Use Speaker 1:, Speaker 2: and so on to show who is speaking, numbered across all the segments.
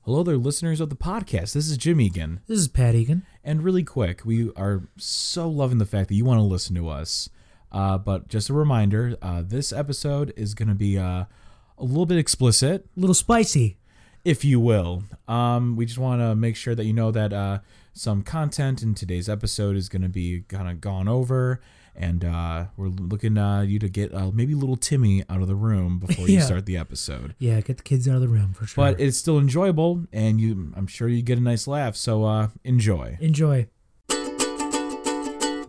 Speaker 1: Hello there, listeners of the podcast. This is Jim Egan.
Speaker 2: This is Pat Egan.
Speaker 1: And really quick, we are so loving the fact that you want to listen to us. Uh, but just a reminder uh, this episode is going to be uh, a little bit explicit,
Speaker 2: A little spicy.
Speaker 1: if you will. Um, we just want to make sure that you know that uh, some content in today's episode is going to be kind of gone over. And uh, we're looking uh, you to get uh, maybe little Timmy out of the room before you
Speaker 2: Yeah.
Speaker 1: start the episode.
Speaker 2: Yeah, get the kids out of the room for sure.
Speaker 1: But it's still enjoyable, and you, I'm sure you get a nice laugh. So uh, enjoy.
Speaker 2: enjoy.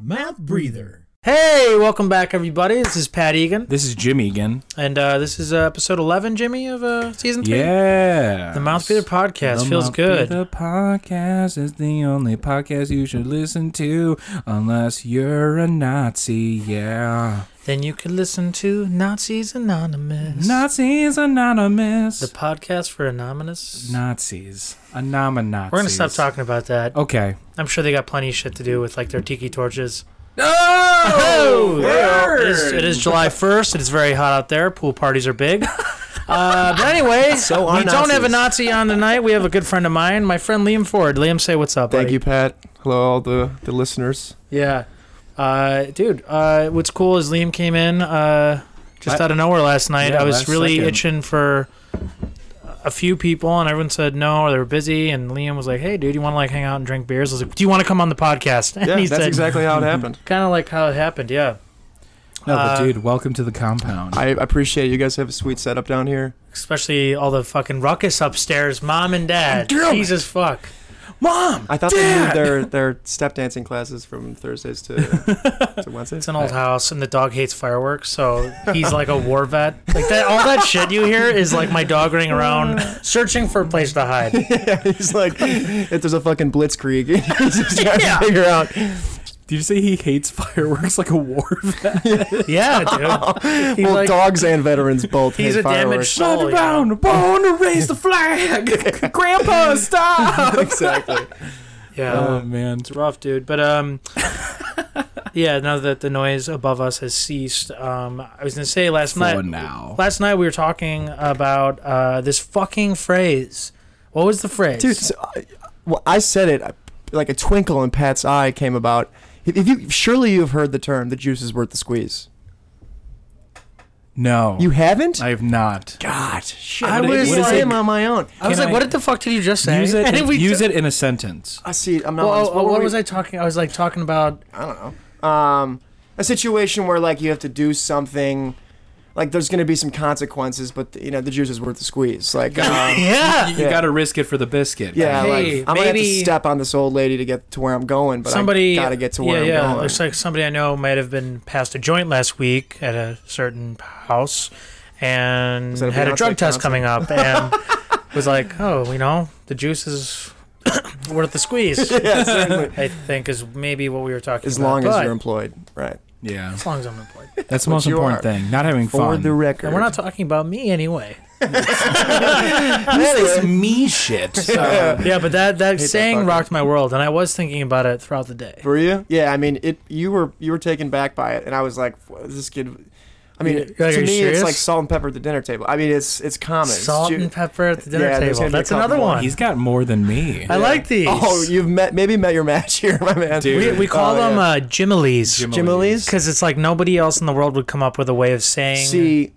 Speaker 1: Mouth breather.
Speaker 2: Hey, welcome back, everybody. This is Pat Egan,
Speaker 3: This is Jimmy again.
Speaker 2: and uh, this is uh, episode eleven, Jimmy, of uh, season three.
Speaker 3: Yeah.
Speaker 2: The Mouth Breather podcast feels good.
Speaker 3: The podcast is the only podcast you should listen to unless you're a Nazi. Yeah.
Speaker 2: Then you can listen to Nazis Anonymous,
Speaker 3: Nazis Anonymous.
Speaker 2: the podcast for anonymous.
Speaker 3: Nazis. Anonymous.
Speaker 2: We're gonna stop talking about that.
Speaker 3: Okay.
Speaker 2: I'm sure they got plenty of shit to do with like their tiki torches.
Speaker 3: Oh!
Speaker 2: Well, it, is, it is July 1st. It is very hot out there. Pool parties are big. Uh, but anyway,
Speaker 4: So are
Speaker 2: we don't have a
Speaker 4: Nazis.
Speaker 2: Nazi on tonight. We have a good friend of mine, my friend Liam Ford. Liam, say what's up.
Speaker 4: Thank
Speaker 2: buddy.
Speaker 4: you, Pat. Hello, all the, the listeners.
Speaker 2: Yeah. Uh, dude, uh, what's cool is Liam came in uh, just
Speaker 3: I-
Speaker 2: out of nowhere last night.
Speaker 3: Yeah,
Speaker 2: I was
Speaker 3: last
Speaker 2: really
Speaker 3: second.
Speaker 2: itching for a few people, and everyone said no, or they were busy. And Liam was like, hey, dude, you want to like hang out and drink beers? I was like, do you want to come on the podcast? And
Speaker 4: Yeah,
Speaker 2: he
Speaker 4: that's
Speaker 2: said,
Speaker 4: exactly how it happened.
Speaker 2: kind of like how it happened, yeah.
Speaker 3: No, but
Speaker 2: Uh,
Speaker 3: dude, welcome to the compound.
Speaker 4: I appreciate it. you guys have a sweet setup down here.
Speaker 2: Especially all the fucking ruckus upstairs, mom and dad.
Speaker 3: Damn it.
Speaker 2: Jesus fuck.
Speaker 3: Mom!
Speaker 4: I thought they moved their, their step dancing classes from Thursdays to, to Wednesdays.
Speaker 2: It's an old house, and the dog hates fireworks, so he's like a war vet. Like that, all that shit you hear is like my dog running around searching for a place to hide.
Speaker 4: He's like, if there's a fucking blitzkrieg, he's just trying
Speaker 2: Yeah.
Speaker 4: to figure out.
Speaker 3: Did you say he hates fireworks like a war vet?
Speaker 2: Yeah, dude. He's
Speaker 4: well,
Speaker 2: like,
Speaker 4: dogs and veterans both.
Speaker 2: he's
Speaker 4: hate
Speaker 2: a damaged
Speaker 4: fireworks.
Speaker 3: Oh,
Speaker 2: soul. you know?
Speaker 3: born to raise the flag! Grandpa, stop!
Speaker 4: exactly.
Speaker 2: Yeah,
Speaker 3: Oh,
Speaker 4: Um,
Speaker 3: man.
Speaker 2: it's rough, dude. But um, yeah. Now that the noise above us has ceased, um, I was gonna say last night.
Speaker 3: now.
Speaker 2: Last night we were talking about uh, this fucking phrase. What was the phrase?
Speaker 4: Dude, so I, well, I said it I- like a twinkle in Pat's eye came about. If you, surely you've heard the term, the juice is worth the squeeze.
Speaker 3: No.
Speaker 4: You haven't?
Speaker 3: I have not.
Speaker 4: God, shit.
Speaker 2: Oh. I
Speaker 4: I
Speaker 2: was
Speaker 4: was
Speaker 2: like-
Speaker 4: on my own.
Speaker 2: I was like,
Speaker 3: Can I-
Speaker 2: what the fuck did you just say?
Speaker 3: Use
Speaker 2: And
Speaker 3: it.
Speaker 2: we
Speaker 3: use
Speaker 2: t-
Speaker 3: it in a sentence.
Speaker 4: I see. I'm not.
Speaker 2: Well,
Speaker 4: honest.
Speaker 2: oh, oh,
Speaker 4: were
Speaker 2: what
Speaker 4: we-
Speaker 2: was I talking? I was like talking about.
Speaker 4: I don't know. Um, a situation where like you have to do something, like there's going to be some consequences, but you know the juice is worth the squeeze. Like, uh,
Speaker 2: Yeah.
Speaker 3: You
Speaker 4: Yeah.
Speaker 3: gotta risk it for the biscuit.
Speaker 4: yeah,
Speaker 2: Hey,
Speaker 4: like I'm gonna have to
Speaker 2: maybe-
Speaker 4: step on this old lady to get to where I'm going, but
Speaker 2: Somebody
Speaker 4: I gotta get to where
Speaker 2: yeah, yeah.
Speaker 4: I'm going.
Speaker 2: Looks like somebody I know might have been passed a joint last week at a certain house, and
Speaker 4: Was that a
Speaker 2: had a
Speaker 4: Beyonce
Speaker 2: drug test
Speaker 4: concert?
Speaker 2: coming up, and was like, oh, you know, the juice is worth the squeeze.
Speaker 4: yeah, certainly.
Speaker 2: I think is maybe what we were talking
Speaker 4: as
Speaker 2: about.
Speaker 4: long as
Speaker 2: but-
Speaker 4: you're employed, right?
Speaker 3: Yeah.
Speaker 2: as long as I'm employed.
Speaker 3: That's the
Speaker 4: Which
Speaker 3: most
Speaker 4: you
Speaker 3: important
Speaker 4: are.
Speaker 3: thing. Not having
Speaker 4: For
Speaker 3: fun.
Speaker 4: the record,
Speaker 2: And we're not talking about me anyway.
Speaker 3: that is me shit. So.
Speaker 2: Yeah, but that that
Speaker 4: that
Speaker 2: saying
Speaker 4: fucker.
Speaker 2: rocked my world, and I was thinking about it throughout the day.
Speaker 4: Were you? Yeah, I mean, it. You were you were taken back by it, and I was like, "F- this kid. I mean,
Speaker 2: Yeah, like, are
Speaker 4: to
Speaker 2: you
Speaker 4: me,
Speaker 2: serious?
Speaker 4: it's like salt and pepper at the dinner table. I mean, it's it's common. It's
Speaker 2: Salt
Speaker 4: ju-
Speaker 2: and pepper at the dinner
Speaker 4: Yeah, there's
Speaker 2: table.
Speaker 4: gonna be a
Speaker 2: That's
Speaker 4: couple
Speaker 2: another
Speaker 4: more.
Speaker 2: one.
Speaker 3: He's got more than me.
Speaker 2: I like these.
Speaker 4: Oh, you've met maybe met your match here, my man.
Speaker 3: Dude.
Speaker 2: we, we call
Speaker 4: Oh,
Speaker 2: them
Speaker 4: yeah.
Speaker 2: uh, Jimmelies.
Speaker 4: Jimmelies?
Speaker 2: Because it's like nobody else in the world would come up with a way of saying.
Speaker 4: See,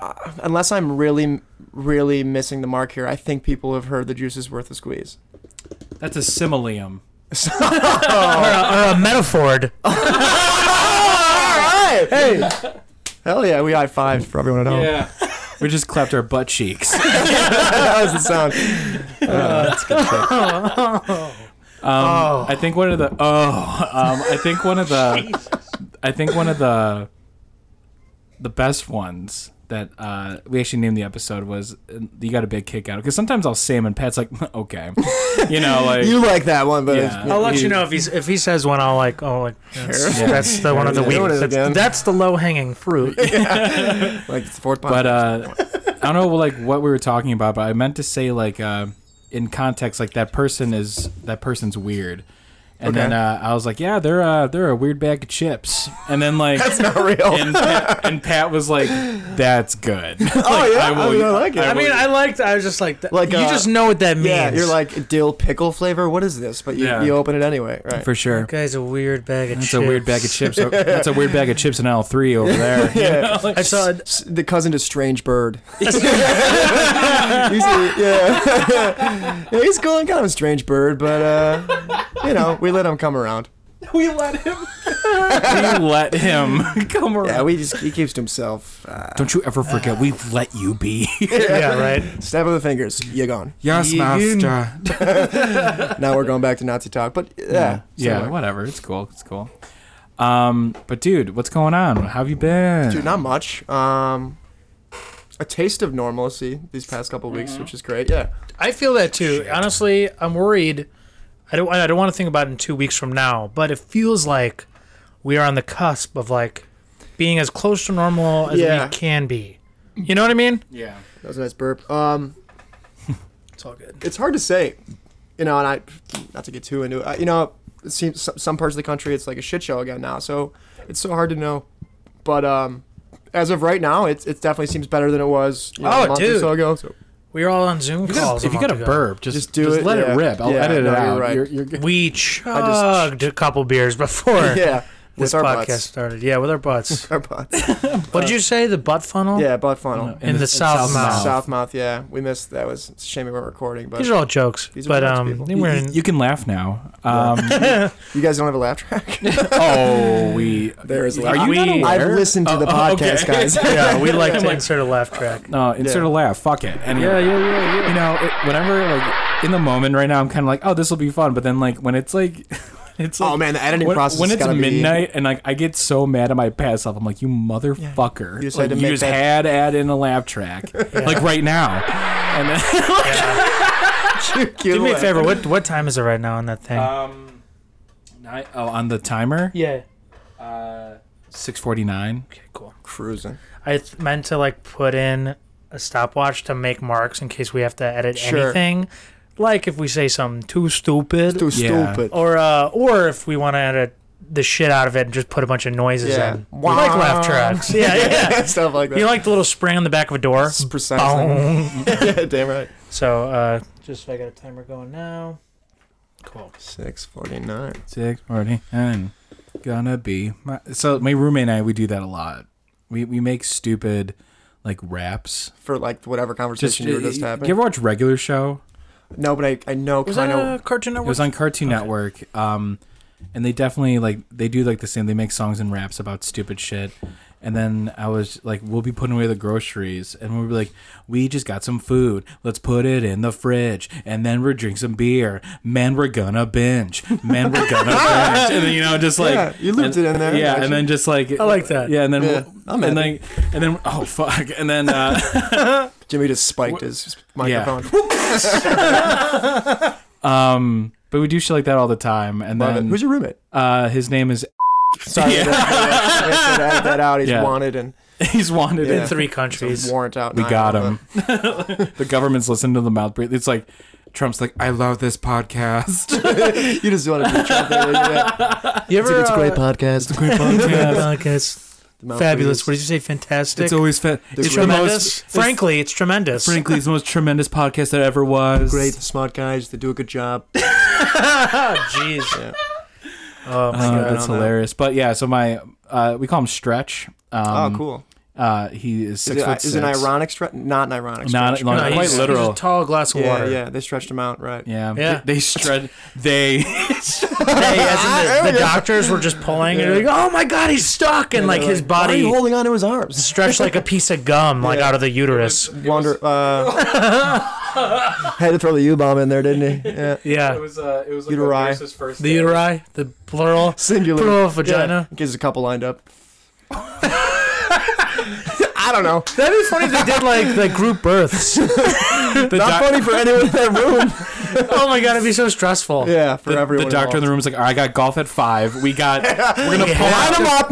Speaker 4: uh, unless I'm really, really missing the mark here, I think people have heard the juice is worth a squeeze.
Speaker 3: That's a simileum.
Speaker 2: or, a, or a metaphor.
Speaker 4: All right, hey, hell yeah, we high fived for everyone at home.
Speaker 3: Yeah. we just clapped our butt cheeks.
Speaker 4: that was the sound. Uh, that's good shit.
Speaker 3: Um, I think one of the oh, um, I think one of the, I think one of the, the best ones that uh, we actually named the episode was uh, you got a big kick out because sometimes I'll say 'em and Pat's like okay, you know like
Speaker 4: You like that one, but
Speaker 3: Yeah.
Speaker 2: I'll let you know if he's if he says one. I'll like oh like that's, that's the one of the
Speaker 4: Doing it
Speaker 2: week. That's,
Speaker 4: again.
Speaker 2: that's the low hanging fruit.
Speaker 4: like it's the fourth punch.
Speaker 3: but uh, I don't know like what we were talking about, but I meant to say like uh, in context like that person is that person's weird. And
Speaker 4: Okay.
Speaker 3: then uh, I was like, "Yeah, they're uh, they're a weird bag of chips." And then like,
Speaker 4: That's not real.
Speaker 3: and Pat, and Pat was like, "That's good." Like,
Speaker 4: oh yeah, I, mean, I like it.
Speaker 2: I mean, I liked. I was just like, th-
Speaker 4: Like,
Speaker 2: you
Speaker 4: uh,
Speaker 2: just know what that means.
Speaker 4: yeah, you're like dill pickle flavor. What is this? But you,
Speaker 3: Yeah.
Speaker 4: you open it anyway, right?
Speaker 3: for sure.
Speaker 2: That guy's a weird bag of
Speaker 3: That's
Speaker 2: chips.
Speaker 3: a weird bag of chips. o- That's a weird bag of chips in L three over there.
Speaker 4: Yeah.
Speaker 2: I saw. it-
Speaker 4: S- the cousin to Strange Bird. Usually, yeah. Yeah, he's cool and kind of a strange bird, but uh, you know, we let him come around.
Speaker 3: we let him. we let him come around.
Speaker 4: Yeah, we just he keeps to himself. Uh,
Speaker 3: Don't you ever forget we've let you be.
Speaker 2: Yeah, right.
Speaker 4: snap of the fingers, you're gone.
Speaker 3: yes, master.
Speaker 4: Now we're going back to Nazi talk, but yeah,
Speaker 3: Yeah, whatever. It's cool. It's cool. Um, but dude, what's going on? How have you been?
Speaker 4: Dude, not much. Um, a taste of normalcy these past couple
Speaker 2: Mm-hmm.
Speaker 4: weeks, which is great. Yeah,
Speaker 2: I feel that too. Honestly, I'm worried. I don't. I don't want to think about it in two weeks from now. But it feels like we are on the cusp of like being as close to normal as
Speaker 4: Yeah.
Speaker 2: we can be. You know what I mean?
Speaker 3: yeah.
Speaker 4: that was a nice burp. Um,
Speaker 2: It's all good.
Speaker 4: it's hard to say, you know. And I, not to get too into it, I, you know, it seems some- some parts of the country it's like a shit show again now. So it's so hard to know. But um, as of right now, it's it definitely seems better than it was you know,
Speaker 2: Oh,
Speaker 4: a month or
Speaker 2: dude.
Speaker 4: so ago. So
Speaker 2: We were all on Zoom calls.
Speaker 3: if you
Speaker 2: month
Speaker 3: got a
Speaker 2: ago.
Speaker 3: burp, just,
Speaker 4: Just do it,
Speaker 3: Let
Speaker 4: yeah.
Speaker 3: it rip. I'll
Speaker 4: Yeah,
Speaker 3: edit it
Speaker 4: no, you're
Speaker 3: out.
Speaker 4: right.
Speaker 3: You're, you're good.
Speaker 2: we chugged a couple beers before this
Speaker 4: yeah, with our
Speaker 2: podcast
Speaker 4: butts,
Speaker 2: started. Yeah, with our butts.
Speaker 4: our butts.
Speaker 2: what did you say? The butt funnel?
Speaker 4: yeah, butt funnel,
Speaker 2: In the south mouth.
Speaker 4: south mouth. Yeah, we missed. That was it's a shame we weren't recording, but
Speaker 2: These are all jokes.
Speaker 4: These are
Speaker 2: but
Speaker 4: jokes,
Speaker 2: um,
Speaker 4: people.
Speaker 2: they
Speaker 3: You,
Speaker 2: were in,
Speaker 3: you can laugh now. Um,
Speaker 4: you guys don't have a laugh track.
Speaker 3: oh, we.
Speaker 4: There is a
Speaker 3: Are
Speaker 4: laugh.
Speaker 3: you not
Speaker 2: We-
Speaker 3: aware?
Speaker 4: I've listened to the
Speaker 3: Oh, okay.
Speaker 4: podcast, guys.
Speaker 2: yeah, we like to insert a laugh track.
Speaker 3: No, insert
Speaker 4: Yeah.
Speaker 3: a laugh. Fuck it. And yeah, yeah, yeah, You know, it, whenever like in the moment right now, I'm kind of like, oh, this will be fun. But then like when it's like, it's like,
Speaker 4: Oh man, the editing
Speaker 3: when,
Speaker 4: process.
Speaker 3: when
Speaker 4: has
Speaker 3: it's
Speaker 4: gotta be-
Speaker 3: midnight and like I get so mad at my past self, I'm like, you motherfucker!
Speaker 4: You just
Speaker 3: Like,
Speaker 4: had to make
Speaker 3: just
Speaker 4: that-
Speaker 3: had add in a laugh track, like right now. And then,
Speaker 4: Cue
Speaker 2: Do me a
Speaker 4: it.
Speaker 2: favor. What what time is it right now on that thing?
Speaker 3: um, nine- oh, on the timer,
Speaker 2: yeah.
Speaker 3: uh, six forty nine.
Speaker 2: Okay, cool.
Speaker 4: Cruising.
Speaker 2: I th- meant to like put in a stopwatch to make marks in case we have to edit
Speaker 4: Sure.
Speaker 2: anything. Like if we say something too stupid,
Speaker 4: Too
Speaker 3: Yeah.
Speaker 4: stupid.
Speaker 2: or uh, or if we want to edit the shit out of it and just put a bunch of noises
Speaker 4: Yeah.
Speaker 2: in. We like laugh tracks. Yeah, yeah.
Speaker 4: Stuff like that.
Speaker 2: you like the little spring on the back of a door?
Speaker 4: Precisely.
Speaker 2: Boom.
Speaker 4: yeah, damn right.
Speaker 2: So uh, just I got a timer going now. Cool.
Speaker 4: Six forty nine.
Speaker 3: Six forty nine. Gonna be my, so. My roommate and I we do that a lot. We we make stupid like raps.
Speaker 4: For like whatever
Speaker 3: Just, uh,
Speaker 4: conversation you were just
Speaker 3: you
Speaker 4: having.
Speaker 3: ever watch Regular Show?
Speaker 4: no, but I, I know
Speaker 2: Was
Speaker 4: kind
Speaker 2: that
Speaker 4: of.
Speaker 2: a Cartoon
Speaker 3: It
Speaker 2: Network?
Speaker 3: was on Cartoon Network. Um, and they definitely like they do like the same. They make songs and raps about stupid shit. And then I was like, we'll be putting away the groceries, and we'll be like, we just got some food. Let's put it in the fridge, and then we'll drink some beer. Man, we're gonna binge. Man, we're gonna binge. And then you know, just like
Speaker 4: Yeah, you looped
Speaker 3: and-
Speaker 4: it in there,
Speaker 3: Yeah,
Speaker 4: actually.
Speaker 3: and then just like I
Speaker 2: like that.
Speaker 3: Yeah, and then
Speaker 4: Yeah,
Speaker 3: we'll,
Speaker 4: I'm
Speaker 3: and then and then oh fuck, and then uh,
Speaker 4: Jimmy just spiked his microphone.
Speaker 3: um, but we do shit like that all the time. And
Speaker 4: Love it.
Speaker 3: then
Speaker 4: Who's your roommate?
Speaker 3: uh, his name is
Speaker 4: Sorry, yeah. that, that, that out. He's
Speaker 3: Yeah.
Speaker 4: wanted and
Speaker 3: he's wanted in
Speaker 4: Yeah.
Speaker 2: Three
Speaker 4: it's
Speaker 2: countries.
Speaker 4: a warrant out.
Speaker 3: We
Speaker 4: and I
Speaker 3: got
Speaker 4: don't
Speaker 3: him. the government's listening to the mouth breathe. It's like Trump's like, I love this podcast.
Speaker 4: know. you just want to be Trump. there, yeah.
Speaker 2: You
Speaker 4: It's,
Speaker 2: ever?
Speaker 4: a, it's a great
Speaker 2: uh,
Speaker 4: podcast.
Speaker 3: Great podcast.
Speaker 2: podcast. Fabulous. What did you say? Fantastic.
Speaker 3: It's always fa-
Speaker 4: It's
Speaker 3: It's the
Speaker 2: tremendous.
Speaker 3: most,
Speaker 2: Frankly, it's tremendous.
Speaker 3: frankly, it's the most tremendous podcast that ever was.
Speaker 4: Great, smart guys. They do a good job.
Speaker 2: Jeez.
Speaker 4: Yeah.
Speaker 2: Oh my
Speaker 3: Uh,
Speaker 4: I
Speaker 2: god.
Speaker 4: don't
Speaker 3: that's
Speaker 4: know.
Speaker 3: hilarious. But yeah, so my uh, we call him Stretch. Um,
Speaker 4: oh, cool.
Speaker 3: Uh, he is
Speaker 4: Is,
Speaker 3: six
Speaker 4: it,
Speaker 3: foot six.
Speaker 4: is it an ironic stretch? Not an ironic
Speaker 3: Not-
Speaker 4: stretch.
Speaker 3: not-
Speaker 4: right?
Speaker 3: quite
Speaker 2: he's- he's
Speaker 3: literal.
Speaker 2: a tall glass of
Speaker 4: Yeah,
Speaker 2: water.
Speaker 4: yeah. They stretched him out, right?
Speaker 3: Yeah,
Speaker 2: Yeah.
Speaker 3: They, they stretch. They
Speaker 2: Hey, as in the, the doctors were just pulling, and they're like, "Oh my god, he's stuck!" And like his
Speaker 4: Why are
Speaker 2: body
Speaker 4: you holding on to his arms?
Speaker 2: stretched like a piece of gum, like
Speaker 4: Yeah.
Speaker 2: out of the uterus.
Speaker 4: Wander. Uh, had to throw the U bomb in there, didn't he? Yeah.
Speaker 2: Yeah,
Speaker 3: was uh, it was
Speaker 4: like a Uteri. nurse's
Speaker 3: first.
Speaker 2: the uteri, the plural.
Speaker 4: Singular.
Speaker 2: Plural vagina.
Speaker 4: Yeah, in case a couple lined up. I don't know.
Speaker 2: That'd be funny if they did like the group births.
Speaker 3: The,
Speaker 4: Not
Speaker 3: doc-
Speaker 4: funny for anyone in that room.
Speaker 2: oh my god, it'd be so stressful.
Speaker 4: Yeah, for
Speaker 3: the- the
Speaker 4: everyone.
Speaker 3: doctor in the room is like, All right, I got golf at five. We got. We're gonna pull out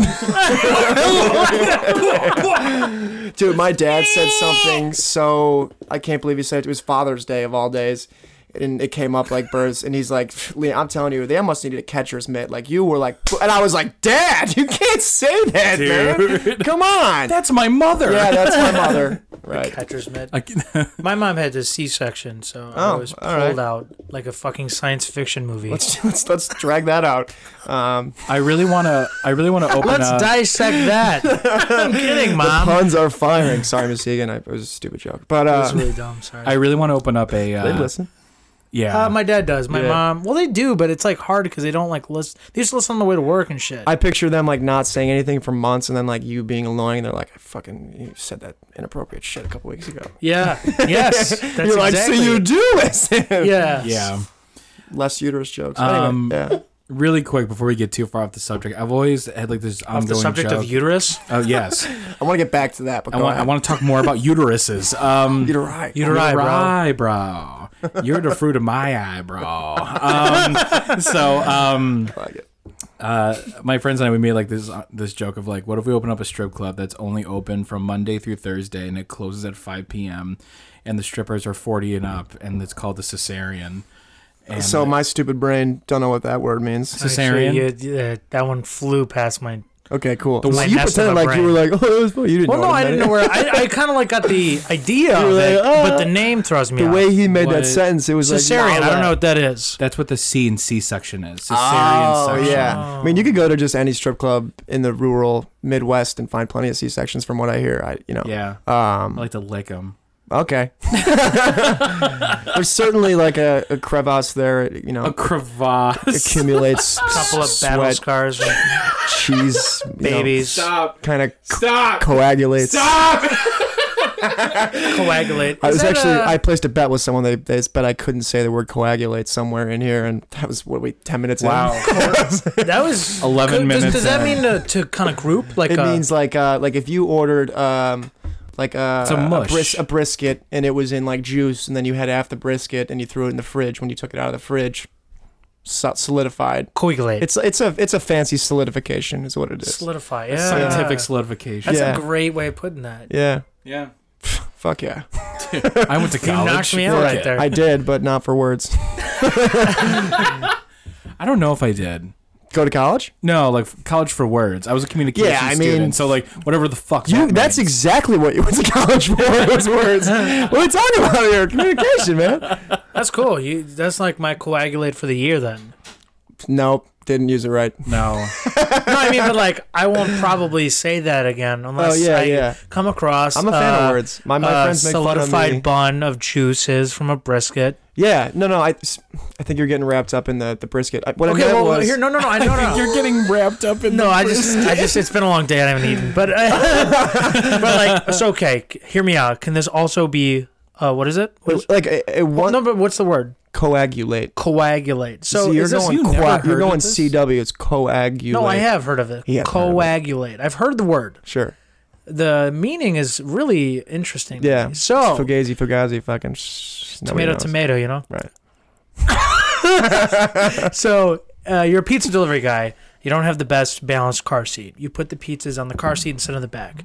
Speaker 4: Line them up, dude. My dad said something so I can't believe he said it. It was Father's Day of all days, and it came up like birds, and he's like, Liam, I'm telling you, they almost needed a catcher's mitt. Like you were like, and I was like, Dad, you can't say that, man. Come on.
Speaker 3: That's my mother.
Speaker 4: yeah, that's my mother. Right.
Speaker 2: catcher's mitt.
Speaker 3: I can-
Speaker 2: My mom had this C-section, so I
Speaker 4: Oh,
Speaker 2: was pulled
Speaker 4: all right.
Speaker 2: out like a fucking science fiction movie.
Speaker 4: Let's, let's let's drag that out. Um,
Speaker 3: I really want to. I really want to open
Speaker 2: Let's
Speaker 3: up.
Speaker 2: dissect that. I'm kidding, mom.
Speaker 4: puns are firing. Sorry, Miss Egan. I, it was a stupid joke, but
Speaker 2: That was
Speaker 4: uh,
Speaker 2: really dumb. Sorry.
Speaker 3: I really want to open up a.
Speaker 4: they
Speaker 3: Uh,
Speaker 4: listen.
Speaker 3: yeah.
Speaker 2: uh, my dad does. My
Speaker 4: Yeah.
Speaker 2: mom. Well, they do, but it's like hard because they don't like listen. They just listen on the way to work and shit.
Speaker 4: I picture them like not saying anything for months, and then like you being annoying. They're like, "I fucking you said that inappropriate shit a couple weeks ago."
Speaker 2: yeah. Yes. That's
Speaker 4: You're like,
Speaker 2: exactly.
Speaker 4: "So you do listen."
Speaker 2: Yeah.
Speaker 3: yeah.
Speaker 4: Less uterus jokes.
Speaker 3: Um,
Speaker 4: Um, yeah.
Speaker 3: Really quick before we get too far off the subject, I've always had like this ongoing
Speaker 2: Off the subject
Speaker 3: joke.
Speaker 2: of uterus.
Speaker 3: Oh yes,
Speaker 4: I want to get back to that, but
Speaker 3: I want. I want to talk more about uteruses. Um,
Speaker 4: you to right.
Speaker 2: Uter- Uteri, bro.
Speaker 3: bro. You're the fruit of my eyebrow. Um, so, um,
Speaker 4: Like it.
Speaker 3: uh, my friends and I we made like this uh, this joke of like, what if we open up a strip club that's only open from Monday through Thursday and it closes at 5 p.m. and the strippers are 40 and up and it's called the cesarean. And uh,
Speaker 4: So my stupid brain don't know what that word means.
Speaker 3: cesarean.
Speaker 2: Actually, you- yeah, that one flew past my.
Speaker 4: Okay, cool.
Speaker 2: The
Speaker 4: So
Speaker 2: one
Speaker 4: you
Speaker 2: that's in
Speaker 4: pretended
Speaker 2: my
Speaker 4: like you were like, "Oh, it was fun." you didn't
Speaker 2: Well,
Speaker 4: know.
Speaker 2: no,
Speaker 4: what
Speaker 2: I
Speaker 4: it
Speaker 2: didn't know
Speaker 4: meant.
Speaker 2: where. I, I kind of like got the idea
Speaker 4: You
Speaker 2: of
Speaker 4: were
Speaker 2: it,
Speaker 4: like,
Speaker 2: but
Speaker 4: "Uh,
Speaker 2: the name throws me
Speaker 4: The
Speaker 2: off.
Speaker 4: way he made
Speaker 3: What?
Speaker 4: that sentence, it was
Speaker 2: cesarean.
Speaker 4: like
Speaker 2: I don't know what that is.
Speaker 3: That's what the C and C section is. Cesarean
Speaker 4: Oh
Speaker 3: section.
Speaker 4: yeah, I mean you could go to just any strip club in the rural Midwest and find plenty of C sections. From what I hear, I you know.
Speaker 3: Yeah. I
Speaker 4: Um,
Speaker 3: like to lick them.
Speaker 4: okay. There's certainly like a, a crevasse there. You know,
Speaker 3: A crevasse.
Speaker 4: accumulates
Speaker 2: couple of battle
Speaker 4: sweat,
Speaker 2: scars, and
Speaker 4: cheese,
Speaker 2: babies
Speaker 3: Stop.
Speaker 4: kind of
Speaker 3: Stop.
Speaker 4: coagulates.
Speaker 3: Stop.
Speaker 2: coagulate.
Speaker 4: I
Speaker 2: Is
Speaker 4: was
Speaker 2: that uh,
Speaker 4: actually
Speaker 2: a-
Speaker 4: I placed a bet with someone. They, they bet I couldn't say the word coagulate somewhere in here, and that was what we ten minutes in.
Speaker 3: Wow.
Speaker 2: that was
Speaker 3: 11
Speaker 2: Does-
Speaker 3: minutes
Speaker 2: Does, that mean
Speaker 3: in.
Speaker 2: to, to kind of group like
Speaker 4: It
Speaker 2: a,
Speaker 4: means like uh like if you ordered um like uh,
Speaker 3: It's a mush.
Speaker 4: bris- a brisket and it was in like juice, and then you had half the brisket and you threw it in the fridge. When you took it out of the fridge, so- solidified.
Speaker 2: coagulate?
Speaker 4: It's it's a it's a fancy solidification, is what it is.
Speaker 2: solidify. Yeah,
Speaker 3: Scientific solidification.
Speaker 2: That's
Speaker 4: Yeah.
Speaker 2: a great way of putting that.
Speaker 4: yeah,
Speaker 3: Yeah.
Speaker 4: fuck yeah.
Speaker 3: I went to
Speaker 2: You
Speaker 3: college.
Speaker 2: knocked me out
Speaker 3: Fuck
Speaker 2: right
Speaker 3: it.
Speaker 2: there.
Speaker 4: I did, but not for words.
Speaker 3: I don't know if I did.
Speaker 4: Go to college?
Speaker 3: No, like f- college for words. I was a communication
Speaker 4: Yeah, I mean-
Speaker 3: student, so like whatever the fuck.
Speaker 4: You,
Speaker 3: that
Speaker 4: that's
Speaker 3: means.
Speaker 4: exactly what you went to college for. Those words. What are we talking about here? Communication, man.
Speaker 2: That's cool. You that's like my coagulate for the year then.
Speaker 4: Nope, didn't use it right.
Speaker 3: no.
Speaker 2: No, I mean, but like I won't probably say that again unless
Speaker 4: Oh, yeah,
Speaker 2: I
Speaker 4: yeah.
Speaker 2: come across.
Speaker 4: I'm a fan
Speaker 2: uh,
Speaker 4: of words. My, my
Speaker 2: a
Speaker 4: friends make fun of
Speaker 2: solidified
Speaker 4: me.
Speaker 2: bun of juices from a brisket.
Speaker 4: yeah, no, no. I, I think you're getting wrapped up in the the brisket. I, what I
Speaker 2: Okay,
Speaker 4: meant
Speaker 2: well,
Speaker 4: was
Speaker 2: here, no, no, no, I no, no.
Speaker 3: You're getting wrapped up in
Speaker 2: No, I just, I just, it's been a long day. I haven't eaten, but, but like, it's okay. C- Hear me out. Can this also be, uh, what is it? What is-
Speaker 4: like a, a one
Speaker 2: no, but what's the word?
Speaker 4: coagulate.
Speaker 2: Coagulate. So
Speaker 4: So you're
Speaker 2: is this-
Speaker 4: going
Speaker 3: you never
Speaker 4: qua- you're
Speaker 3: heard
Speaker 4: going
Speaker 3: of this?
Speaker 4: CW. It's coagulate.
Speaker 2: no, I have heard of it.
Speaker 4: He hasn't heard of it.
Speaker 2: coagulate. I've heard the word.
Speaker 4: Sure.
Speaker 2: The meaning is really interesting. to
Speaker 4: Yeah.
Speaker 2: me. So
Speaker 4: Fugazi, Fugazi, fucking. Sh- nobody
Speaker 2: tomato,
Speaker 4: knows.
Speaker 2: tomato. You know.
Speaker 4: Right.
Speaker 2: so uh, you're a pizza delivery guy. You don't have the best balanced car seat. You put the pizzas on the car seat instead of the back.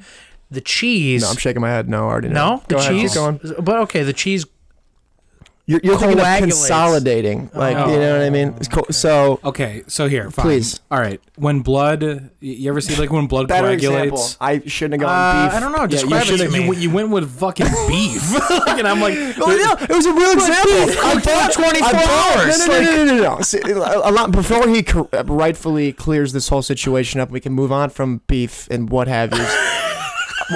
Speaker 2: The cheese.
Speaker 4: No, I'm shaking my head. No, I already know.
Speaker 2: No? the
Speaker 4: Go ahead, keep
Speaker 2: cheese.
Speaker 4: going.
Speaker 2: But okay, the cheese
Speaker 4: You're, you're thinking of
Speaker 2: Coagulates. Oh,
Speaker 4: consolidating. Like you know what I mean. It's co- So
Speaker 3: Okay, so here, fine.
Speaker 4: Please.
Speaker 3: All right. When blood, y- you ever see like when blood
Speaker 4: better example.
Speaker 3: coagulates?
Speaker 4: I shouldn't have gone
Speaker 2: Uh,
Speaker 4: beef.
Speaker 2: I don't know.
Speaker 3: Yeah,
Speaker 2: Describe
Speaker 3: you,
Speaker 2: it to
Speaker 3: should-
Speaker 2: me.
Speaker 3: you, you went with fucking beef, and I'm like,
Speaker 4: Well, no, it was a real example. I bought
Speaker 2: 24
Speaker 4: I bought-
Speaker 2: hours,
Speaker 4: No, no, no, no, no, no, no. See, a lot, before he cor- rightfully clears this whole situation up, we can move on from beef and what have you.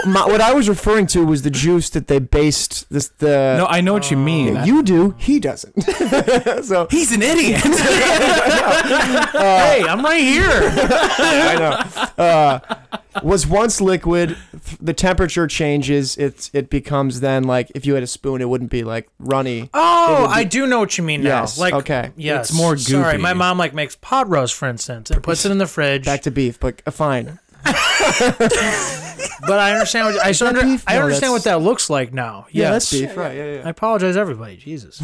Speaker 4: My, what I was referring to was the juice that they based this the.
Speaker 3: no, I know what you mean.
Speaker 4: you do, he doesn't. so
Speaker 3: he's an idiot.
Speaker 2: hey, I'm right here.
Speaker 4: I know. Uh, was once liquid. th- The temperature changes. It it becomes then like if you had a spoon, it wouldn't be like runny.
Speaker 2: Oh, I do know what you mean now.
Speaker 4: Yes,
Speaker 2: Like,
Speaker 4: okay.
Speaker 2: yes.
Speaker 3: It's more
Speaker 2: Sorry,
Speaker 3: goopy.
Speaker 2: my mom like makes pot roast, for instance, and puts it in the fridge.
Speaker 4: Back to beef, but uh, fine.
Speaker 2: but I understand. What, I, under,
Speaker 4: beef?
Speaker 2: I
Speaker 4: No,
Speaker 2: understand
Speaker 4: that's-
Speaker 2: what that looks like now.
Speaker 4: Yeah,
Speaker 2: yes.
Speaker 4: that's beef. Right. Yeah, yeah.
Speaker 2: I apologize, everybody. Jesus,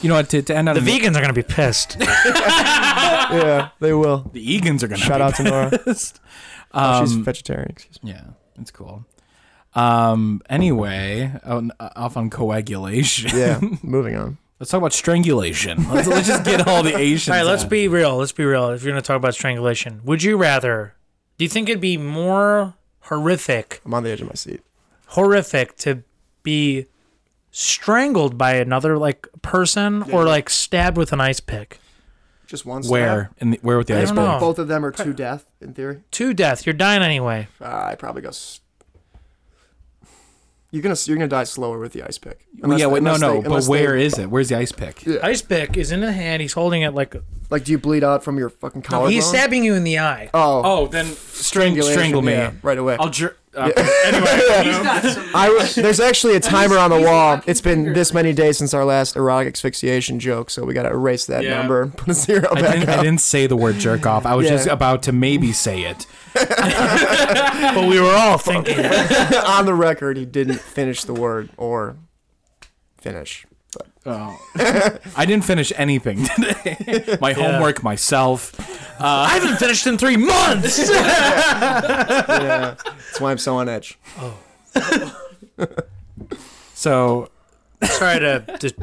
Speaker 3: you know what? To, to end on
Speaker 2: the
Speaker 3: a-
Speaker 2: vegans are gonna be pissed.
Speaker 4: yeah, they will.
Speaker 3: the Egans are gonna
Speaker 4: Shout
Speaker 3: be
Speaker 4: out to Nora.
Speaker 3: pissed.
Speaker 4: Oh, she's
Speaker 3: Um,
Speaker 4: vegetarian. Excuse me.
Speaker 3: Yeah, that's cool. Um, anyway, on, off on coagulation.
Speaker 4: Yeah, moving on.
Speaker 3: Let's talk about strangulation. Let's, let's just get all the Asians.
Speaker 2: All right, let's
Speaker 3: out.
Speaker 2: be real. Let's be real. If you're going to talk about strangulation, would you rather? Do you think it'd be more horrific,
Speaker 4: I'm on the edge of my seat.
Speaker 2: horrific to be strangled by another like person or like stabbed with an ice pick?
Speaker 4: Just one.
Speaker 3: where in the, where with the
Speaker 2: I
Speaker 3: ice
Speaker 2: don't
Speaker 3: pick?
Speaker 2: know.
Speaker 4: Both of them are to death in theory.
Speaker 2: To death, you're dying anyway.
Speaker 4: Uh, I probably go. S- you're gonna you're gonna die slower with the ice pick.
Speaker 3: Well, yeah, wait, no,
Speaker 4: unless they-
Speaker 3: no. but
Speaker 4: unless they-
Speaker 3: where is it? Where's the ice pick?
Speaker 2: Ice pick is in the hand. He's holding it like
Speaker 4: Like, do you bleed out from your fucking collarbone?
Speaker 2: he's stabbing you in the eye.
Speaker 4: Oh,
Speaker 3: Oh, then string,
Speaker 4: strangulation,
Speaker 3: strangle me.
Speaker 4: yeah, right away.
Speaker 3: I'll jer- uh,
Speaker 4: I was, there's actually a timer on the wall. It's been this many days since our last erotic asphyxiation joke, so we gotta erase that
Speaker 3: Yeah.
Speaker 4: number and put a zero
Speaker 3: I,
Speaker 4: back
Speaker 3: didn't, I
Speaker 4: up.
Speaker 3: didn't say the word jerk off. I was
Speaker 4: Yeah.
Speaker 3: just about to maybe say it.
Speaker 2: But we were all thinking. that.
Speaker 4: on the record, he didn't finish the word or finish. But
Speaker 3: I didn't finish anything today. My homework, myself. Uh,
Speaker 2: I haven't finished in three months.
Speaker 4: yeah, that's why I'm so on edge.
Speaker 3: So
Speaker 2: Sorry to, to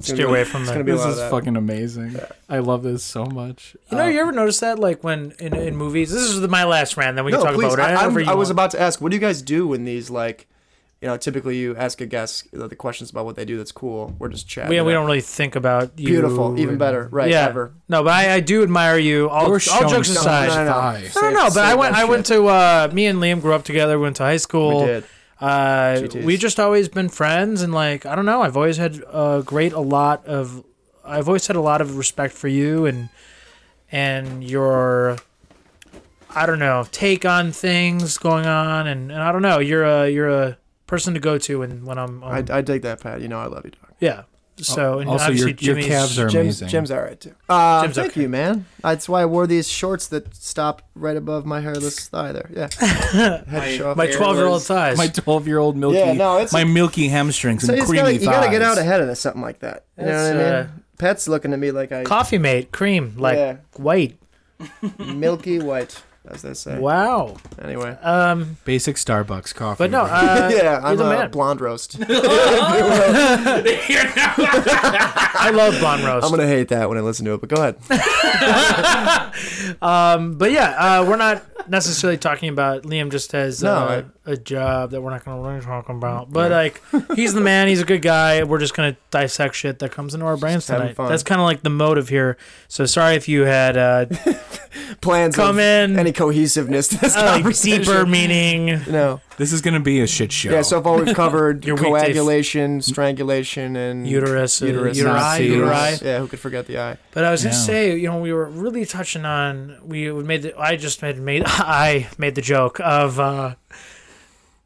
Speaker 2: steer away from that.
Speaker 4: gonna be a
Speaker 3: this
Speaker 4: lot
Speaker 3: is
Speaker 4: of that.
Speaker 3: fucking amazing. I love this so much. Uh,
Speaker 2: You know,
Speaker 4: uh,
Speaker 2: you ever notice that, like when in, in movies, this is the, my last rant. Then we
Speaker 4: No,
Speaker 2: can talk
Speaker 4: please.
Speaker 2: about it.
Speaker 4: I, I'm-
Speaker 2: however you
Speaker 4: I was
Speaker 2: want.
Speaker 4: about to ask, what do you guys do when these like, you know, typically you ask a guest you know, the questions about what they do. That's cool. We're just chatting.
Speaker 2: We,
Speaker 4: it
Speaker 2: we
Speaker 4: up.
Speaker 2: don't really think about you.
Speaker 4: Beautiful, even
Speaker 2: and-
Speaker 4: better. Right.
Speaker 2: yeah.
Speaker 4: Ever.
Speaker 2: No, but I, I do admire you. All,
Speaker 3: We're
Speaker 2: all
Speaker 3: showing
Speaker 2: jokes
Speaker 3: some-
Speaker 2: aside.
Speaker 4: No, no, no.
Speaker 3: Thighs.
Speaker 2: I don't know, but I went. I went to. Uh, me and Liam grew up together. We went to high school.
Speaker 4: We did.
Speaker 2: Uh,
Speaker 4: GTs.
Speaker 2: we just always been friends, and like I don't know. I've always had a great a lot of. I've always had a lot of respect for you and and your. I don't know take on things going on, and, and I don't know. You're a you're a person to go to, and when I'm,
Speaker 4: I,
Speaker 2: I'm
Speaker 4: I dig that, Pat. You know, I love you, dog.
Speaker 2: yeah. So and
Speaker 3: Also, your,
Speaker 2: obviously
Speaker 3: your
Speaker 2: Jimmy's-
Speaker 3: calves are
Speaker 4: Jim's,
Speaker 3: amazing.
Speaker 4: Jim's all right too. Uh,
Speaker 2: Jim's
Speaker 4: thank
Speaker 2: okay.
Speaker 4: you, man. That's why I wore these shorts that stop right above my hairless thigh. There, yeah. Had to show off
Speaker 2: my
Speaker 4: the hair.
Speaker 2: twelve year old thighs.
Speaker 3: my 12 year old milky,
Speaker 4: Yeah, no, it's-
Speaker 3: my milky hamstrings
Speaker 4: So you
Speaker 3: and
Speaker 4: just
Speaker 3: creamy
Speaker 4: gotta, you gotta get
Speaker 3: thighs.
Speaker 4: out ahead of it, something like that. You know
Speaker 2: That's,
Speaker 4: what I mean?
Speaker 2: uh,
Speaker 4: Pat's looking at me like I
Speaker 2: Coffee mate cream like
Speaker 4: Yeah.
Speaker 2: white.
Speaker 4: milky white, as they say.
Speaker 2: Wow.
Speaker 4: Anyway.
Speaker 2: Um.
Speaker 3: Basic Starbucks coffee.
Speaker 2: But no. Uh,
Speaker 4: yeah, I'm
Speaker 2: the
Speaker 4: a
Speaker 2: man.
Speaker 4: blonde roast.
Speaker 2: I love blonde roast.
Speaker 4: I'm gonna hate that when I listen to it, but go ahead.
Speaker 2: But yeah, uh, we're not necessarily talking about Liam just as
Speaker 4: No,
Speaker 2: uh, a job that we're not going to really talk about. But like, he's the man. He's a good guy. We're just going to dissect shit that comes into our brains
Speaker 4: having
Speaker 2: tonight.
Speaker 4: fun.
Speaker 2: That's kind of like the motive here. So sorry if you had uh,
Speaker 4: Plans
Speaker 2: Come
Speaker 4: of
Speaker 2: in.
Speaker 4: any cohesiveness to this
Speaker 2: a, like
Speaker 4: conversation.
Speaker 2: deeper meaning.
Speaker 4: No.
Speaker 3: this is going to be a shit show.
Speaker 4: Yeah, so far we've covered
Speaker 2: Your weekday f-
Speaker 4: coagulation, strangulation, and
Speaker 2: Uterus, uh,
Speaker 4: uterus,
Speaker 2: uteri,
Speaker 3: Nazis.
Speaker 2: uteri.
Speaker 4: Yeah, who could forget the eye?
Speaker 2: But I was gonna
Speaker 3: Yeah.
Speaker 2: say, you know, we were really touching on. We made the. I just made made. I made the joke of. uh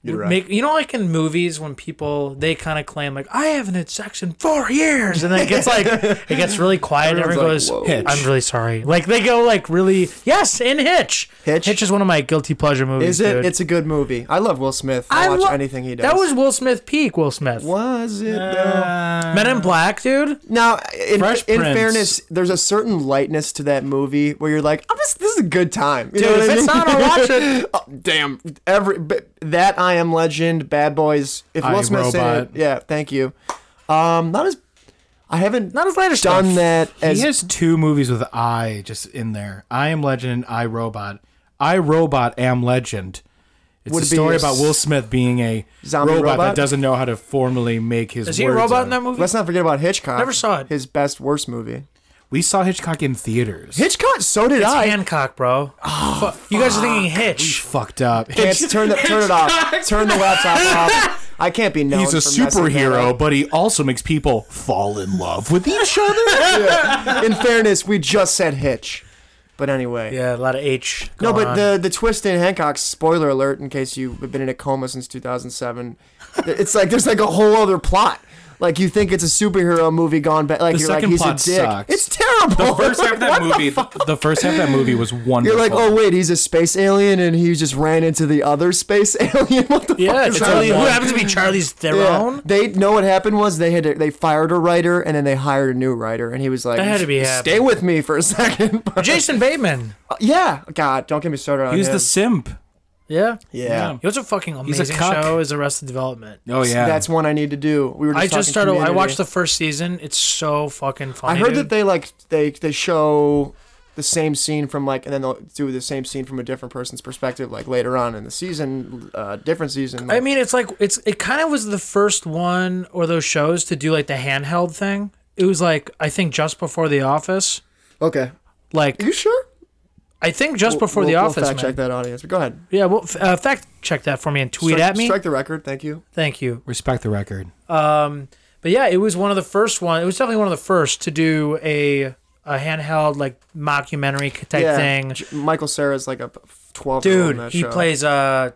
Speaker 4: Uteri.
Speaker 2: Make you know like in movies when people they kind of claim like I haven't had sex in four years and then it gets like it gets really quiet and everyone goes
Speaker 4: Everyone's like,
Speaker 3: "Whoa." Hitch.
Speaker 2: I'm really sorry like they go like really yes in Hitch
Speaker 4: Hitch?
Speaker 2: Hitch is one of my guilty pleasure movies
Speaker 4: Is it?
Speaker 2: dude.
Speaker 4: It's a good movie. I love Will Smith. I,
Speaker 2: I
Speaker 4: watch
Speaker 2: lo-
Speaker 4: anything he does.
Speaker 2: that was Will Smith peak Will Smith
Speaker 4: was it though?
Speaker 3: Uh,
Speaker 2: Men in Black dude
Speaker 4: Now, in,
Speaker 3: Fresh
Speaker 4: in
Speaker 3: Prince.
Speaker 4: fairness, there's a certain lightness to that movie where you're like, oh, this, this is a good time. You
Speaker 2: Dude,
Speaker 4: know what
Speaker 2: if
Speaker 4: I
Speaker 2: it's
Speaker 4: mean?
Speaker 2: not, I'll watch it.
Speaker 4: oh, damn, every but that I Am Legend, Bad Boys. If
Speaker 3: I,
Speaker 4: Will Smith's in it,
Speaker 3: Robot.
Speaker 4: yeah, thank you. Um, not as I haven't
Speaker 2: not as light as
Speaker 4: done
Speaker 2: stuff.
Speaker 4: that
Speaker 3: he
Speaker 4: as
Speaker 3: has two movies with I just in there. I am Legend. I Robot. I Robot am Legend. It's
Speaker 4: Would
Speaker 3: a
Speaker 4: it be
Speaker 3: story
Speaker 4: a
Speaker 3: about
Speaker 4: s-
Speaker 3: Will Smith being a
Speaker 4: Zombie
Speaker 3: robot, that
Speaker 4: robot?
Speaker 3: doesn't know how to formally make his.
Speaker 2: is he a
Speaker 3: words
Speaker 2: robot
Speaker 3: out.
Speaker 2: in that movie
Speaker 4: Let's not forget about Hitchcock.
Speaker 2: Never saw it.
Speaker 4: His best worst movie.
Speaker 3: We saw Hitchcock in theaters.
Speaker 4: Hitchcock. So did
Speaker 2: it's
Speaker 4: I.
Speaker 2: Hancock bro
Speaker 4: Oh,
Speaker 2: Fu- you guys are thinking
Speaker 3: We
Speaker 2: Hitch
Speaker 3: fucked up.
Speaker 4: Can't- turn the turn it off. Turn the laptop off. I can't be known.
Speaker 3: He's a
Speaker 4: for messing that
Speaker 3: superhero,
Speaker 4: up.
Speaker 3: but he also makes people fall in love with each other.
Speaker 4: Yeah. In fairness, we just said Hitch. But anyway.
Speaker 2: yeah a lot of H
Speaker 4: No,
Speaker 2: going
Speaker 4: but
Speaker 2: on.
Speaker 4: the the twist in Hancock. Spoiler alert! In case you've been in a coma since 2007, it's like there's like a whole other plot. Like you think it's a superhero movie gone bad. Like
Speaker 3: The
Speaker 4: you're like
Speaker 3: second
Speaker 4: he's a
Speaker 3: plot
Speaker 4: dick.
Speaker 3: sucks.
Speaker 4: It's terrible.
Speaker 3: The first half of
Speaker 4: What
Speaker 3: that
Speaker 4: the
Speaker 3: movie,
Speaker 4: fuck?
Speaker 3: the, first half of that movie was wonderful.
Speaker 4: You're like, oh wait, he's a space alien, and he just ran into the other space alien. What the
Speaker 2: yeah
Speaker 4: fuck is
Speaker 2: Charlie
Speaker 4: that?
Speaker 2: who happens to be Charlie's Theron
Speaker 4: Yeah. They know what happened was they had to, they fired a writer and then they hired a new writer and he was like
Speaker 2: That had to be
Speaker 4: stay
Speaker 2: happening."
Speaker 4: with me for a second. But-
Speaker 2: Jason Bateman
Speaker 4: yeah, God, don't get me started on
Speaker 3: he was
Speaker 4: him.
Speaker 3: the simp.
Speaker 2: Yeah.
Speaker 4: Yeah.
Speaker 3: Yeah.
Speaker 2: You know what's a fucking
Speaker 3: He's a
Speaker 2: amazing
Speaker 3: cuck.
Speaker 2: show is Arrested Development.
Speaker 3: Oh yeah,
Speaker 4: That's one I need to do. We were. Just
Speaker 2: I just
Speaker 4: talking
Speaker 2: started. I
Speaker 4: Community.
Speaker 2: watched the first season. It's so fucking
Speaker 4: I
Speaker 2: funny.
Speaker 4: heard
Speaker 2: dude.
Speaker 4: that they like they they show the same scene from like, and then they'll do the same scene from a different person's perspective, like later on in the season, uh, different season.
Speaker 2: I mean, it's like it's it kind of was the first one or those shows to do like the handheld thing. It was like I think just before The Office.
Speaker 4: okay,
Speaker 2: Like
Speaker 4: are you sure?
Speaker 2: I think just before
Speaker 4: we'll,
Speaker 2: The
Speaker 4: we'll
Speaker 2: Office.
Speaker 4: fact
Speaker 2: man.
Speaker 4: check that audience. But go ahead.
Speaker 2: Yeah, well, f- uh, fact check that for me and tweet
Speaker 4: strike,
Speaker 2: at me.
Speaker 4: Strike the record. Thank you.
Speaker 2: Thank you.
Speaker 3: respect the record.
Speaker 2: Um, but yeah, it was one of the first one. It was definitely one of the first to do a a handheld like mockumentary type
Speaker 4: yeah.
Speaker 2: thing.
Speaker 4: J- Michael Sarah's like a twelve. in
Speaker 2: Dude,
Speaker 4: that
Speaker 2: he
Speaker 4: show.
Speaker 2: plays uh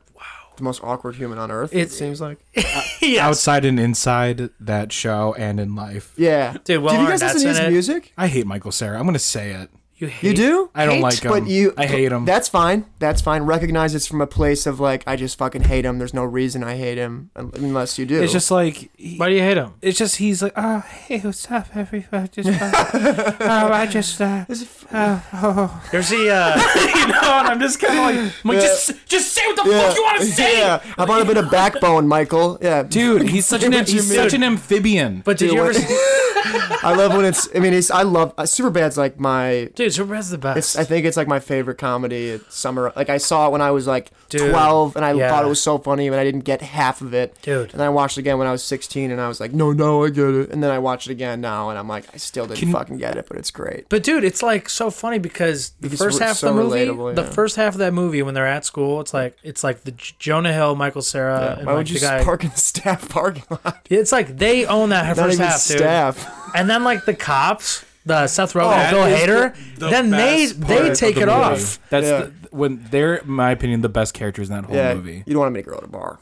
Speaker 4: the most awkward human on earth.
Speaker 2: It-
Speaker 4: It, seems like.
Speaker 2: yes.
Speaker 3: Outside and inside that show and in life.
Speaker 4: Yeah.
Speaker 2: Dude, Will
Speaker 4: do you
Speaker 2: Arnett's
Speaker 4: guys listen
Speaker 2: in
Speaker 4: to his
Speaker 2: it.
Speaker 4: music?
Speaker 3: I hate Michael Sarah. I'm gonna say it.
Speaker 2: You,
Speaker 4: You
Speaker 2: hate-
Speaker 4: do?
Speaker 3: I don't
Speaker 2: Hate?
Speaker 3: like him.
Speaker 4: But you,
Speaker 3: I hate him.
Speaker 4: That's fine. That's fine. Recognize it's from a place of like, I just fucking hate him. There's no reason I hate him un- unless you do.
Speaker 3: it's just like. he-
Speaker 2: Why do you hate him?
Speaker 3: it's just he's like, oh hey, what's up, everybody? Just, uh, oh, I just, uh, uh, oh.
Speaker 2: There's the uh,
Speaker 3: you know, and I'm just kind of like, I'm like
Speaker 4: Yeah.
Speaker 3: just, just say what the
Speaker 4: yeah.
Speaker 3: fuck you want to say,
Speaker 4: Yeah. How about a bit of backbone, Michael? Yeah.
Speaker 3: dude. He's such an,
Speaker 4: What you
Speaker 3: he's such an amphibian.
Speaker 2: but did
Speaker 4: Dude,
Speaker 2: you ever
Speaker 4: what- I love when it's. I mean, it's. I love uh, Superbad's like my.
Speaker 2: Dude, Superbad's the best.
Speaker 4: It's. I think it's like my favorite comedy. It's summer. Like I saw it when I was like
Speaker 2: Dude,
Speaker 4: twelve, and I
Speaker 2: yeah.
Speaker 4: thought it was so funny, and I didn't get half of it.
Speaker 2: Dude.
Speaker 4: And I watched it again when I was sixteen, and I was like, no, no, I get it. And then I watched it again now, and I'm like, I still didn't
Speaker 3: Can-
Speaker 4: fucking get it, but it's great.
Speaker 2: But dude, it's like so funny because the
Speaker 4: Because
Speaker 2: first
Speaker 4: we're
Speaker 2: half
Speaker 4: so
Speaker 2: of the movie,
Speaker 4: relatable,
Speaker 2: the
Speaker 4: yeah.
Speaker 2: first half of that movie when they're at school, it's like it's like the J- Jonah Hill, Michael Sarah, and
Speaker 4: Why
Speaker 2: like
Speaker 4: would you
Speaker 2: the guy.
Speaker 4: park in the staff parking lot?
Speaker 2: it's like they own that
Speaker 4: Not
Speaker 2: first
Speaker 4: even
Speaker 2: half, dude.
Speaker 4: staff.
Speaker 2: And then like the cops, the Seth Rogen, and
Speaker 3: Oh, That
Speaker 2: Bill
Speaker 3: is
Speaker 2: Hader,
Speaker 3: the
Speaker 2: then they
Speaker 3: best part
Speaker 2: they
Speaker 3: of
Speaker 2: take
Speaker 3: the
Speaker 2: it
Speaker 3: movie.
Speaker 2: off.
Speaker 3: That's
Speaker 4: Yeah.
Speaker 3: the, when they're, in my opinion, the best characters in that whole
Speaker 4: Yeah,
Speaker 3: movie.
Speaker 4: you don't want to meet a girl at a bar.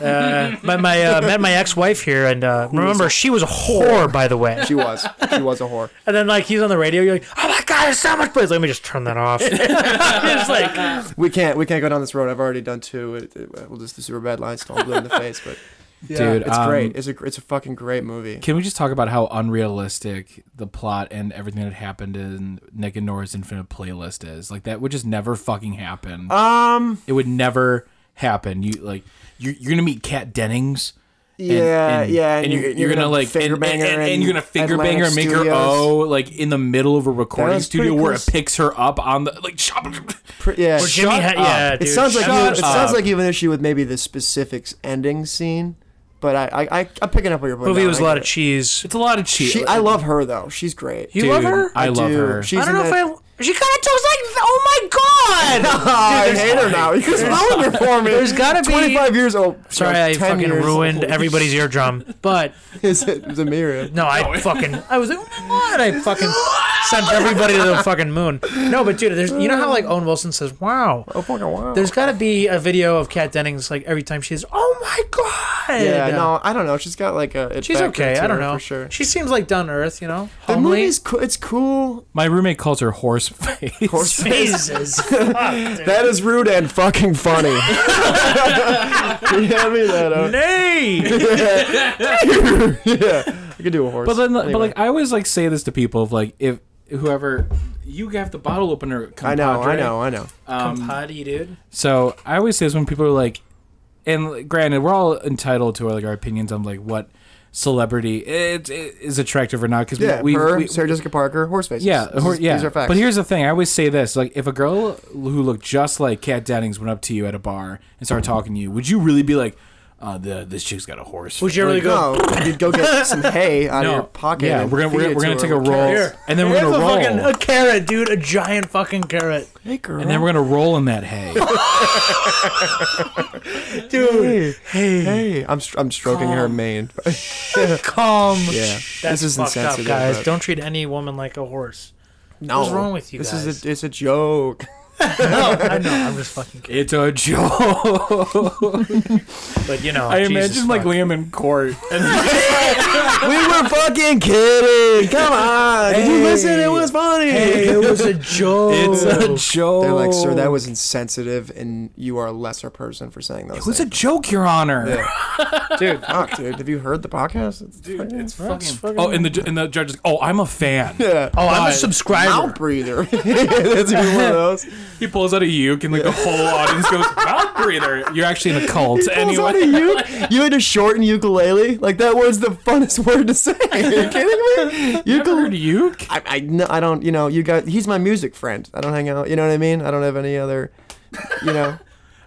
Speaker 2: Uh, but my uh, met my ex wife here, and uh, remember she was a whore, by the way.
Speaker 4: She was. she was a whore.
Speaker 2: And then like he's on the radio, you're like, oh my god, it's so much place. Let me just turn that off. it's like
Speaker 4: We can't. We can't go down this road. I've already done two. It, it, we'll just the super bad lines. Don't blue in the face, but
Speaker 3: Dude,
Speaker 4: it's
Speaker 3: um,
Speaker 4: great. It's a. It's a fucking great movie.
Speaker 3: Can we just talk about how unrealistic the plot and everything that happened in Nick and Nora's Infinite Playlist is? Like that would just never fucking happen.
Speaker 4: Um.
Speaker 3: it would never happen. You like you're, you're gonna meet Kat Dennings. and-
Speaker 4: Yeah,
Speaker 3: and,
Speaker 4: yeah,
Speaker 3: and, you're, you're, gonna, like
Speaker 4: finger
Speaker 3: and, and,
Speaker 4: bang her
Speaker 3: and,
Speaker 4: in
Speaker 3: you're gonna finger bang her and make
Speaker 4: Atlantic
Speaker 3: her
Speaker 4: Studios.
Speaker 3: oh like in the middle of a recording
Speaker 4: was pretty
Speaker 3: studio where it
Speaker 4: cool.
Speaker 3: picks her up on the like shop.
Speaker 4: Pr- yeah.
Speaker 2: Well, Jimmy
Speaker 3: Shut
Speaker 2: had-
Speaker 3: up.
Speaker 2: yeah,
Speaker 3: It
Speaker 4: it
Speaker 2: dude,
Speaker 4: sounds like
Speaker 2: shut
Speaker 4: you,
Speaker 3: shut
Speaker 4: it sounds
Speaker 3: up.
Speaker 4: like you have an issue with maybe the specifics ending scene, but I I, I I'm picking up what you're putting.
Speaker 2: movie
Speaker 4: down.
Speaker 2: was
Speaker 4: I
Speaker 2: a lot
Speaker 4: get
Speaker 2: of cheese.
Speaker 3: It's a lot of
Speaker 4: it.
Speaker 3: cheat.
Speaker 4: She, I love her though. She's great.
Speaker 2: You love her?
Speaker 3: I, love
Speaker 4: do.
Speaker 3: her.
Speaker 4: She's
Speaker 2: I don't know
Speaker 4: in
Speaker 2: if
Speaker 4: that-
Speaker 2: I. She kind of talks like, oh my
Speaker 4: Oh,
Speaker 2: god.
Speaker 4: I
Speaker 2: there's-
Speaker 4: hate her now. You just ruined her for me.
Speaker 2: There's gotta be-
Speaker 4: 25 years old.
Speaker 2: Sorry,
Speaker 4: no,
Speaker 2: I
Speaker 4: 10
Speaker 2: fucking
Speaker 4: years
Speaker 2: ruined
Speaker 4: old.
Speaker 2: everybody's eardrum. But
Speaker 4: Is it was a mirror?
Speaker 2: no, I fucking. I was like, oh my god. I fucking sent everybody to the fucking moon. No, but dude, there's. You know how like Owen Wilson says, "Wow."
Speaker 4: Oh fucking wow.
Speaker 2: There's got to be a video of Kat Dennings like every time she's, oh my god.
Speaker 4: yeah, no, I don't know. She's got like a. It
Speaker 2: She's
Speaker 4: factor
Speaker 2: okay.
Speaker 4: to
Speaker 2: I don't
Speaker 4: her
Speaker 2: know.
Speaker 4: for sure.
Speaker 2: She seems like down to earth, you know.
Speaker 4: The
Speaker 2: Homely.
Speaker 4: movie's cool. It's cool.
Speaker 3: My roommate calls her horse face.
Speaker 4: Horse-
Speaker 2: Jesus. Fuck, dude.
Speaker 4: That is rude and fucking funny. you hand me that up.
Speaker 2: Nay.
Speaker 4: yeah, I could do a horse.
Speaker 3: But then, but
Speaker 4: Anyway.
Speaker 3: like, I always like say this to people of like, if whoever you have the bottle opener,
Speaker 4: I know, I
Speaker 3: compadre.
Speaker 4: know, I know.
Speaker 3: Um,
Speaker 2: Compadre, dude.
Speaker 3: so I always say this when people are like, and like, granted, we're all entitled to like our opinions on like what celebrity it, it is attractive or not because
Speaker 4: Yeah,
Speaker 3: we, we,
Speaker 4: her,
Speaker 3: we
Speaker 4: Sarah Jessica Parker, horse faces.
Speaker 3: yeah,
Speaker 4: This
Speaker 3: or-
Speaker 4: is-
Speaker 3: yeah.
Speaker 4: These are facts.
Speaker 3: But here's the thing: I always say this: like, if a girl who looked just like Kat Dennings went up to you at a bar and started talking to you, would you really be like, uh, the, "This chick's got a horse"?
Speaker 2: Would you
Speaker 3: face?
Speaker 2: really go?
Speaker 4: no, you'd go get some hay out of your pocket.
Speaker 3: Yeah,
Speaker 4: and
Speaker 3: we're gonna we're,
Speaker 4: feed
Speaker 3: gonna-
Speaker 4: it
Speaker 3: we're gonna
Speaker 4: to her
Speaker 3: take a
Speaker 4: with
Speaker 3: roll,
Speaker 4: carrots.
Speaker 3: and then we're
Speaker 2: Here's
Speaker 3: gonna
Speaker 2: a
Speaker 3: roll,
Speaker 2: fucking a carrot, dude. A giant fucking carrot,
Speaker 4: Hey, girl.
Speaker 3: and then we're gonna roll in that hay.
Speaker 2: dude.
Speaker 4: hey, hey, I'm str- I'm stroking her mane.
Speaker 2: Come.
Speaker 4: yeah,
Speaker 2: That's
Speaker 4: this is
Speaker 2: fucked up,
Speaker 4: insensitive.
Speaker 2: guys.
Speaker 4: but-
Speaker 2: Don't treat any woman like a horse.
Speaker 4: no,
Speaker 2: what's wrong with you
Speaker 4: This
Speaker 2: guys?
Speaker 4: is a, it's a joke.
Speaker 2: No, I know. I'm just fucking kidding.
Speaker 3: It's a joke.
Speaker 2: But you know,
Speaker 3: I
Speaker 2: Jesus
Speaker 3: imagine like
Speaker 2: fuck.
Speaker 3: Liam in court, and
Speaker 4: we were fucking kidding. Come on. Did you
Speaker 2: Hey.
Speaker 4: listen? It was funny.
Speaker 2: Hey, it was a joke.
Speaker 3: It's a joke.
Speaker 4: They're like, sir, that was insensitive, and you are a lesser person for saying those
Speaker 3: It was a
Speaker 4: things.
Speaker 3: joke, Your Honor.
Speaker 4: dude, fuck, dude. Have you heard the podcast? It's dude,
Speaker 3: It's
Speaker 2: That's
Speaker 3: fucking. Oh, and the and the judge is. Oh, I'm a fan.
Speaker 4: yeah.
Speaker 2: oh, I'm
Speaker 3: God.
Speaker 2: a subscriber.
Speaker 4: Mouth breather. That's even one of those.
Speaker 3: He pulls out a uke, and like the whole audience goes, "Mouth breather." You're actually in a cult.
Speaker 4: Pulls out
Speaker 3: anyway,
Speaker 4: a uke. You had to shorten ukulele. Like that word's the funnest word to say. Are you kidding me?
Speaker 3: you ever heard
Speaker 4: Ukulele.
Speaker 3: uke?
Speaker 4: I, I, no, I don't. You know, you got. He's my music friend. I don't hang out. You know what I mean? I don't have any other. You know.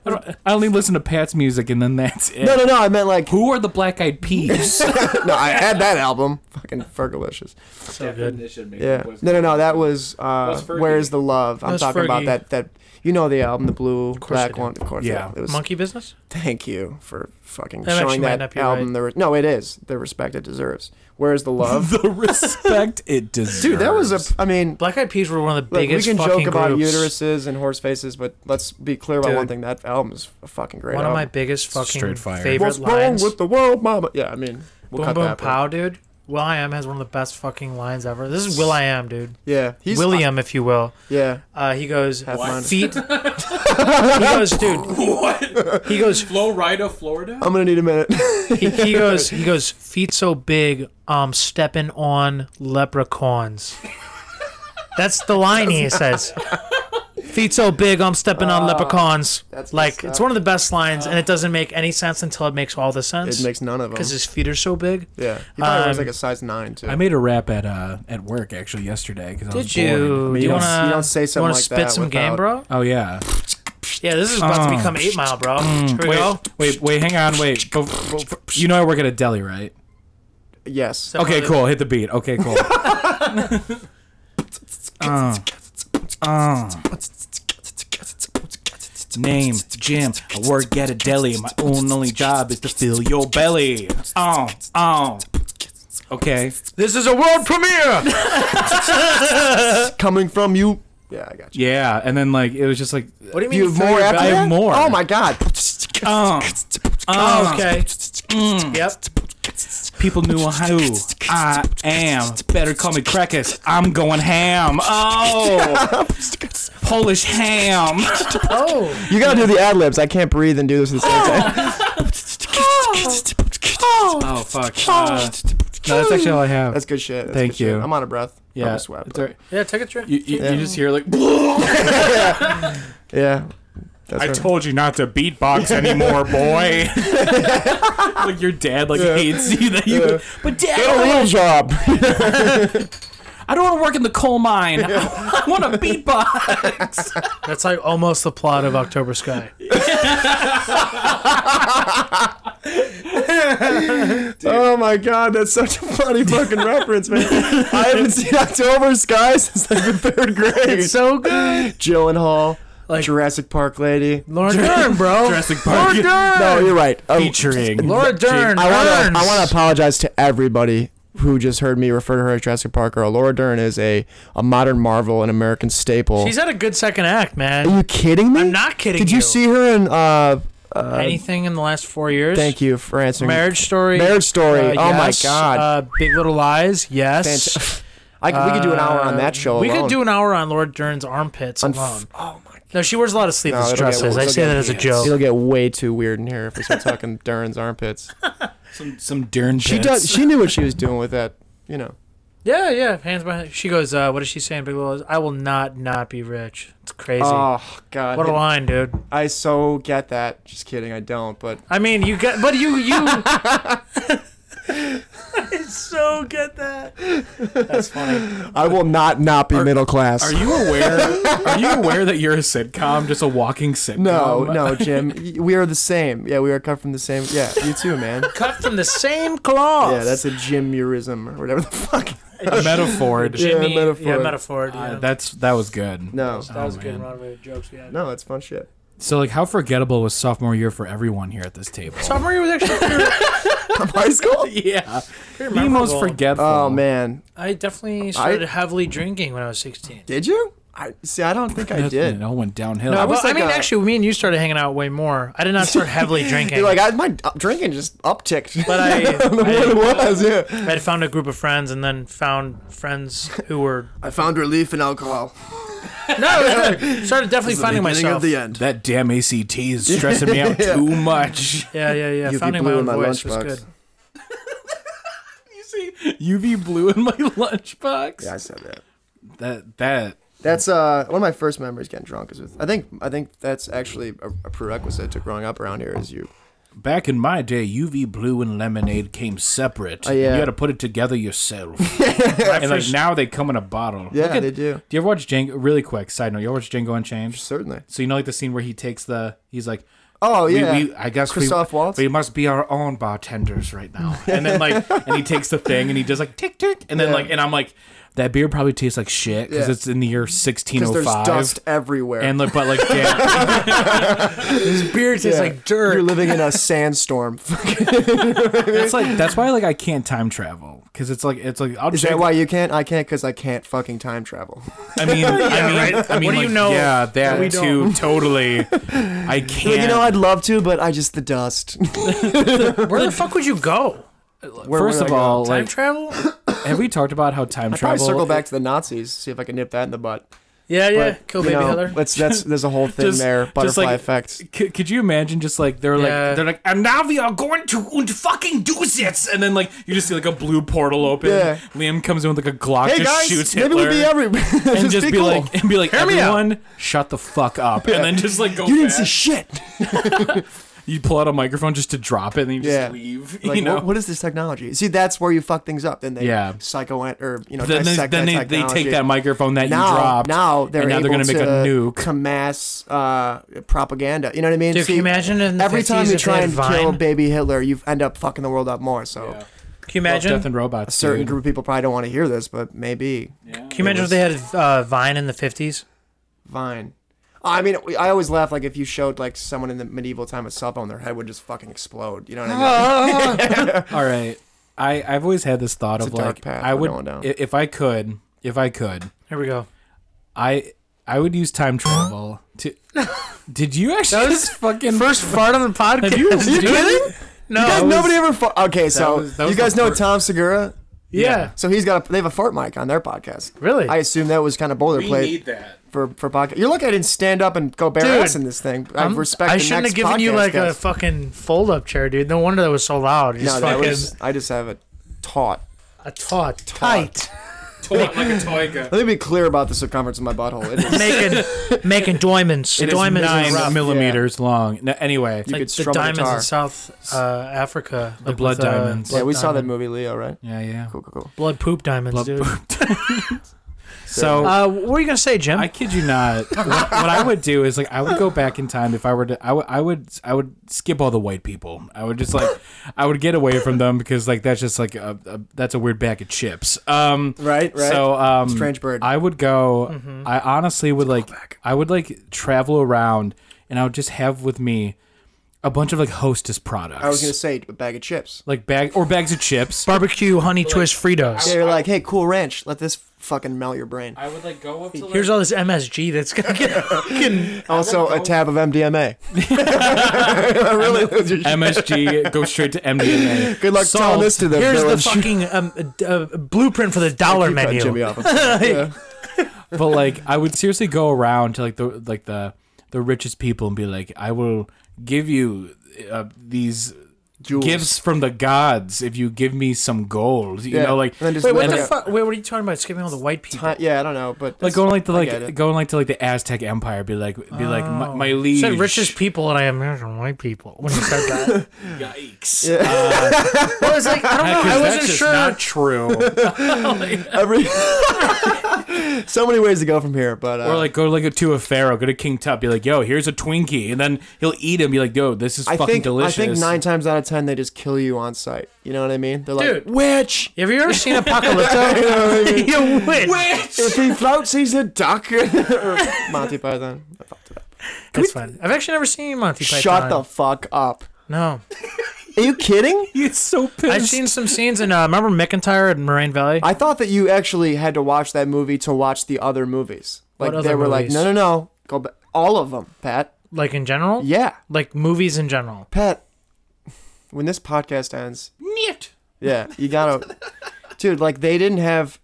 Speaker 3: I, don't, I only listen to Pat's music, and then that's it.
Speaker 4: No, no, no. I meant like.
Speaker 3: Who are the Black Eyed Peas?
Speaker 4: no, I had that album. Fucking Fergalicious.
Speaker 2: so good.
Speaker 4: Yeah. No, no, no. That was uh,
Speaker 3: was Fergie.
Speaker 4: Where Is the Love? I'm
Speaker 2: was
Speaker 4: talking about
Speaker 2: Fergie.
Speaker 4: that. That you know the album, the blue
Speaker 2: course I
Speaker 4: black
Speaker 2: do.
Speaker 4: one. Of course.
Speaker 3: Yeah.
Speaker 4: It was,
Speaker 2: Monkey business.
Speaker 4: Thank you for fucking
Speaker 2: That actually
Speaker 4: showing
Speaker 2: might
Speaker 4: that
Speaker 2: not be
Speaker 4: album.
Speaker 2: right.
Speaker 4: The re- no, it is the respect it deserves. Where Is the Love?
Speaker 3: the respect it deserves.
Speaker 4: Dude, that was a. I mean,
Speaker 2: Black Eyed Peas were one of the
Speaker 4: Look, we
Speaker 2: biggest
Speaker 4: can
Speaker 2: fucking
Speaker 4: joke about
Speaker 2: groups.
Speaker 4: uteruses and horse faces, but let's be clear about
Speaker 3: Dude.
Speaker 4: one thing: that album is a fucking great.
Speaker 2: One of
Speaker 4: album.
Speaker 2: my biggest fucking
Speaker 3: Straight fire.
Speaker 2: favorite
Speaker 4: What's
Speaker 2: lines.
Speaker 4: wrong with the world, Mama? Yeah, I mean, we'll
Speaker 2: boom
Speaker 4: cut
Speaker 2: boom
Speaker 4: that, but-
Speaker 2: pow, dude. Will I am has one of the best fucking lines ever. This is Will I am, dude.
Speaker 4: Yeah, he's
Speaker 2: William, if you will.
Speaker 4: yeah,
Speaker 2: Uh, he goes
Speaker 4: Half mine.
Speaker 2: feet. he goes, dude.
Speaker 3: what?
Speaker 2: He goes.
Speaker 3: Florida, Florida.
Speaker 4: I'm gonna need a minute.
Speaker 2: He, he goes. He goes. Feet so big, um, stepping on leprechauns. That's the line he says. Feet so big, I'm stepping on leprechauns.
Speaker 4: Uh, that's
Speaker 2: Like
Speaker 4: messed
Speaker 2: it's
Speaker 4: up.
Speaker 2: one of the best lines, and it doesn't make any sense until it makes all the sense.
Speaker 4: it makes none of
Speaker 2: because
Speaker 4: them.
Speaker 2: his feet are so big.
Speaker 4: Yeah, he probably was
Speaker 2: Um,
Speaker 4: like a size nine too.
Speaker 3: I made a rap at uh at work actually yesterday because I was
Speaker 2: Did you?
Speaker 3: bored.
Speaker 4: mean,
Speaker 2: do
Speaker 4: you
Speaker 2: you
Speaker 4: don't-
Speaker 2: want to?
Speaker 4: you don't say something
Speaker 2: wanna
Speaker 4: like
Speaker 2: spit
Speaker 4: that
Speaker 2: some game,
Speaker 4: without-
Speaker 2: bro?
Speaker 3: Oh yeah.
Speaker 2: Yeah, this is about to
Speaker 3: Oh.
Speaker 2: become Eight Mile, bro.
Speaker 4: Mm.
Speaker 2: Here we go.
Speaker 3: Wait, wait, hang on, wait. Bef- bef- you know I work at a deli, right?
Speaker 4: yes,
Speaker 2: That
Speaker 3: Okay,
Speaker 2: mother-
Speaker 3: cool. Hit the beat. Okay, cool. Uh, uh. Name Jim. I work at a deli. My own only job is to fill your belly. Oh, oh. Okay.
Speaker 2: This is a world premiere.
Speaker 4: coming from you. Yeah, I got you.
Speaker 3: Yeah, and then like it was just like.
Speaker 2: what do you
Speaker 4: Do
Speaker 2: mean?
Speaker 4: you have
Speaker 2: fill
Speaker 4: more
Speaker 2: your
Speaker 4: after
Speaker 2: belly?
Speaker 3: I have
Speaker 4: that?
Speaker 3: more.
Speaker 4: Oh my god!
Speaker 3: Uh,
Speaker 2: Oh,
Speaker 4: Mm.
Speaker 3: uh.
Speaker 2: okay. Yep.
Speaker 3: People knew who I am. Better call me Crackers. I'm going ham. Oh, Polish ham.
Speaker 2: Oh,
Speaker 4: You gotta do the ad libs. I can't breathe and do this at the same time.
Speaker 3: Oh fuck. Uh, no, that's actually all I have.
Speaker 4: That's good shit. That's
Speaker 3: Thank
Speaker 4: good shit.
Speaker 3: you.
Speaker 4: I'm out of breath.
Speaker 3: yeah.
Speaker 4: I'm swept.
Speaker 3: it's all right.
Speaker 2: yeah. Take a trip.
Speaker 3: You, you,
Speaker 4: Yeah.
Speaker 3: you just hear like.
Speaker 4: Yeah. That's right.
Speaker 3: told you not to beatbox anymore, boy. like your dad like hates you that you.
Speaker 4: Yeah.
Speaker 3: But dad,
Speaker 4: Get a Oh, real job.
Speaker 3: I don't want to work in the coal mine. I want to beatbox.
Speaker 2: That's like almost the plot of October Sky.
Speaker 4: Oh my god, that's such a funny fucking reference, man. I haven't seen October Sky since like the third grade.
Speaker 2: It's so good.
Speaker 4: Gyllenhaal,
Speaker 2: Like-
Speaker 4: Jurassic Park lady.
Speaker 2: Laura Dern, bro.
Speaker 3: Jurassic
Speaker 2: Laura
Speaker 3: Park.
Speaker 2: Dern.
Speaker 4: No, you're right. Oh,
Speaker 3: Featuring
Speaker 2: Laura Dern.
Speaker 4: I want
Speaker 2: Derns.
Speaker 4: to I want to apologize to everybody who just heard me refer to her as Jurassic Park girl. Laura Dern is a, a modern marvel, an American staple.
Speaker 2: She's had a good second act,
Speaker 4: Are
Speaker 2: man.
Speaker 4: you kidding me?
Speaker 2: I'm not kidding.
Speaker 4: Did you, see her in uh, uh
Speaker 2: anything in the last four years?
Speaker 4: Thank you for answering.
Speaker 2: Marriage Story.
Speaker 4: Marriage Story.
Speaker 2: Uh,
Speaker 4: oh
Speaker 2: yes.
Speaker 4: my god.
Speaker 2: Uh, Big Little Lies. Yes. Uh,
Speaker 4: Fant- I could, we Uh, could do an hour on that show.
Speaker 2: We
Speaker 4: alone.
Speaker 2: could do an hour on Laura Dern's armpits
Speaker 4: On f-
Speaker 2: alone.
Speaker 4: oh my
Speaker 2: No, she wears a lot of sleeveless
Speaker 4: No, it'll get-
Speaker 2: dresses. I
Speaker 4: it'll
Speaker 2: say
Speaker 4: get-
Speaker 2: that as a
Speaker 4: It'll
Speaker 2: joke.
Speaker 4: get way too weird in here if we start talking Duran's armpits.
Speaker 3: some some Dern.
Speaker 4: She does. She knew what she was doing with that. You know.
Speaker 2: Yeah, yeah. Hands behind. She goes. Uh, what does she say in Big Little Lies? I will not not be rich. It's crazy.
Speaker 4: Oh God.
Speaker 2: what a line, dude.
Speaker 4: I so get that. Just kidding. I don't. But
Speaker 2: I mean, you get, but you you. I so get that. That's funny.
Speaker 4: I will not not be middle class.
Speaker 3: Are you aware? are you aware that you're a sitcom, just a walking sitcom?
Speaker 4: no, no, Jim. Y- We are the same. Yeah, we are cut from the same. Yeah, you too, man.
Speaker 2: Cut from the same cloth.
Speaker 4: Yeah, that's a Jim Eurism or whatever the fuck.
Speaker 3: A metaphor.
Speaker 2: Jimmy.
Speaker 4: Yeah, metaphor. Ah,
Speaker 2: Yeah, metaphor. Yeah.
Speaker 3: Uh, that's that was good.
Speaker 4: No,
Speaker 2: that was
Speaker 3: Oh,
Speaker 2: a good
Speaker 3: man.
Speaker 2: runway of jokes we had.
Speaker 4: no, it's fun shit.
Speaker 3: So like, how forgettable was sophomore year for everyone here at this table?
Speaker 2: Summary was actually pretty,
Speaker 4: High school.
Speaker 3: yeah,
Speaker 2: pretty
Speaker 3: the most
Speaker 2: memorable.
Speaker 3: forgetful.
Speaker 4: Oh man,
Speaker 2: I definitely started heavily drinking when I was 16.
Speaker 4: did you? I see. I don't think I
Speaker 3: That's-
Speaker 4: did.
Speaker 3: It all went downhill.
Speaker 2: No,
Speaker 4: I
Speaker 2: I,
Speaker 4: was
Speaker 2: I
Speaker 4: like
Speaker 2: mean,
Speaker 4: a-
Speaker 2: actually, me and you started hanging out way more. I did not start heavily drinking,
Speaker 4: Dude, like I, my drinking just upticked.
Speaker 2: but I,
Speaker 4: I don't know what it
Speaker 2: I,
Speaker 4: was. Yeah.
Speaker 2: I had found a group of friends and then found friends who were.
Speaker 4: I found relief in alcohol.
Speaker 2: No, it was good. started definitely finding myself.
Speaker 4: end.
Speaker 3: that damn ACT is stressing me out
Speaker 4: Yeah.
Speaker 3: too much.
Speaker 2: Yeah, yeah, yeah.
Speaker 4: Yuki
Speaker 2: Finding my
Speaker 4: Blue
Speaker 2: own
Speaker 4: in my
Speaker 2: voice was
Speaker 4: lunchbox.
Speaker 2: good.
Speaker 3: You see UV blue in my lunchbox.
Speaker 4: Yeah, I said that.
Speaker 3: That that
Speaker 4: That's uh one of my first memories getting drunk is with. I think I think that's actually a, a prerequisite to growing up around here is you.
Speaker 3: back in my day, UV blue and lemonade came separate.
Speaker 4: Oh, yeah.
Speaker 3: You had to put it together yourself.
Speaker 2: My
Speaker 3: and like
Speaker 2: first-
Speaker 3: now they come in a bottle.
Speaker 4: Yeah,
Speaker 3: Look at-
Speaker 4: they do
Speaker 3: Do you ever watch Django? Really quick side note. You ever watch Django Unchained?
Speaker 4: certainly.
Speaker 3: So you know like the scene where he takes the he's like.
Speaker 4: Oh
Speaker 3: we-
Speaker 4: yeah,
Speaker 3: we, I guess we,
Speaker 4: Christoph Waltz?
Speaker 3: we must be our own bartenders right now. And then like, and he takes the thing and he does like tick tick, and then
Speaker 4: Yeah.
Speaker 3: like, and I'm like, that beer probably tastes like shit because
Speaker 4: Yeah.
Speaker 3: it's in the year
Speaker 4: because there's
Speaker 3: 1605.
Speaker 4: dust everywhere.
Speaker 3: And like, but like, damn,
Speaker 2: beer tastes
Speaker 4: Yeah.
Speaker 2: like dirt.
Speaker 4: You're living in a sandstorm.
Speaker 3: that's like that's why like I can't time travel because it's like it's like I'll
Speaker 4: Is
Speaker 3: drink.
Speaker 4: that why you can't? I can't because I can't fucking time travel.
Speaker 3: I mean, I mean,
Speaker 2: right.
Speaker 3: I mean,
Speaker 2: What do you
Speaker 3: like,
Speaker 2: know
Speaker 3: Yeah, that
Speaker 2: we
Speaker 3: too. Totally, I can't.
Speaker 4: Like, you know, I'd love to, but I just the dust.
Speaker 2: Where the fuck would you go?
Speaker 4: Where
Speaker 3: First
Speaker 4: would I
Speaker 3: of
Speaker 4: go?
Speaker 3: all,
Speaker 2: Time
Speaker 3: like,
Speaker 2: travel?
Speaker 3: have we talked about how time
Speaker 4: I probably
Speaker 3: travel?
Speaker 4: circle back to the Nazis, see if I can nip that in the butt.
Speaker 2: Yeah, yeah.
Speaker 4: But,
Speaker 2: Kill
Speaker 4: you
Speaker 2: baby
Speaker 4: know,
Speaker 2: Hitler.
Speaker 4: That's that's there's a whole thing
Speaker 3: Just-
Speaker 4: there.
Speaker 3: just
Speaker 4: Butterfly
Speaker 3: like-
Speaker 4: effects.
Speaker 3: C- could you imagine just like they're
Speaker 2: Yeah.
Speaker 3: like they're like and now we are going to und fucking do this and then like you just see like a blue portal open
Speaker 4: Yeah.
Speaker 3: Liam comes in with like a Glock
Speaker 4: Hey
Speaker 3: just
Speaker 4: guys,
Speaker 3: shoots
Speaker 4: maybe
Speaker 3: Hitler
Speaker 4: we'll be every
Speaker 3: and just, be,
Speaker 4: cool.
Speaker 3: like and be like
Speaker 2: me out.
Speaker 3: everyone shut the fuck up and then just like go
Speaker 4: you didn't
Speaker 3: back.
Speaker 4: see shit.
Speaker 3: you pull out a microphone just to drop it and then you just
Speaker 4: Yeah.
Speaker 3: leave
Speaker 4: Like
Speaker 3: you know
Speaker 4: what, what is this technology? See, that's where you fuck things up. Then they
Speaker 3: Yeah.
Speaker 4: psycho or you know
Speaker 3: then, they,
Speaker 4: dissect
Speaker 3: then
Speaker 4: that
Speaker 3: they, they
Speaker 4: technology.
Speaker 3: take that microphone that
Speaker 4: now,
Speaker 3: you dropped
Speaker 4: now they're
Speaker 3: and now they're
Speaker 4: able
Speaker 3: gonna make
Speaker 4: to,
Speaker 3: a nuke
Speaker 4: to mass uh, propaganda. You know what I mean?
Speaker 2: Dude, can
Speaker 4: See,
Speaker 2: you imagine in the
Speaker 4: every time
Speaker 2: 50s
Speaker 4: you
Speaker 2: if they
Speaker 4: try
Speaker 2: had
Speaker 4: and kill
Speaker 2: Vine?
Speaker 4: baby Hitler, you end up fucking the world up more. So
Speaker 2: Can
Speaker 3: Yeah.
Speaker 2: you
Speaker 3: Love,
Speaker 2: imagine?
Speaker 3: Death and
Speaker 4: a
Speaker 3: robots
Speaker 4: certain
Speaker 3: dude.
Speaker 4: group of people probably don't want to hear this, but maybe
Speaker 2: Can you imagine if they had uh, Vine in the 50s?
Speaker 4: Vine. I mean, I always laugh like if you showed like someone in the medieval time a cell phone, their head would just fucking explode. You know what I mean?
Speaker 2: Oh,
Speaker 3: All right. I, I've always had this thought
Speaker 4: It's
Speaker 3: of
Speaker 4: a dark
Speaker 3: like
Speaker 4: path
Speaker 3: I
Speaker 4: we're
Speaker 3: would
Speaker 4: going down.
Speaker 3: i- if I could if I could
Speaker 2: Here we go.
Speaker 3: I I would use time travel to. Did you actually just fucking
Speaker 2: First fart on the podcast.
Speaker 3: you-
Speaker 2: Did
Speaker 3: you kidding?
Speaker 2: it? No.
Speaker 4: You guys, nobody ever. Fart. Okay, so
Speaker 3: was- that was
Speaker 4: you guys
Speaker 3: the
Speaker 4: know
Speaker 3: fir-
Speaker 4: Tom Segura.
Speaker 2: yeah.
Speaker 4: So he's got a, they have a fart mic on their podcast.
Speaker 2: Really?
Speaker 4: I assume that was kind of boilerplate
Speaker 3: that?
Speaker 4: for for podcast. You're lucky I didn't stand up and go bare
Speaker 2: Dude,
Speaker 4: ass in this thing. I
Speaker 2: I'm-
Speaker 4: respect.
Speaker 2: I
Speaker 4: the
Speaker 2: shouldn't
Speaker 4: next
Speaker 2: have given you
Speaker 4: podcast
Speaker 2: like a
Speaker 4: guest.
Speaker 2: fucking fold up chair, dude. No wonder that was so loud. You
Speaker 4: No,
Speaker 2: Just
Speaker 4: that
Speaker 2: fucking
Speaker 4: was. I just have it taut.
Speaker 2: a taut, tight,
Speaker 3: Like a toy gun.
Speaker 4: Let me be clear about the circumference of my butthole. It is,
Speaker 2: making making diamonds.
Speaker 3: It is
Speaker 2: diamonds
Speaker 3: nine
Speaker 2: rough.
Speaker 3: millimeters long. No, anyway,
Speaker 4: you
Speaker 2: Like
Speaker 4: could
Speaker 2: the
Speaker 4: strum a
Speaker 2: diamonds
Speaker 4: guitar.
Speaker 2: in South uh, Africa. The
Speaker 3: blood diamonds.
Speaker 4: Yeah, we saw that movie Leo, right?
Speaker 3: yeah, yeah.
Speaker 4: Cool, cool, cool.
Speaker 2: Blood poop diamonds,
Speaker 3: Blood
Speaker 2: dude.
Speaker 3: poop. so
Speaker 2: Uh, what were you gonna say, Jim?
Speaker 3: I kid you not. What, what I would do is like I would go back in time if I were to. I would. I would. I would skip all the white people. I would just like. I would get away from them because like that's just like a, a that's a weird bag of chips. Um.
Speaker 4: Right, right.
Speaker 3: So um.
Speaker 4: Strange bird. Mm-hmm.
Speaker 3: I would go. I honestly would like. I would like travel around and I would just have with me a bunch of like Hostess products.
Speaker 4: I was gonna say a bag of chips.
Speaker 3: like bag or bags of chips.
Speaker 2: Barbecue honey twist Fritos.
Speaker 4: They're like, hey, cool ranch. Let this fucking melt your brain.
Speaker 3: I would like go up to
Speaker 2: Here's all this MSG that's gonna get fucking.
Speaker 4: Also, a tab of MDMA. I really lose your shit.
Speaker 3: MSG. go straight to MDMA.
Speaker 4: Good luck telling this to the
Speaker 2: Here's
Speaker 4: village.
Speaker 2: the fucking um, uh, uh, blueprint for the dollar
Speaker 4: Keep cutting
Speaker 2: menu.
Speaker 4: Jimmy off. Yeah.
Speaker 3: but like I would seriously go around to like the like the the richest people and be like, I will give you uh, these
Speaker 4: Jewels.
Speaker 3: gifts from the gods if you give me some gold. You
Speaker 4: Yeah,
Speaker 3: know, like
Speaker 4: and then just
Speaker 2: Wait, what
Speaker 4: And
Speaker 2: the
Speaker 4: then-
Speaker 2: fuck? Wait, what are you talking about? Skipping all the white people?
Speaker 4: Ti- yeah, I don't know, but
Speaker 3: like going like to
Speaker 4: I get
Speaker 3: like
Speaker 4: it.
Speaker 3: going like to like the Aztec Empire. Be like be like my, my
Speaker 2: You
Speaker 3: liege.
Speaker 2: said richest people, and I imagined white people when you said that.
Speaker 3: Yikes.
Speaker 2: well, it's like I don't know. I wasn't sure.
Speaker 3: Not true.
Speaker 4: every so many ways to go from here, but uh,
Speaker 3: or like go like to a pharaoh, go to King Tut, be like, "Yo, here's a Twinkie," and then he'll eat him. Be like, "Yo, this is
Speaker 4: I
Speaker 3: fucking
Speaker 4: think
Speaker 3: delicious."
Speaker 4: I think nine times out of ten they just kill you on site. You know what I mean? They're
Speaker 2: Dude.
Speaker 4: like, witch.
Speaker 2: Have you ever seen Apocalypto?
Speaker 4: You know what I mean?
Speaker 2: you witch.
Speaker 4: if he floats, he's a duck. Or Monty Python. I fucked it up.
Speaker 2: That's fine. I've actually never seen Monty Python.
Speaker 4: Shut the fuck up.
Speaker 2: no.
Speaker 4: Are you kidding?
Speaker 3: He's so pissed.
Speaker 2: I've seen some scenes in. Uh, remember McIntyre at Moraine Valley?
Speaker 4: I thought that you actually had to watch that movie to watch the other movies. Like
Speaker 2: What
Speaker 4: they
Speaker 2: other
Speaker 4: were like,
Speaker 2: movies?
Speaker 4: no, no, no, go back. All of them, Pat.
Speaker 2: Like in general?
Speaker 4: Yeah,
Speaker 2: Like movies in general.
Speaker 4: Pat. When this podcast ends,
Speaker 3: Neat.
Speaker 4: yeah, you gotta, dude. Like they didn't have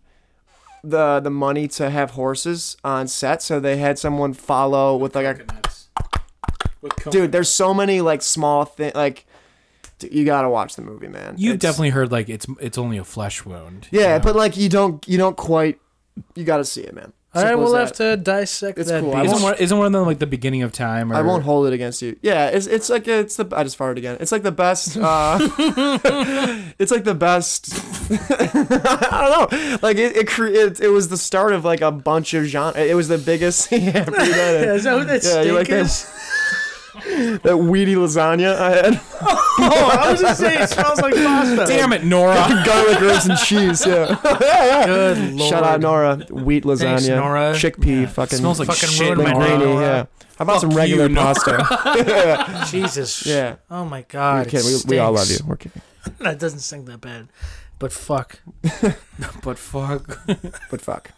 Speaker 4: the the money to have horses on set, so they had someone follow with like a dude. There's so many like small thing. Like d- you gotta watch the movie, man.
Speaker 3: You've
Speaker 4: It's-
Speaker 3: definitely heard like it's it's only a flesh wound.
Speaker 4: yeah, but like you don't you don't quite. You gotta see it, man.
Speaker 2: All right,
Speaker 4: Simple
Speaker 2: we'll
Speaker 4: as
Speaker 2: have
Speaker 4: that.
Speaker 2: to dissect
Speaker 4: It's
Speaker 2: that.
Speaker 4: cool. I
Speaker 2: beast.
Speaker 3: Isn't
Speaker 4: won't-
Speaker 3: one, isn't one of them like the beginning of time? Or,
Speaker 4: I won't hold it against you. Yeah, it's it's like it's the I just farted again. It's like the best. Uh, it's like the best. I don't know. Like it it, cre- it it was the start of like a bunch of genre. It was the biggest. Yeah, pretty bad.
Speaker 2: Yeah, is that what that
Speaker 4: Yeah, you
Speaker 2: steak
Speaker 4: like that?
Speaker 2: is?
Speaker 4: that weedy lasagna I had.
Speaker 2: oh, I was just saying, it smells like pasta.
Speaker 3: Damn it, Nora.
Speaker 4: Garlic ribs and cheese. Yeah. yeah, yeah.
Speaker 2: Good lord.
Speaker 4: Shout out Nora. Wheat lasagna.
Speaker 3: Thanks, Nora.
Speaker 4: Chickpea.
Speaker 3: Yeah.
Speaker 4: Fucking.
Speaker 3: smells like
Speaker 2: Fucking
Speaker 3: shit.
Speaker 2: ruined my
Speaker 3: Nora.
Speaker 2: night.
Speaker 4: linguine, Yeah. How about
Speaker 3: Fuck
Speaker 4: some regular
Speaker 3: you, Nora.
Speaker 4: pasta?
Speaker 2: Jesus.
Speaker 4: Yeah.
Speaker 2: Oh my
Speaker 4: We're
Speaker 2: God. it
Speaker 4: kidding. We, we all love you.
Speaker 2: stinks.
Speaker 4: We're kidding.
Speaker 2: That doesn't stink that bad, but fuck.
Speaker 3: But fuck.
Speaker 4: But fuck.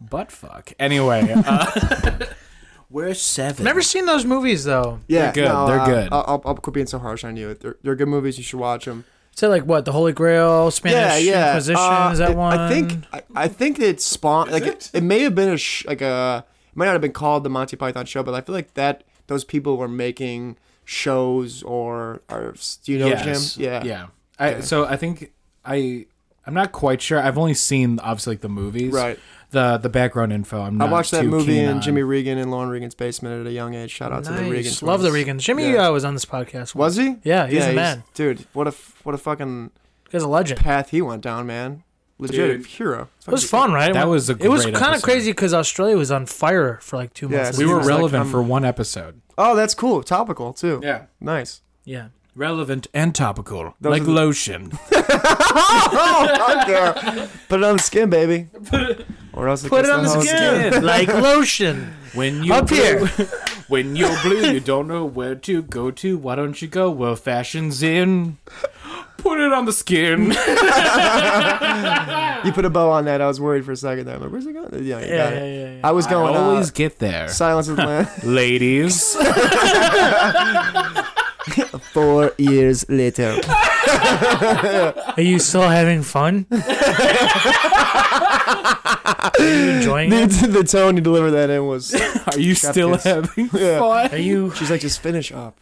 Speaker 3: But fuck. Anyway, uh, we're seven.
Speaker 2: Never seen those movies though.
Speaker 4: Yeah,
Speaker 3: good.
Speaker 4: no,
Speaker 3: They're
Speaker 4: uh,
Speaker 3: good.
Speaker 4: I'll, I'll, I'll quit being so harsh on you. They're, they're good movies. You should watch them.
Speaker 2: So like what? The Holy Grail, Spanish
Speaker 4: yeah, yeah.
Speaker 2: Inquisition.
Speaker 4: Uh,
Speaker 2: is that
Speaker 4: it-
Speaker 2: one?
Speaker 4: I think I, I think it spawned. Like it? It, may have been a sh- like a. It might not have been called the Monty Python show, but I feel like that those people were making shows or or do you know
Speaker 3: Yes.
Speaker 4: Jim? Yeah,
Speaker 3: Yeah. I,
Speaker 4: Okay.
Speaker 3: so I think I I'm not quite sure. I've only seen obviously like the movies.
Speaker 4: Right.
Speaker 3: The the background info. I'm
Speaker 4: I
Speaker 3: not
Speaker 4: watched that
Speaker 3: too
Speaker 4: movie
Speaker 3: keen
Speaker 4: in
Speaker 3: on.
Speaker 4: Jimmy Regan and Lauren Regan's basement at a young age. Shout out to the Regan.
Speaker 2: Nice. Love the
Speaker 4: twins.
Speaker 2: Regans. Jimmy
Speaker 4: Yeah.
Speaker 2: uh, was on this podcast.
Speaker 4: Was he?
Speaker 2: Yeah, he's a
Speaker 4: the
Speaker 2: man.
Speaker 4: Dude, what a f- what a fucking
Speaker 2: He's a legend.
Speaker 4: path he went down, man. Legit
Speaker 3: Dude.
Speaker 4: hero.
Speaker 2: It was fun, right?
Speaker 3: That was a
Speaker 2: It was
Speaker 3: great
Speaker 2: kind of
Speaker 3: episode.
Speaker 2: crazy because Australia was on fire for like two
Speaker 4: Yeah,
Speaker 2: months.
Speaker 3: We were
Speaker 4: Seems like um,
Speaker 3: relevant
Speaker 4: I'm-
Speaker 3: for one episode.
Speaker 4: Oh, that's cool. Topical too.
Speaker 3: Yeah.
Speaker 4: Nice.
Speaker 2: yeah.
Speaker 3: Relevant and topical,
Speaker 4: Those
Speaker 3: like
Speaker 4: are the-
Speaker 3: lotion.
Speaker 4: Oh, fuck yeah. Put it on the skin, baby. Or else it
Speaker 2: Put
Speaker 4: gets
Speaker 2: it on the
Speaker 4: whole
Speaker 2: skin, like lotion.
Speaker 3: When you
Speaker 4: Up here.
Speaker 3: when you're blue, you don't know where to go to. Why don't you go where fashion's in? Put it on the skin.
Speaker 4: You put a bow on that. I was worried for a second there. I'm like, where's it going? Yeah, you
Speaker 2: Yeah,
Speaker 4: got
Speaker 2: yeah,
Speaker 4: it.
Speaker 2: yeah. yeah.
Speaker 4: I was going
Speaker 3: I always
Speaker 4: always
Speaker 3: get there,
Speaker 4: uh, Silence of the Lambs.
Speaker 3: ladies.
Speaker 4: Four years later.
Speaker 2: Are you still having fun? Are you enjoying
Speaker 4: the,
Speaker 2: it?
Speaker 4: the tone you delivered that in was.
Speaker 3: Are you still
Speaker 4: kiss.
Speaker 3: having
Speaker 4: Yeah.
Speaker 3: fun?
Speaker 2: Are you?
Speaker 4: She's like, just finish up.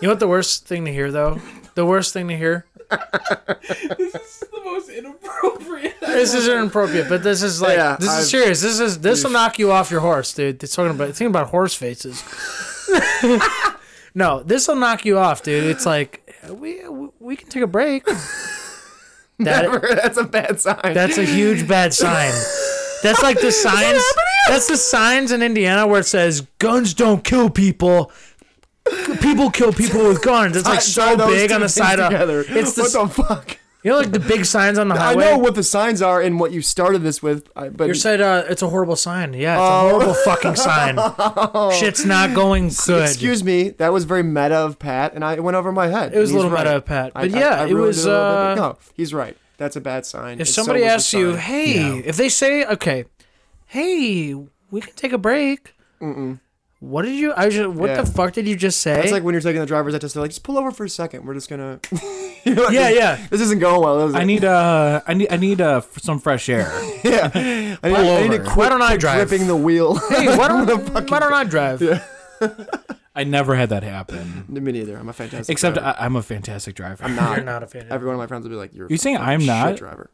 Speaker 2: You know what the worst thing to hear though? The worst thing to hear.
Speaker 3: the most inappropriate.
Speaker 2: This is inappropriate, but this is like
Speaker 4: Yeah,
Speaker 2: this is
Speaker 4: I've-
Speaker 2: serious. This is this will knock you off your horse, dude. It's talking about thinking about horse faces. no, this will knock you off, dude. It's like we we can take a break. That,
Speaker 4: That's a bad sign.
Speaker 2: that's a huge bad sign. That's like the signs. That's the signs in Indiana where it says guns don't kill people. People kill people with guns. It's like so big on the side of.
Speaker 4: together.
Speaker 2: It's the
Speaker 4: what
Speaker 2: s-
Speaker 4: the fuck?
Speaker 2: You know, like the big signs on the
Speaker 4: I
Speaker 2: highway.
Speaker 4: know what the signs are and what you started this with, I- but
Speaker 2: You said uh, it's a horrible sign. Yeah, it's
Speaker 4: Oh.
Speaker 2: a horrible fucking sign. Shit's not going good.
Speaker 4: Excuse me, that was very meta of Pat, and I it went over my head.
Speaker 2: it was a
Speaker 4: He's
Speaker 2: little
Speaker 4: right.
Speaker 2: meta, Pat.
Speaker 4: I-
Speaker 2: But
Speaker 4: I-
Speaker 2: yeah,
Speaker 4: I
Speaker 2: it
Speaker 4: ruined
Speaker 2: was.
Speaker 4: a little bit,
Speaker 2: uh,
Speaker 4: but no, he's right. That's a bad sign.
Speaker 2: if somebody asks you, "Hey," if they say, "Okay, hey, we can take a break." What did you? I just, what
Speaker 4: Yeah.
Speaker 2: the fuck did you just say?
Speaker 4: it's like when you're taking the driver's test, they're like, just pull over for a second. We're just gonna. You know, like,
Speaker 2: yeah,
Speaker 4: this-
Speaker 2: yeah.
Speaker 4: This isn't going well. is it?
Speaker 3: I need uh, I need I need uh, f- some fresh air.
Speaker 4: yeah. I need,
Speaker 2: Pull
Speaker 4: I need to
Speaker 2: over.
Speaker 4: quit,
Speaker 2: Why don't I
Speaker 4: quit
Speaker 2: drive?
Speaker 4: gripping the wheel.
Speaker 2: Hey, why don't why don't I drive?
Speaker 3: I never had that happen.
Speaker 4: Me neither. I'm a fantastic.
Speaker 3: Except
Speaker 4: driver.
Speaker 3: I, I'm a fantastic driver.
Speaker 4: I'm
Speaker 2: You're
Speaker 4: not.
Speaker 2: not a fan. Of,
Speaker 4: Every one of my friends would be like, "You're. a
Speaker 3: You saying
Speaker 4: fucking
Speaker 3: I'm
Speaker 4: shit
Speaker 3: not?
Speaker 4: driver."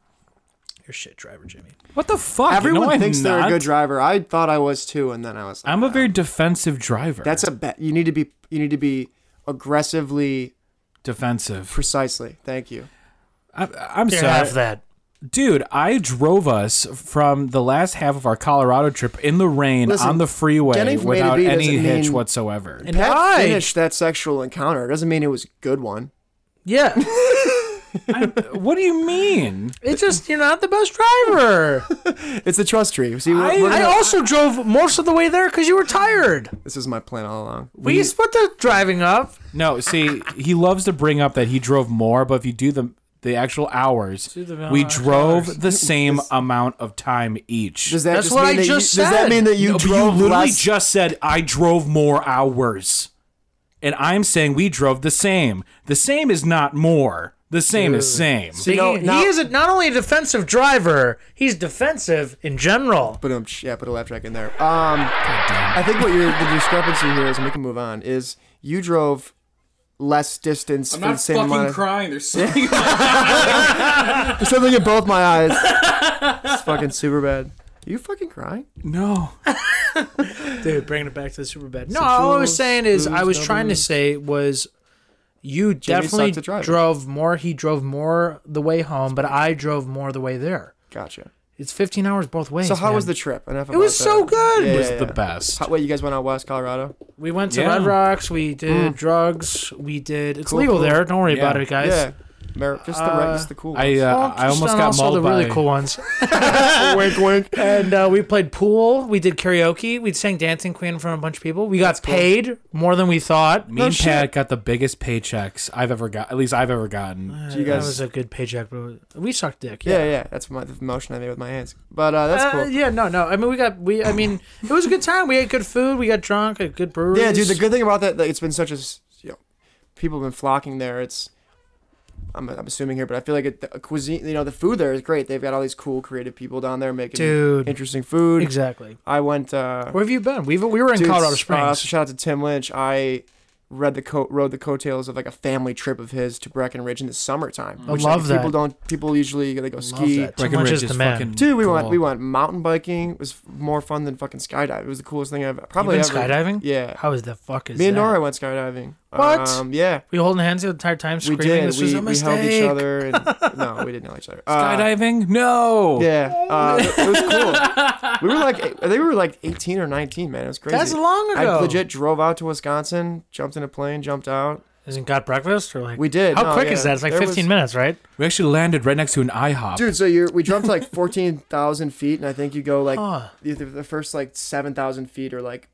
Speaker 2: you're a shit driver, Jimmy.
Speaker 3: What the fuck? You
Speaker 4: Everyone
Speaker 3: know I'm
Speaker 4: thinks they're
Speaker 3: not.
Speaker 4: a good driver. I thought I was too, and then I was. Like,
Speaker 3: I'm a
Speaker 4: "Nah."
Speaker 3: very defensive driver.
Speaker 4: That's a bet. You need to be. You need to be aggressively
Speaker 3: defensive.
Speaker 4: precisely. Thank you.
Speaker 3: I, I'm
Speaker 2: Here,
Speaker 3: sorry,
Speaker 2: have that.
Speaker 3: dude. I drove us from the last half of our Colorado trip in the rain
Speaker 4: Listen,
Speaker 3: on the freeway
Speaker 4: getting from A to
Speaker 3: without
Speaker 4: B
Speaker 3: any
Speaker 4: doesn't
Speaker 3: hitch
Speaker 4: mean-
Speaker 3: whatsoever.
Speaker 2: And
Speaker 4: Pat
Speaker 2: I-
Speaker 4: finished that sexual encounter. It doesn't mean it was a good one.
Speaker 2: Yeah,
Speaker 3: what do you mean?
Speaker 2: it's just you're not the best driver.
Speaker 4: It's the trust tree. See, we're,
Speaker 3: I-
Speaker 4: we're
Speaker 2: I
Speaker 4: gonna-
Speaker 2: also drove most of the way there because you were tired.
Speaker 4: this is my plan all along.
Speaker 2: We you split the driving up.
Speaker 3: No, see, he loves to bring up that he drove more, but if you do the the actual hours,
Speaker 2: To the
Speaker 3: we
Speaker 2: hours.
Speaker 3: drove the same amount of time each.
Speaker 4: Does that
Speaker 2: That's
Speaker 4: just
Speaker 2: what
Speaker 4: mean
Speaker 2: I
Speaker 4: that
Speaker 2: just
Speaker 4: you,
Speaker 2: said.
Speaker 4: Does that mean that you
Speaker 3: No, but
Speaker 4: drove
Speaker 3: literally
Speaker 4: less?
Speaker 3: just said I drove more hours, and I'm saying we drove the same. The same is not more. The same is same.
Speaker 2: He,
Speaker 4: know, now-
Speaker 2: he is a, not only a defensive driver, he's defensive in general.
Speaker 4: But um, yeah, put a laugh track in there. Um, I think what your the discrepancy here is, and we can move on, is you drove less distance for the same amount. Of,
Speaker 5: crying. There's something.
Speaker 4: There's something in both my eyes. it's fucking super bad. Are you fucking crying?
Speaker 3: No,
Speaker 2: Dude, bringing it back to the super bad. No, all I was saying is I was trying to say was you definitely
Speaker 4: sucked at driving.
Speaker 2: drove more. He drove more the way home, but I drove more the way there.
Speaker 4: Gotcha.
Speaker 2: It's 15 hours both ways.
Speaker 4: So how
Speaker 2: man.
Speaker 4: was the trip? Enough
Speaker 2: It was so good.
Speaker 4: Yeah,
Speaker 2: It
Speaker 3: it was
Speaker 4: yeah,
Speaker 3: the
Speaker 4: yeah.
Speaker 3: best.
Speaker 4: How, wait, you guys went out west, Colorado?
Speaker 2: We went to
Speaker 3: Yeah.
Speaker 2: Red Rocks. We did drugs. We did. It's
Speaker 4: Hmm. Cool,
Speaker 2: legal
Speaker 4: cool.
Speaker 2: there. Don't worry
Speaker 3: Yeah.
Speaker 2: about it, guys.
Speaker 4: Yeah. Mer- just the right, just the cool.
Speaker 3: I
Speaker 4: ones.
Speaker 3: uh,
Speaker 2: Well,
Speaker 3: I
Speaker 2: just
Speaker 3: almost
Speaker 2: on
Speaker 3: got
Speaker 2: also
Speaker 3: mauled
Speaker 2: the
Speaker 3: by.
Speaker 2: really cool ones.
Speaker 4: wink, wink.
Speaker 2: and uh, we played pool. We did karaoke. We sang Dancing Queen in front of a bunch of people. We got paid more than we thought.
Speaker 3: Me and Pat got the biggest paychecks I've ever got. At least I've ever gotten.
Speaker 4: Do you
Speaker 2: that was
Speaker 4: guys?
Speaker 2: a good paycheck, but we sucked dick.
Speaker 4: Yeah, yeah. That's my the motion I made with my hands. But uh, that's
Speaker 2: Uh,
Speaker 4: cool.
Speaker 2: yeah, no, no. I mean, we got we. I mean, it was a good time. We ate good food. We got drunk at good breweries.
Speaker 4: Yeah, dude. The good thing about that, like, it's been such a s- you know, people have been flocking there. It's I'm, I'm assuming here, but I feel like it, the cuisine, you know, the food there is great. They've got all these cool, creative people down there making
Speaker 2: Dude.
Speaker 4: interesting food.
Speaker 2: exactly.
Speaker 4: I went. Uh,
Speaker 2: Where have you been? We we were in
Speaker 4: dude,
Speaker 2: Colorado
Speaker 4: uh,
Speaker 2: Springs.
Speaker 4: so shout out to Tim Lynch. I read the co- rode the coattails of like a family trip of his to Breckenridge in the summertime.
Speaker 2: Mm. I
Speaker 4: which, like,
Speaker 2: love that.
Speaker 4: People don't. People usually they go ski.
Speaker 2: that. Too much is the man.
Speaker 4: Dude, we went we went mountain biking. It was more fun than fucking skydiving. It was the coolest thing I've probably
Speaker 2: been
Speaker 4: ever.
Speaker 2: skydiving?
Speaker 4: Yeah.
Speaker 2: How is the fuck is
Speaker 4: Me and
Speaker 2: that?
Speaker 4: Nora went skydiving.
Speaker 2: What?
Speaker 4: Um, yeah,
Speaker 2: We holding hands the entire time,
Speaker 4: we
Speaker 2: screaming.
Speaker 4: did.
Speaker 2: This
Speaker 4: We,
Speaker 2: was a
Speaker 4: we
Speaker 2: mistake.
Speaker 4: held each other. And, no, we didn't hug each other. Uh,
Speaker 3: skydiving. No.
Speaker 4: Yeah, uh, it it was cool. We were like, I think we were like 18 or 19, man. It was crazy.
Speaker 2: That's long ago.
Speaker 4: I legit drove out to Wisconsin, jumped in a plane, jumped out.
Speaker 2: Isn't got breakfast or like?
Speaker 4: We did.
Speaker 2: How
Speaker 4: No,
Speaker 2: quick
Speaker 4: yeah.
Speaker 2: is that? It's like
Speaker 4: There
Speaker 2: 15
Speaker 4: was-
Speaker 2: minutes, right?
Speaker 3: We actually landed right next to an IHOP.
Speaker 4: Dude, so you're we jumped to like 14,000 feet, and I think you go like
Speaker 2: Huh.
Speaker 4: either the first like 7,000 feet or like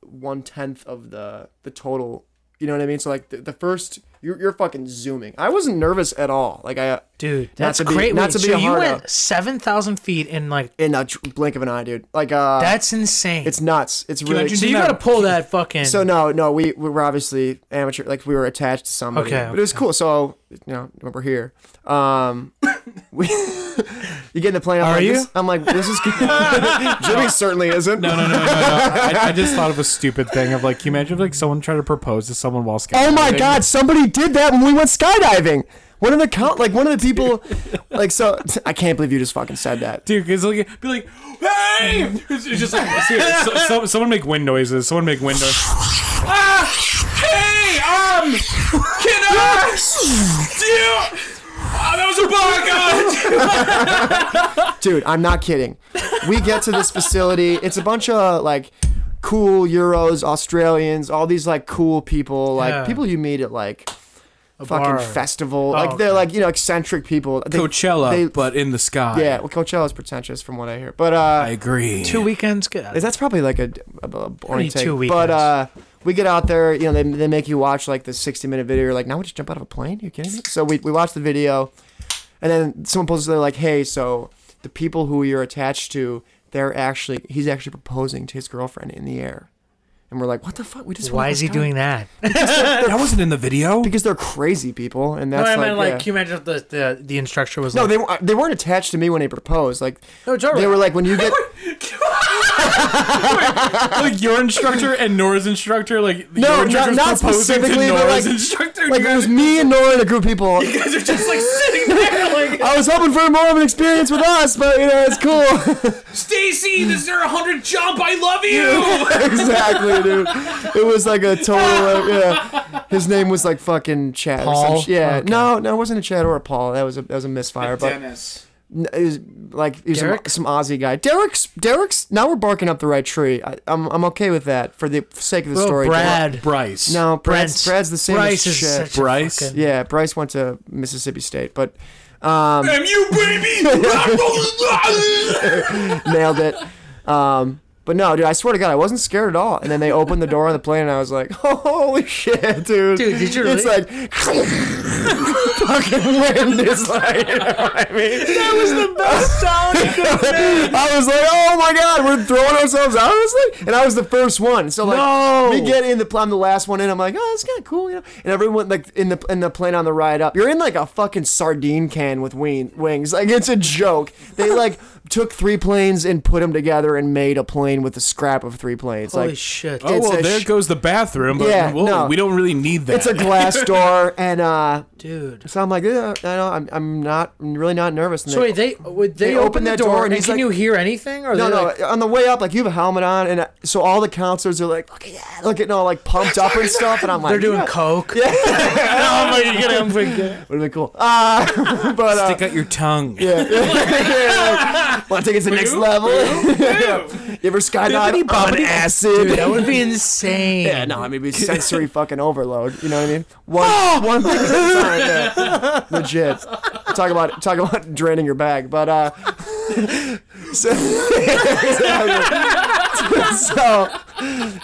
Speaker 4: one tenth of the the total. You know what I mean? So like the, the first, you're, you're fucking zooming. I wasn't nervous at all. Like I
Speaker 2: Dude,
Speaker 4: Not
Speaker 2: that's
Speaker 4: to be-
Speaker 2: great. Wait,
Speaker 4: not to be
Speaker 2: so
Speaker 4: a
Speaker 2: you
Speaker 4: hard
Speaker 2: went
Speaker 4: up.
Speaker 2: seven thousand feet in like
Speaker 4: in a tr- blink of an eye, dude. Like uh,
Speaker 2: that's insane.
Speaker 4: it's nuts. It's
Speaker 3: you
Speaker 4: really
Speaker 3: imagine
Speaker 2: so you
Speaker 3: No.
Speaker 2: gotta pull that fucking.
Speaker 4: So no, no, we, we were obviously amateur. Like we were attached to somebody,
Speaker 2: Okay,
Speaker 4: but it was cool. So you know, we're here. Um, we, you get in the plane. I'm
Speaker 2: Are
Speaker 4: like,
Speaker 2: you?
Speaker 4: This, I'm like, this is good. Jimmy certainly isn't.
Speaker 3: No, no, no, no, no. I, I just thought of a stupid thing of like, can you imagine if like someone tried to propose to someone while skydiving?
Speaker 4: Oh my God! Somebody did that when we went skydiving. One of the count, like one of the people, like so. I can't believe you just fucking said that.
Speaker 3: Dude, because like, be like, hey! It's, it's just like, seriously, so, so, someone make wind noises. Someone make wind noises. Ah! Hey! Um! Can I? Do you? Ah, that was a bar gun!
Speaker 4: Dude, I'm not kidding. We get to this facility. It's a bunch of like cool Euros, Australians, all these like cool people, like
Speaker 2: Yeah.
Speaker 4: people you meet at like
Speaker 2: a
Speaker 4: fucking
Speaker 2: bar. Oh,
Speaker 4: festival. like
Speaker 2: okay.
Speaker 4: they're like you know eccentric people. They,
Speaker 3: Coachella,
Speaker 4: they-
Speaker 3: but in the sky.
Speaker 4: yeah, well, Coachella's pretentious from what I hear, but uh,
Speaker 3: I agree.
Speaker 2: Two weekends. Get out.
Speaker 4: that's probably like a, a, a boring
Speaker 2: Only
Speaker 4: take.
Speaker 2: two
Speaker 4: But
Speaker 2: weekends.
Speaker 4: uh, we get out there, you know, they, they make you watch like the 60 minute video. You're like, now we just jump out of a plane? you kidding me? So we we watch the video, and then someone posts they're like, hey, so the people who you're attached to, they're actually he's actually proposing to his girlfriend in the air, and we're like, what the fuck? We just
Speaker 2: Why
Speaker 4: went
Speaker 2: is he
Speaker 4: skydiving."
Speaker 2: doing that?
Speaker 3: that wasn't in the video.
Speaker 4: Because they're crazy people, and
Speaker 2: No,
Speaker 4: that's
Speaker 2: I
Speaker 4: like,
Speaker 2: mean, like,
Speaker 4: yeah.
Speaker 2: can you imagine if the, the the instructor was
Speaker 4: No,
Speaker 2: like,
Speaker 4: they weren't- they weren't attached to me when they proposed. Like
Speaker 2: No, it's all
Speaker 4: they
Speaker 2: right.
Speaker 4: were like when you get
Speaker 3: like your instructor and Nora's instructor, like
Speaker 4: No,
Speaker 3: your
Speaker 4: not-
Speaker 3: instructor's
Speaker 4: not
Speaker 3: proposing
Speaker 4: specifically,
Speaker 3: to
Speaker 4: but,
Speaker 3: Nora's
Speaker 4: like-
Speaker 3: instructor.
Speaker 4: like it was me and Nora and a group of people.
Speaker 3: you guys are just like sitting there, like
Speaker 4: I was hoping for more of an experience with us, but you know it's cool.
Speaker 3: Stacy, is there a hundred jump? I love you.
Speaker 4: exactly, dude. It was like a total. uh, yeah. His name was like fucking Chad. Or some
Speaker 2: Paul?
Speaker 4: sh- yeah,
Speaker 2: Okay.
Speaker 4: no, no, it wasn't a Chad or a Paul. That was a that was a misfire. But
Speaker 5: Dennis.
Speaker 4: n- it was like he was some,
Speaker 2: Derek?
Speaker 4: some Aussie guy. Derek's Derek's. Now we're barking up the right tree. I, I'm I'm okay with that for the sake of the
Speaker 2: "Bro,
Speaker 4: story.
Speaker 2: Brad,
Speaker 3: Bryce.
Speaker 4: No,
Speaker 2: Brent,
Speaker 4: Brad's, Brad's the same
Speaker 2: Bryce
Speaker 4: as
Speaker 2: is
Speaker 4: shit.
Speaker 2: such a
Speaker 3: Bryce?
Speaker 2: fucking-
Speaker 4: Yeah, Bryce went to Mississippi State, but um,
Speaker 5: Damn you, baby!
Speaker 4: nailed it. Um, But no, dude, I swear to God, I wasn't scared at all. And then they opened the door on the plane, and I was like, "Holy shit, dude!"
Speaker 5: Dude, did you
Speaker 4: It's
Speaker 5: really-
Speaker 4: like fucking wind is like, you know what I mean? That was the best sound. I was like, "Oh my God, we're throwing ourselves out of this thing!" And I was the first one, so like,
Speaker 2: No.
Speaker 4: we get in the. pl- I'm the last one in. I'm like, "Oh, that's kind of cool," you know. And everyone like in the in the plane on the ride up, you're in like a fucking sardine can with wing, wings. Like it's a joke. They like. Took three planes and put them together and made a plane with the scrap of three planes.
Speaker 5: Holy
Speaker 4: like
Speaker 5: shit.
Speaker 3: Oh
Speaker 4: It's
Speaker 3: well,
Speaker 4: a
Speaker 3: there
Speaker 4: sh-
Speaker 3: goes the bathroom. But
Speaker 4: Yeah,
Speaker 3: whoa,
Speaker 4: no.
Speaker 3: we don't really need that.
Speaker 4: it's a glass door, and uh,
Speaker 5: Dude.
Speaker 4: so I'm like, yeah, I know, I'm, I'm not, I'm really not nervous.
Speaker 2: oh.
Speaker 4: And
Speaker 2: So
Speaker 4: they-
Speaker 2: wait, they would they,
Speaker 4: They
Speaker 2: open,
Speaker 4: opened
Speaker 2: the
Speaker 4: that
Speaker 2: door, and,
Speaker 4: he's
Speaker 2: can
Speaker 4: like-
Speaker 2: you hear anything? Or
Speaker 4: no,
Speaker 2: they're
Speaker 4: no,
Speaker 2: like,
Speaker 4: on the way up, like you have a helmet on, and uh, so all the counselors are like, okay, yeah, look at all like pumped up and stuff, and I'm like,
Speaker 2: they're doing
Speaker 4: yeah,
Speaker 2: coke.
Speaker 4: would have been cool. Uh, but uh,
Speaker 3: Stick out your tongue.
Speaker 4: yeah, want to take it to the next level? Yeah. you ever skydive on acid?
Speaker 5: That would be insane.
Speaker 4: Yeah, no, I mean, it's sensory fucking overload. You know what I mean? One, one thing at a time. Yeah. Legit. Talk about talk about draining your bag, but uh. so, so,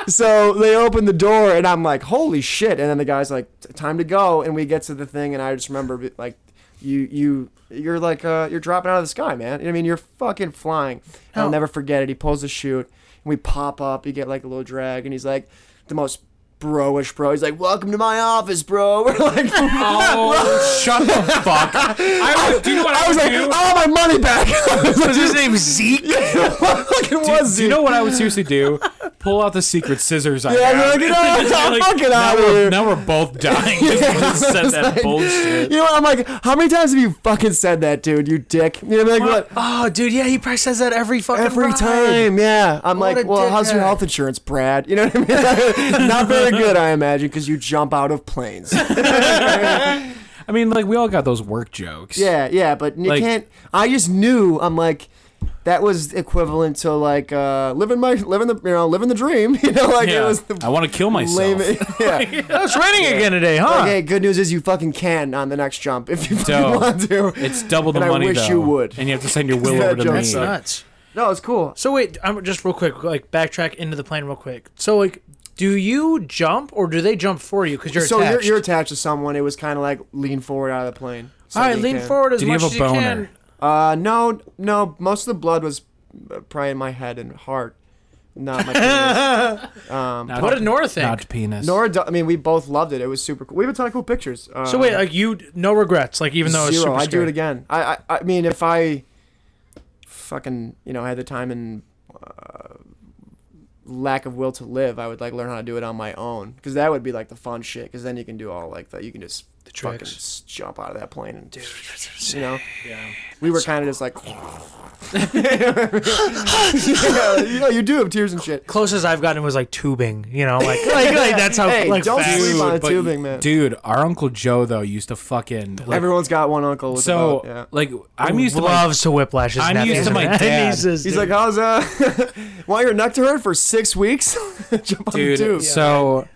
Speaker 4: so they open the door, and I'm like, "Holy shit!" And then the guy's like, "Time to go." And we get to the thing, and I just remember like, you you. You're like uh, you're dropping out of the sky, man. I mean, you're fucking flying. And I'll
Speaker 2: No.
Speaker 4: never forget it. He pulls the chute, and we pop up. You get like a little drag, and he's like the most bro-ish bro. He's like, "Welcome to my office, bro." We're like,
Speaker 3: Oh, shut the fuck! I was, do you know what I,
Speaker 4: I was
Speaker 3: would
Speaker 4: like,
Speaker 3: do?
Speaker 4: "Oh, my money back."
Speaker 5: Was his name Zeke?
Speaker 4: Fucking was
Speaker 3: do you know what I would seriously do? Pull out the secret scissors I
Speaker 4: Yeah,
Speaker 3: have.
Speaker 4: you're like, "Get out,
Speaker 3: Just be
Speaker 4: fuck it
Speaker 3: now,
Speaker 4: out of
Speaker 3: we're,
Speaker 4: here."
Speaker 3: now we're both dying. just said that bullshit.
Speaker 4: You know what? I'm like, how many times have you fucking said that, dude? You dick. You know, like what?
Speaker 5: Oh, dude, yeah, he probably says that every fucking
Speaker 4: Every
Speaker 5: ride.
Speaker 4: time, yeah. I'm
Speaker 5: What
Speaker 4: like,
Speaker 5: a
Speaker 4: well, how's your
Speaker 5: dickhead."
Speaker 4: health insurance, Brad? You know what I mean? Not very good, I imagine, because you jump out of planes.
Speaker 3: I mean, like we all got those work jokes.
Speaker 4: yeah, yeah, but you
Speaker 3: Like-
Speaker 4: can't. I just knew. I'm like. That was equivalent to like uh, living my living the you know living the dream you know like
Speaker 3: Yeah.
Speaker 4: it was the
Speaker 3: I want to kill myself.
Speaker 4: lame yeah
Speaker 2: Oh, it's raining again today, huh?
Speaker 4: Okay, good news is you fucking can on the next jump if you fucking
Speaker 3: Dope.
Speaker 4: want to.
Speaker 3: It's double the
Speaker 4: And I
Speaker 3: money
Speaker 4: wish
Speaker 3: though.
Speaker 4: you would.
Speaker 3: And you have to send your will
Speaker 4: That
Speaker 3: over to
Speaker 4: joke
Speaker 3: me.
Speaker 2: That's nuts.
Speaker 4: no, it's cool.
Speaker 2: So wait, I'm just real quick, like backtrack into the plane real quick. So like, do you jump or do they jump for you? Because you're
Speaker 4: so
Speaker 2: attached.
Speaker 4: You're, you're attached to someone. It was kind of like lean forward out of the plane. So
Speaker 2: All right,
Speaker 4: you
Speaker 2: lean
Speaker 4: can-
Speaker 2: forward as
Speaker 3: Did you
Speaker 2: much
Speaker 3: have a
Speaker 2: as you
Speaker 3: boner?
Speaker 2: can.
Speaker 4: Uh, no, no. Most of the blood was uh, probably in my head and heart, not my penis.
Speaker 3: Not,
Speaker 2: What did Nora think?
Speaker 3: not penis.
Speaker 4: Nora, do- I mean, we both loved it. It was super cool. We have a ton of cool pictures. Uh,
Speaker 2: So wait, like you, no regrets. Like even though it's
Speaker 4: zero.
Speaker 2: super
Speaker 4: I do
Speaker 2: scary.
Speaker 4: it again. I, I, I mean, if I fucking you know had the time and uh, lack of will to live, I would like learn how to do it on my own because that would be like the fun shit. Because then you can do all like that. You can just the fucking
Speaker 2: tricks.
Speaker 4: s- jump out of that plane and you know. Yeah. We were kind of just like. yeah, you know, you do have tears and shit.
Speaker 2: Closest I've gotten was like tubing. You know, like like, like that's how
Speaker 4: Hey,
Speaker 2: like
Speaker 4: don't
Speaker 2: fast.
Speaker 4: sleep on a
Speaker 3: but-
Speaker 4: tubing, man.
Speaker 3: Dude, our uncle Joe though used to fucking like,
Speaker 4: Everyone's got one uncle. With a
Speaker 3: so
Speaker 4: boat, yeah.
Speaker 3: like I'm used to my-
Speaker 2: loves to whiplashes.
Speaker 3: I'm used to my dad.
Speaker 4: He's like, how's uh, want your neck to hurt for six weeks? Jump on the
Speaker 3: dude.
Speaker 4: tube.
Speaker 3: So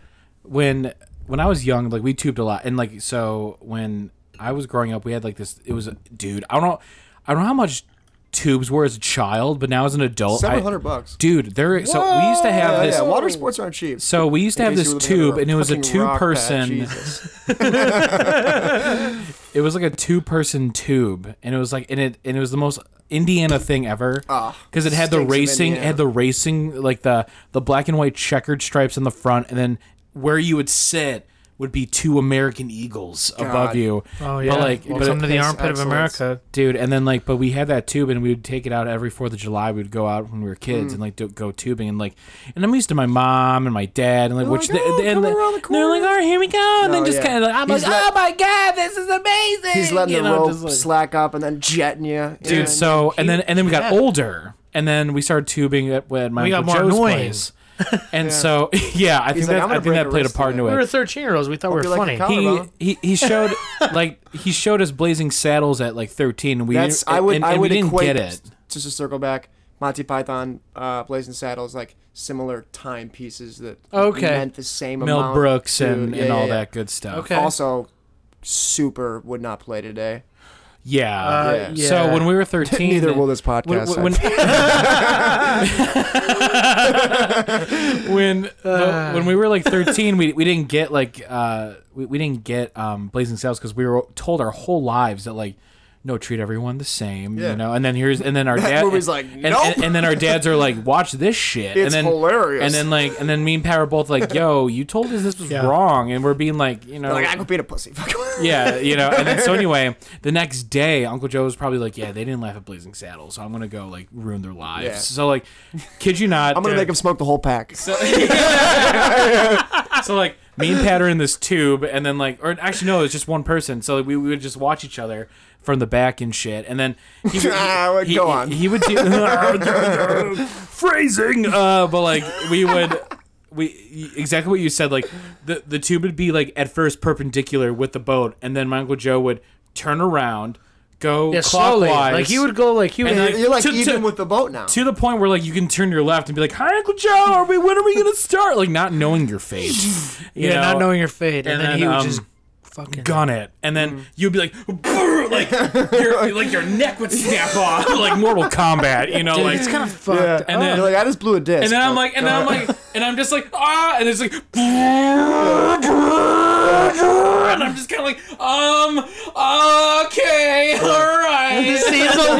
Speaker 3: when when I was young, like we tubed a lot, and like so when I was growing up, we had like this. It was dude. I don't know. I don't know how much tubes were as a child, but now as an adult, I-
Speaker 4: Seven hundred bucks.
Speaker 3: Dude, there. So we used to have
Speaker 4: Yeah,
Speaker 3: this.
Speaker 4: yeah, water sports aren't cheap.
Speaker 3: So we used to have
Speaker 4: In case
Speaker 3: this
Speaker 4: you
Speaker 3: tube,
Speaker 4: were living under a
Speaker 3: and it was a
Speaker 4: fucking rock pad,
Speaker 3: two-person.
Speaker 4: Jesus.
Speaker 3: It was like a two-person tube, and it was like, and it, and it was the most Indiana thing ever,
Speaker 4: Ah,
Speaker 3: because it had the
Speaker 4: stinks of
Speaker 3: racing, it
Speaker 4: Indiana.
Speaker 3: had the racing, like the the black and white checkered stripes in the front, and then where you would sit would be two American eagles above
Speaker 4: God.
Speaker 3: you.
Speaker 2: oh
Speaker 3: But,
Speaker 2: yeah,
Speaker 3: like, but
Speaker 2: welcome to the
Speaker 4: it's
Speaker 2: armpit of
Speaker 4: excellence.
Speaker 2: America.
Speaker 3: dude and then like but we had that tube and we would take it out every fourth of july we would go out when we were
Speaker 4: Mm.
Speaker 3: kids and like do, go tubing and like and i'm used to my mom and my dad and like which
Speaker 4: like, "Oh,
Speaker 3: they, and
Speaker 4: come around the
Speaker 3: they're like
Speaker 4: corner."
Speaker 3: all right here we go and then
Speaker 4: No,
Speaker 3: just
Speaker 4: yeah.
Speaker 3: kind of like i'm
Speaker 4: He's
Speaker 3: like
Speaker 4: let-
Speaker 3: oh my god this is amazing
Speaker 4: He's letting
Speaker 3: You
Speaker 4: the
Speaker 3: know,
Speaker 4: rope
Speaker 3: just, like-
Speaker 4: slack up and then jetting you.
Speaker 3: dude so and then and then we got older and then we started tubing at, at my
Speaker 2: We got
Speaker 3: Uncle
Speaker 2: more
Speaker 3: Joe's
Speaker 2: annoying.
Speaker 3: place. and so yeah i think
Speaker 4: like,
Speaker 3: that
Speaker 4: "I'm
Speaker 3: i
Speaker 4: gonna
Speaker 3: think that
Speaker 4: break a
Speaker 3: played a
Speaker 4: wrist
Speaker 3: part into
Speaker 2: We were
Speaker 3: it
Speaker 2: 13 year olds. We thought we
Speaker 4: Hope
Speaker 2: were
Speaker 4: you like the
Speaker 2: funny.
Speaker 4: color.
Speaker 3: he, he
Speaker 4: Colorado.
Speaker 3: he showed like he showed us blazing saddles at like 13 and we
Speaker 4: that's
Speaker 3: and,
Speaker 4: I would
Speaker 3: and,
Speaker 4: I
Speaker 3: and
Speaker 4: would
Speaker 3: we didn't
Speaker 4: equate
Speaker 3: get it
Speaker 4: just to circle back. Monty Python, uh, Blazing Saddles, like similar timepieces that
Speaker 2: Okay.
Speaker 4: meant the same
Speaker 3: Mel
Speaker 4: amount
Speaker 3: Brooks
Speaker 4: to-
Speaker 3: and,
Speaker 4: yeah,
Speaker 3: and
Speaker 4: yeah,
Speaker 3: all
Speaker 4: yeah.
Speaker 3: that good stuff.
Speaker 2: Okay.
Speaker 4: Also, super would not play today.
Speaker 3: Yeah.
Speaker 2: Uh, yeah.
Speaker 3: So when we were 13,
Speaker 4: Neither will this
Speaker 3: when-
Speaker 4: podcast.
Speaker 3: when, when, the-
Speaker 4: Uh.
Speaker 3: when we were like 13 we, we didn't get like uh we, we didn't get um blazing saddles because we were told our whole lives that like no treat everyone the same
Speaker 4: Yeah.
Speaker 3: you know and then here's and then our dad
Speaker 4: movie's like,
Speaker 3: and,
Speaker 4: "Nope."
Speaker 3: and, and then our dads are like watch this shit and
Speaker 4: It's
Speaker 3: then
Speaker 4: hilarious.
Speaker 3: and then like and then me and pat are both like yo you told us this was
Speaker 2: Yeah.
Speaker 3: wrong and we're being like you know
Speaker 2: Oh.
Speaker 4: like I could beat a pussy. Fuck.
Speaker 3: yeah, you know. And then so anyway, the next day, Uncle Joe was probably like, "Yeah, they didn't laugh at Blazing Saddles, so I'm gonna go like ruin their lives."
Speaker 4: Yeah.
Speaker 3: So like, kid you not,
Speaker 4: I'm gonna
Speaker 3: uh,
Speaker 4: make him smoke the whole pack.
Speaker 3: So like, me and Pat are in this tube, and then like, or actually no, it's just one person. So like, we, we would just watch each other from the back and shit, and then he, would-
Speaker 4: Ah,
Speaker 3: he,
Speaker 4: go
Speaker 3: he-
Speaker 4: on.
Speaker 3: He, would do phrasing, uh, but like we would. We exactly what you said. Like the the tube would be like at first perpendicular with the boat, and then my uncle Joe would turn around, go
Speaker 2: Yeah, slowly.
Speaker 3: clockwise,
Speaker 2: Like he would go like he would.
Speaker 3: And, like,
Speaker 4: You're like
Speaker 3: To- to-
Speaker 4: even with the boat now.
Speaker 3: to the point where like you can turn your left and be like, "Hi, Uncle Joe, are we? When are we gonna start?" Like not knowing your fate, you
Speaker 2: yeah,
Speaker 3: know?
Speaker 2: not knowing your fate, and,
Speaker 3: and
Speaker 2: then,
Speaker 3: then,
Speaker 2: he would
Speaker 3: um,
Speaker 2: just fucking
Speaker 3: gun it, and then
Speaker 2: Mm-hmm.
Speaker 3: you'd be like, "Brr," like your like your neck would snap off, like Mortal Kombat, you know,
Speaker 2: Dude,
Speaker 3: like.
Speaker 2: it's kind of fucked.
Speaker 4: yeah. Oh.
Speaker 3: and then-
Speaker 4: You're like I just blew a disc.
Speaker 3: and then I'm like, and then I'm like, and I'm just like, ah, and it's like, brr, brr, brr, and I'm just kind of like, um, okay, all right.
Speaker 2: seems a little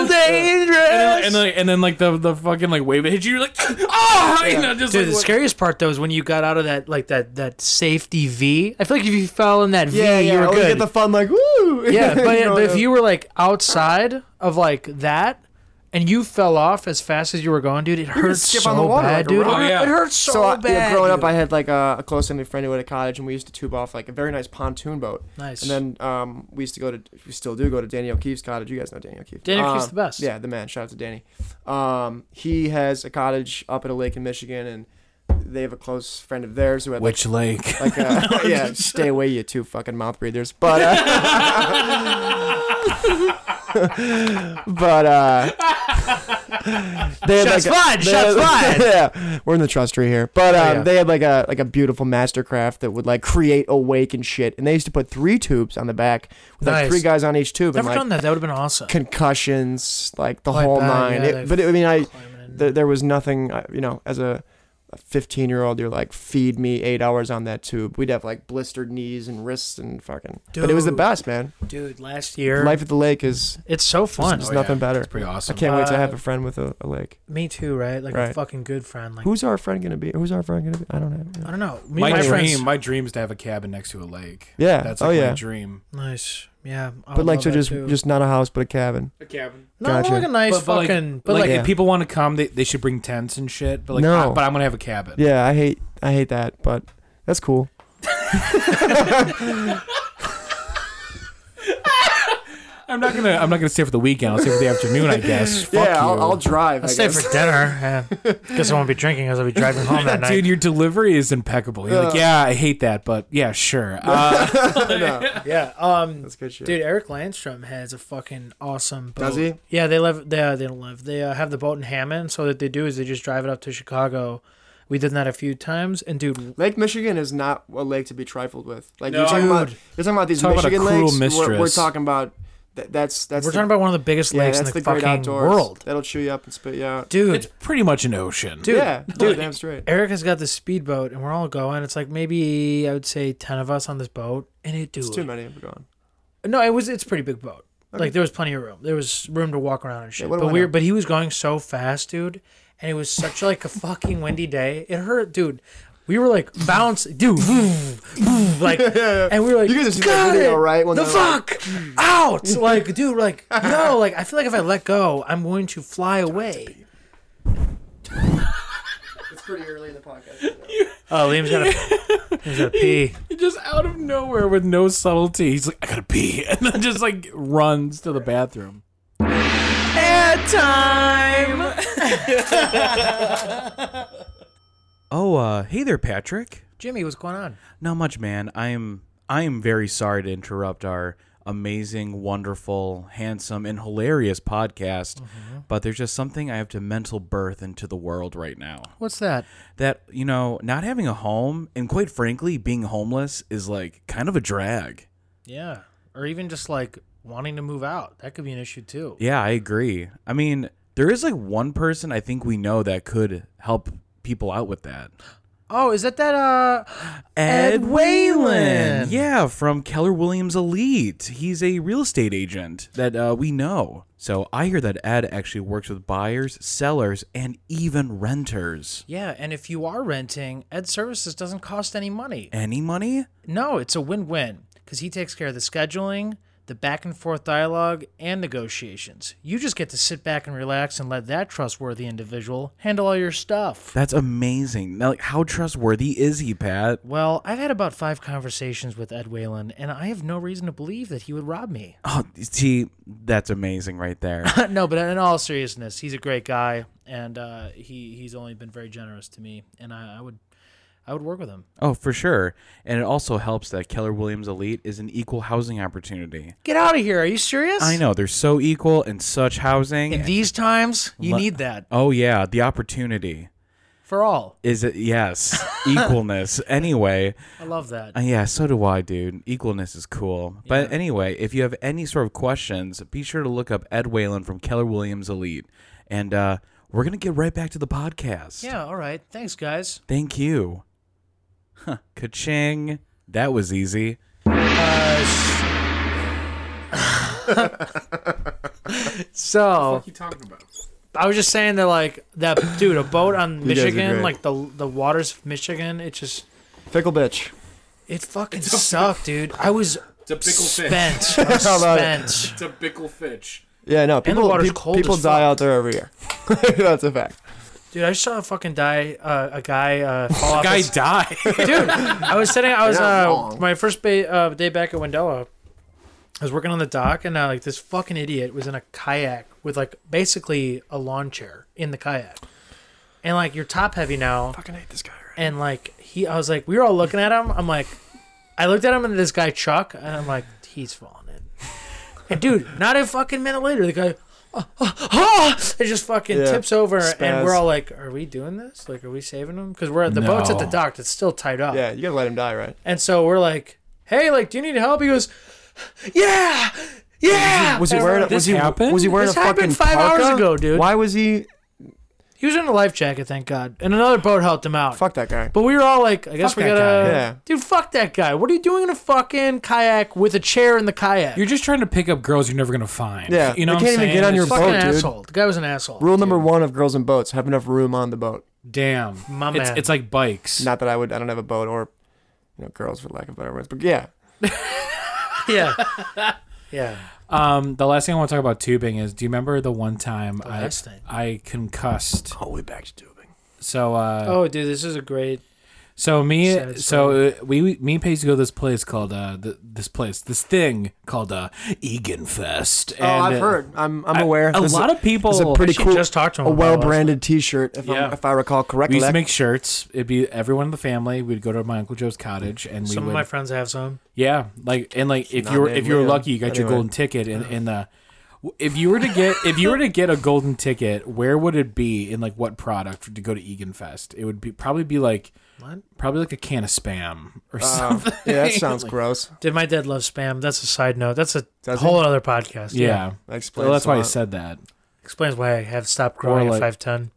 Speaker 3: and, then,
Speaker 2: dangerous.
Speaker 3: and, then, and then like the the fucking like wave that hits you, you're like, ah, you know, just
Speaker 2: Dude, the
Speaker 3: like,
Speaker 2: scariest part though is when you got out of that like that that safety V. I feel like if you fell in that V,
Speaker 4: yeah, yeah.
Speaker 2: you were
Speaker 4: or
Speaker 2: good.
Speaker 4: get the fun like woo.
Speaker 2: yeah, but,
Speaker 4: You know,
Speaker 2: but if
Speaker 4: yeah.
Speaker 2: you were like outside of like that and you fell off as fast as you were going, dude, it hurt
Speaker 4: skip
Speaker 2: so
Speaker 4: on the water
Speaker 2: bad,
Speaker 4: like a
Speaker 2: dude.
Speaker 4: rock.
Speaker 3: Oh, yeah.
Speaker 2: It hurt so,
Speaker 4: So, I,
Speaker 2: bad.
Speaker 4: yeah, growing up,
Speaker 2: dude.
Speaker 4: I had like a, a close family friend who had a cottage, and we used to tube off like a very nice pontoon boat.
Speaker 2: Nice.
Speaker 4: And then um, we used to go to, we still do go to Danny O'Keefe's cottage. You guys know Danny O'Keefe.
Speaker 2: Danny O'Keefe's
Speaker 4: Um,
Speaker 2: the best.
Speaker 4: Yeah, the man. Shout out to Danny. Um, he has a cottage up at a lake in Michigan, and they have a close friend of theirs who had like,
Speaker 3: which lake?
Speaker 4: like uh, yeah, stay away, you two fucking mouth breathers. But uh, but uh, they had
Speaker 2: Shots
Speaker 4: like a-
Speaker 2: fired,
Speaker 4: they
Speaker 2: shots
Speaker 4: had- yeah, we're in the trust tree here. But um,
Speaker 2: yeah.
Speaker 4: they had like a like a beautiful mastercraft that would like create awake and shit. And they used to put three tubes on the back with like
Speaker 2: Nice.
Speaker 4: three guys on each tube
Speaker 2: Never
Speaker 4: and
Speaker 2: done
Speaker 4: like
Speaker 2: that. That would have been awesome.
Speaker 4: concussions, like the
Speaker 2: Oh, I
Speaker 4: whole
Speaker 2: bet,
Speaker 4: nine.
Speaker 2: yeah,
Speaker 4: It-
Speaker 2: they've
Speaker 4: but it, I mean, I
Speaker 2: climbing in.
Speaker 4: there, there was nothing uh, you know as a 15 year old you're like feed me eight hours on that tube we'd have like blistered knees and wrists and fucking but it was the
Speaker 2: Dude.
Speaker 4: best man
Speaker 2: dude, last year,
Speaker 4: life at the lake is
Speaker 2: it's so fun.
Speaker 4: there's
Speaker 3: Oh,
Speaker 4: nothing
Speaker 3: yeah.
Speaker 4: better
Speaker 3: It's pretty
Speaker 4: i
Speaker 3: awesome.
Speaker 4: can't wait to
Speaker 2: Uh,
Speaker 4: have a friend with a, a lake
Speaker 2: Me too, right? Like a
Speaker 4: Right.
Speaker 2: fucking good friend. Like
Speaker 4: who's our friend gonna be who's our friend gonna be i don't know
Speaker 2: I don't know. Me
Speaker 3: My,
Speaker 2: and my
Speaker 3: dream,
Speaker 2: friends.
Speaker 3: my dream is to have a cabin next to a lake.
Speaker 4: yeah
Speaker 3: That's
Speaker 4: oh
Speaker 3: like my
Speaker 4: yeah
Speaker 3: dream.
Speaker 2: Nice. Yeah. I
Speaker 4: but
Speaker 2: would
Speaker 4: like
Speaker 2: love
Speaker 4: so
Speaker 2: that
Speaker 4: just
Speaker 2: too.
Speaker 4: just not a house but a cabin
Speaker 3: A cabin.
Speaker 2: no, I want,
Speaker 4: gotcha.
Speaker 2: like a nice
Speaker 3: But- but, like-
Speaker 2: fucking.
Speaker 3: But
Speaker 2: but
Speaker 3: like,
Speaker 2: like,
Speaker 4: Yeah.
Speaker 3: if people want to come, they, they should bring tents and shit. But like,
Speaker 4: No.
Speaker 3: I, but I'm gonna have a cabin.
Speaker 4: yeah i hate i hate that but that's cool
Speaker 3: I'm not gonna I'm not gonna stay for the weekend. I'll stay for the afternoon, I guess. Fuck you.
Speaker 4: drive
Speaker 2: I'll stay for dinner. Yeah. Guess I won't be drinking because I'll be driving home that night.
Speaker 3: Dude, your delivery is impeccable. You're like, yeah, I hate that, but yeah, sure. Uh,
Speaker 2: Yeah. Um.
Speaker 4: that's good shit
Speaker 2: Dude, Eric Landstrom has a fucking awesome boat.
Speaker 4: Does he?
Speaker 2: Yeah, they live. They uh, they don't live. They uh, have the boat in Hammond. So what they do is they just drive it up to Chicago. We did that a few times, and dude,
Speaker 4: Lake Michigan is not a lake to be trifled with. Like
Speaker 3: No.
Speaker 4: you're talking about,
Speaker 2: Dude.
Speaker 4: you're talking about these
Speaker 3: Talk about a
Speaker 4: Michigan
Speaker 3: cruel
Speaker 4: lakes. We're, we're
Speaker 3: mistress.
Speaker 4: talking about th- that's that's
Speaker 2: we're
Speaker 4: the,
Speaker 2: talking about one of the biggest
Speaker 4: yeah,
Speaker 2: lakes in
Speaker 4: that's
Speaker 2: the,
Speaker 4: the great
Speaker 2: fucking
Speaker 4: outdoors.
Speaker 2: world,
Speaker 4: That'll chew you up and spit you out.
Speaker 2: dude.
Speaker 3: it's pretty much an ocean.
Speaker 2: Dude,
Speaker 4: yeah, dude, damn straight.
Speaker 2: Eric has got this speedboat, and we're all going. It's like maybe I would say ten of us on this boat, and it dude.
Speaker 4: It's too many of them gone.
Speaker 2: No, it was it's a pretty big boat. Like there was plenty of room. There was room to walk around and shit.
Speaker 4: what do
Speaker 2: but
Speaker 4: I
Speaker 2: we
Speaker 4: know?
Speaker 2: were, but he was going so fast, dude. And it was such like a fucking windy day. It hurt, dude. We were like bounce, dude, like, and we were like,
Speaker 4: You guys have seen that
Speaker 2: "Got
Speaker 4: video,
Speaker 2: it!
Speaker 4: right? When
Speaker 2: the
Speaker 4: they're like-
Speaker 2: fuck out, like, dude, like, no, like, I feel like if I let go, I'm going to fly away.
Speaker 4: It's pretty early in the podcast.
Speaker 2: Oh, Liam's got to, he's got to pee.
Speaker 3: Just out of nowhere with no subtlety. He's like, I gotta pee. And then just like runs to the bathroom.
Speaker 6: Oh, uh, hey there, Patrick.
Speaker 2: Jimmy, what's going on?
Speaker 6: Not much, man. I am I am very sorry to interrupt our amazing, wonderful, handsome, and hilarious podcast,
Speaker 3: Mm-hmm.
Speaker 6: but there's just something I have to mental birth into the world right now.
Speaker 2: What's that?
Speaker 6: That you know, not having a home and quite frankly, being homeless is like kind of a drag.
Speaker 2: Yeah, or even just like wanting to move out. That could be an issue too.
Speaker 3: Yeah, I agree. I mean, there is like one person I think we know that could help people out with that.
Speaker 2: Oh, is that that? Uh, Ed Whalen.
Speaker 3: Yeah, from Keller Williams Elite. He's a real estate agent that uh, we know. So I hear that Ed actually works with buyers, sellers, and even renters.
Speaker 2: yeah. And if you are renting, Ed Services doesn't cost any money.
Speaker 3: Any money?
Speaker 2: No, it's a win-win because he takes care of the scheduling, the back and forth dialogue, and negotiations. You just get to sit back and relax and let that trustworthy individual handle all your stuff.
Speaker 3: That's amazing. Now, like, how trustworthy is he, Pat?
Speaker 2: Well, I've had about five conversations with Ed Whalen, and I have no reason to believe that he would rob me.
Speaker 3: Oh, see, that's amazing right there.
Speaker 2: no, but in all seriousness, he's a great guy, and uh, he he's only been very generous to me, and I, I would I would work with him.
Speaker 3: oh, for sure. And it also helps that Keller Williams Elite is an equal housing opportunity.
Speaker 2: Get out of here! Are you serious?
Speaker 3: I know they're so equal and such housing.
Speaker 2: In these times, you
Speaker 3: Le-
Speaker 2: need that
Speaker 3: oh yeah, the opportunity
Speaker 2: for all.
Speaker 3: is it? Yes, equalness. Anyway,
Speaker 2: I love that.
Speaker 3: uh, yeah, so do I, dude. Equalness is cool. But anyway, if you have any sort of questions, be sure to look up Ed Whalen from Keller Williams Elite, and uh, we're gonna get right back to the podcast.
Speaker 2: yeah. All right. Thanks, guys.
Speaker 3: Thank you. Huh. Ka-ching. That was easy.
Speaker 2: So
Speaker 1: you talking about?
Speaker 2: I was just saying that like that dude, a boat on
Speaker 4: guys are
Speaker 2: Michigan,
Speaker 4: great.
Speaker 2: like the the waters of Michigan, it just
Speaker 4: Fickle bitch.
Speaker 2: it fucking sucked, dude. I was
Speaker 1: It's a pickle fish.
Speaker 2: spent. I was
Speaker 4: How about it?
Speaker 2: spent.
Speaker 1: It's a pickle fish.
Speaker 4: Yeah, no.
Speaker 2: the
Speaker 4: People,
Speaker 2: water's
Speaker 4: peop-
Speaker 2: cold
Speaker 4: people
Speaker 2: as
Speaker 4: die
Speaker 2: fuck.
Speaker 4: out there every year. That's a fact.
Speaker 2: Dude, I just saw a fucking die uh, a guy uh, fall off.
Speaker 1: Guy
Speaker 2: his-
Speaker 1: died.
Speaker 2: dude, I was sitting. I was
Speaker 4: You're not
Speaker 2: uh,
Speaker 4: wrong.
Speaker 2: my first ba- uh, day back at Wendella. I was working on the dock, and uh, like this fucking idiot was in a kayak with like basically a lawn chair in the kayak, and like you're top heavy now.
Speaker 4: Fucking hate this guy. Right?
Speaker 2: and like he I was like we were all looking at him I'm like I looked at him and this guy Chuck and I'm like he's falling in and dude not a fucking minute later the guy "Ah, it just fucking
Speaker 4: Yeah,
Speaker 2: tips over and
Speaker 4: spaz.
Speaker 2: we're all like are we doing this like are we saving him because we're at the
Speaker 3: No.
Speaker 2: boat's at the dock that's still tied up
Speaker 4: Yeah, you gotta let him die, right?
Speaker 2: and so we're like hey like do you need help he goes yeah yeah
Speaker 4: Was he
Speaker 2: And
Speaker 4: wearing?
Speaker 2: we're
Speaker 4: was
Speaker 2: like,
Speaker 4: he,
Speaker 1: happened?
Speaker 4: Was he wearing
Speaker 2: This
Speaker 4: a fucking
Speaker 2: happened five hours
Speaker 4: parka?
Speaker 2: ago, dude.
Speaker 4: Why was he?
Speaker 2: he was in a life jacket thank god and another boat helped him out
Speaker 4: Fuck that guy.
Speaker 2: But we were all like, I guess
Speaker 1: Fuck
Speaker 2: we
Speaker 1: that
Speaker 2: gotta,
Speaker 1: guy.
Speaker 4: Yeah.
Speaker 2: dude, fuck that guy. What are you doing in a fucking kayak with a chair in the kayak?
Speaker 1: You're just trying to pick up girls you're never gonna find.
Speaker 4: Yeah,
Speaker 1: you know
Speaker 4: they
Speaker 1: what I'm
Speaker 4: can't even
Speaker 1: saying?
Speaker 4: get on your
Speaker 1: It's-
Speaker 2: fucking
Speaker 4: boat, Oh, dude.
Speaker 2: asshole. The guy was an asshole.
Speaker 4: Rule number one of girls and boats: have enough room on the boat.
Speaker 1: Damn,
Speaker 2: My
Speaker 1: it's,
Speaker 2: man.
Speaker 1: it's like bikes.
Speaker 4: Not that I would. I don't have a boat or, you know, girls for lack of better words. But yeah,
Speaker 2: yeah, Oh, yeah.
Speaker 1: Um, the last thing I want to talk about tubing is, do you remember the one time I
Speaker 2: last thing.
Speaker 1: I concussed?
Speaker 4: all the way back to tubing.
Speaker 1: So uh,
Speaker 2: Oh, dude, this is a great.
Speaker 1: So me,
Speaker 2: Sad
Speaker 1: so uh, we, we- me and Paige go to this place called uh, th- this place, this thing called uh, Egan Fest. uh,
Speaker 4: Oh, I've heard. I'm I'm aware.
Speaker 1: A
Speaker 4: This is
Speaker 1: lot of people.
Speaker 4: It's a pretty
Speaker 2: actually
Speaker 4: cool,
Speaker 2: just talked to him
Speaker 4: a
Speaker 2: about it last
Speaker 4: well-branded T-shirt, if,
Speaker 1: Yeah.
Speaker 4: I'm, if I recall
Speaker 1: we
Speaker 4: correctly.
Speaker 1: used to make shirts. It'd be everyone in the family. We'd go to my uncle Joe's cottage, and we
Speaker 2: Some
Speaker 1: would,
Speaker 2: of my friends have some.
Speaker 1: yeah, like and like if
Speaker 4: Not
Speaker 1: you were
Speaker 4: named
Speaker 1: if you were
Speaker 4: Leo.
Speaker 1: lucky, you got your
Speaker 4: Anyway.
Speaker 1: golden ticket, and and the if you were to get if you were to get a golden ticket, where would it be in like what product to go to Egan Fest? It would be probably be like
Speaker 2: What?
Speaker 1: probably like a can of spam or
Speaker 4: Oh,
Speaker 1: something.
Speaker 4: yeah, that sounds gross.
Speaker 2: Did my dad love spam? That's a side note. That's a
Speaker 4: Does
Speaker 2: whole other podcast.
Speaker 1: Yeah,
Speaker 4: That explains
Speaker 1: well, that's
Speaker 4: a
Speaker 1: why I
Speaker 4: lot.
Speaker 1: said that.
Speaker 2: Explains why I have stopped growing
Speaker 1: like-
Speaker 2: at five ten.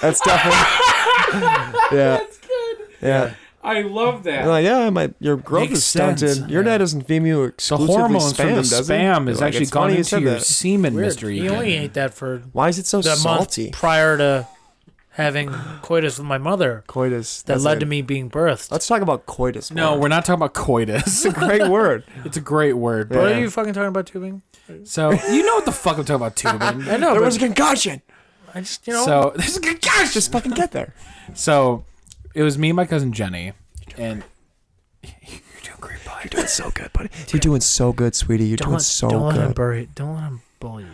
Speaker 4: That's definitely. yeah. That's good. Yeah.
Speaker 1: I love that.
Speaker 4: And like, yeah, my your growth
Speaker 1: Makes
Speaker 4: is stunted.
Speaker 1: sense.
Speaker 4: Your dad doesn't feed you
Speaker 1: The
Speaker 4: exclusively
Speaker 1: hormones
Speaker 4: spam,
Speaker 1: from the
Speaker 4: does he?
Speaker 1: spam
Speaker 4: You're
Speaker 1: is
Speaker 4: like,
Speaker 1: actually
Speaker 4: it's funny
Speaker 1: gone
Speaker 4: you
Speaker 1: into
Speaker 4: said
Speaker 1: your
Speaker 4: that.
Speaker 1: semen
Speaker 2: Weird.
Speaker 1: mystery.
Speaker 2: He only
Speaker 1: again.
Speaker 2: ate that for
Speaker 4: Why is it so
Speaker 2: the
Speaker 4: salty?
Speaker 2: month prior to having coitus with my mother.
Speaker 4: Coitus.
Speaker 2: That
Speaker 4: That's
Speaker 2: led
Speaker 4: a-
Speaker 2: to me being birthed.
Speaker 4: Let's talk about coitus.
Speaker 1: No,
Speaker 4: more.
Speaker 1: we're not talking about coitus.
Speaker 4: It's a great word.
Speaker 1: it's a great word.
Speaker 2: what
Speaker 1: But
Speaker 2: are you fucking talking about tubing?
Speaker 1: So you know what the fuck I'm talking about too,
Speaker 2: I
Speaker 1: man.
Speaker 2: know,
Speaker 4: There
Speaker 2: but
Speaker 4: was a concussion.
Speaker 2: I just you know
Speaker 1: So this is
Speaker 4: Gosh, just fucking get there.
Speaker 1: so it was me and my cousin Jenny, and
Speaker 4: You're doing great, buddy. You're doing so good, buddy. You're doing so good, sweetie. You're
Speaker 2: don't
Speaker 4: doing
Speaker 2: let,
Speaker 4: so
Speaker 2: don't let him
Speaker 4: good.
Speaker 2: bury. Don't let him bully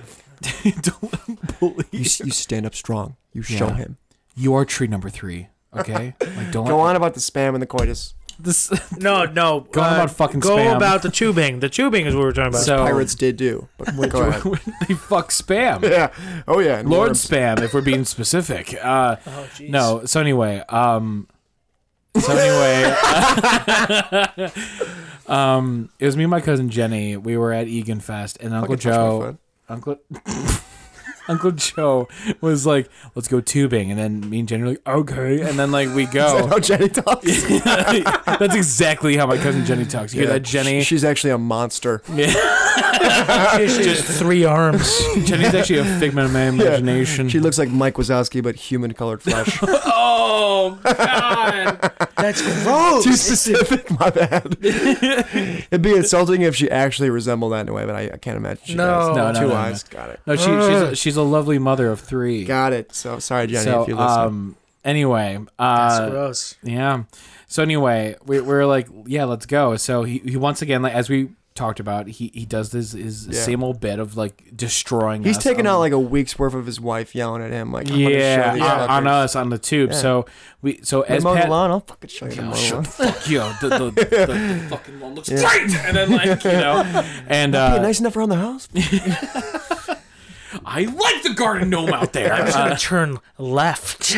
Speaker 2: you.
Speaker 1: don't let him bully
Speaker 4: You,
Speaker 1: you.
Speaker 4: s- you stand up strong. You show
Speaker 1: Yeah.
Speaker 4: him.
Speaker 1: You are tree number three. Okay, like don't
Speaker 4: Go
Speaker 1: let
Speaker 4: on about the spam and the coitus.
Speaker 1: this.
Speaker 2: No, no. uh,
Speaker 1: Go on about fucking
Speaker 2: Go
Speaker 1: spam.
Speaker 2: about the tubing. The tubing is what we're talking about.
Speaker 1: So
Speaker 4: Pirates did do. But go ahead.
Speaker 1: they fuck spam.
Speaker 4: Yeah. Oh yeah. and
Speaker 1: Lord
Speaker 4: worms.
Speaker 2: Oh,
Speaker 1: spam, if we're being specific. Uh, no, so anyway, um,
Speaker 7: So anyway, um, it was me and my cousin Jenny. We were at Egan Fest, and Uncle
Speaker 4: Fucking touch my
Speaker 7: Joe,
Speaker 4: phone.
Speaker 7: Uncle. Uncle Joe was like, "Let's go tubing," and then me and Jenny were like, "Okay," and then like we go.
Speaker 4: Oh, Jenny talks.
Speaker 7: That's exactly how my cousin Jenny talks. You hear that, Jenny?
Speaker 4: Sh- She's actually a monster.
Speaker 2: Just three arms.
Speaker 7: Jenny's actually a figment of my imagination.
Speaker 4: She looks like Mike Wazowski, but human colored flesh.
Speaker 7: oh God!
Speaker 2: That's gross.
Speaker 4: Too specific, my bad. It'd be insulting if she actually resembled that in a way, but I, I can't imagine she
Speaker 2: No.
Speaker 4: does.
Speaker 7: No, no,
Speaker 4: Two
Speaker 7: no, no.
Speaker 4: eyes. Got it.
Speaker 7: No, she, she's a, she's a lovely mother of three.
Speaker 4: Got it. So sorry, Jenny,
Speaker 7: so
Speaker 4: if you listen.
Speaker 7: um, anyway,
Speaker 2: That's
Speaker 7: uh,
Speaker 2: gross.
Speaker 7: Yeah. So anyway, we, we're like, yeah, let's go. So he, he once again, like as we talked about, he he does this his
Speaker 4: Yeah.
Speaker 7: same old bit of like destroying.
Speaker 4: He's
Speaker 7: us
Speaker 4: taking
Speaker 7: on-
Speaker 4: out like a week's worth of his wife yelling at him, like I'm
Speaker 7: yeah,
Speaker 4: gonna show these
Speaker 7: on, on
Speaker 4: fuckers.
Speaker 7: us on the tube.
Speaker 4: Yeah.
Speaker 7: So we so
Speaker 4: You
Speaker 7: as
Speaker 4: mow the
Speaker 7: Pat,
Speaker 4: lawn, I'll fucking show you the
Speaker 7: Oh,
Speaker 4: mow the
Speaker 7: shut
Speaker 4: lawn.
Speaker 7: the fuck you! The, the, the, the fucking one looks great, and then like you know, and
Speaker 4: Be
Speaker 7: uh,
Speaker 4: nice enough around the house.
Speaker 7: I like the garden gnome out there.
Speaker 2: I'm just gonna turn left.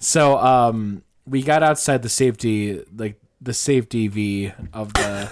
Speaker 7: So um, we got outside the safety, like the safety V of the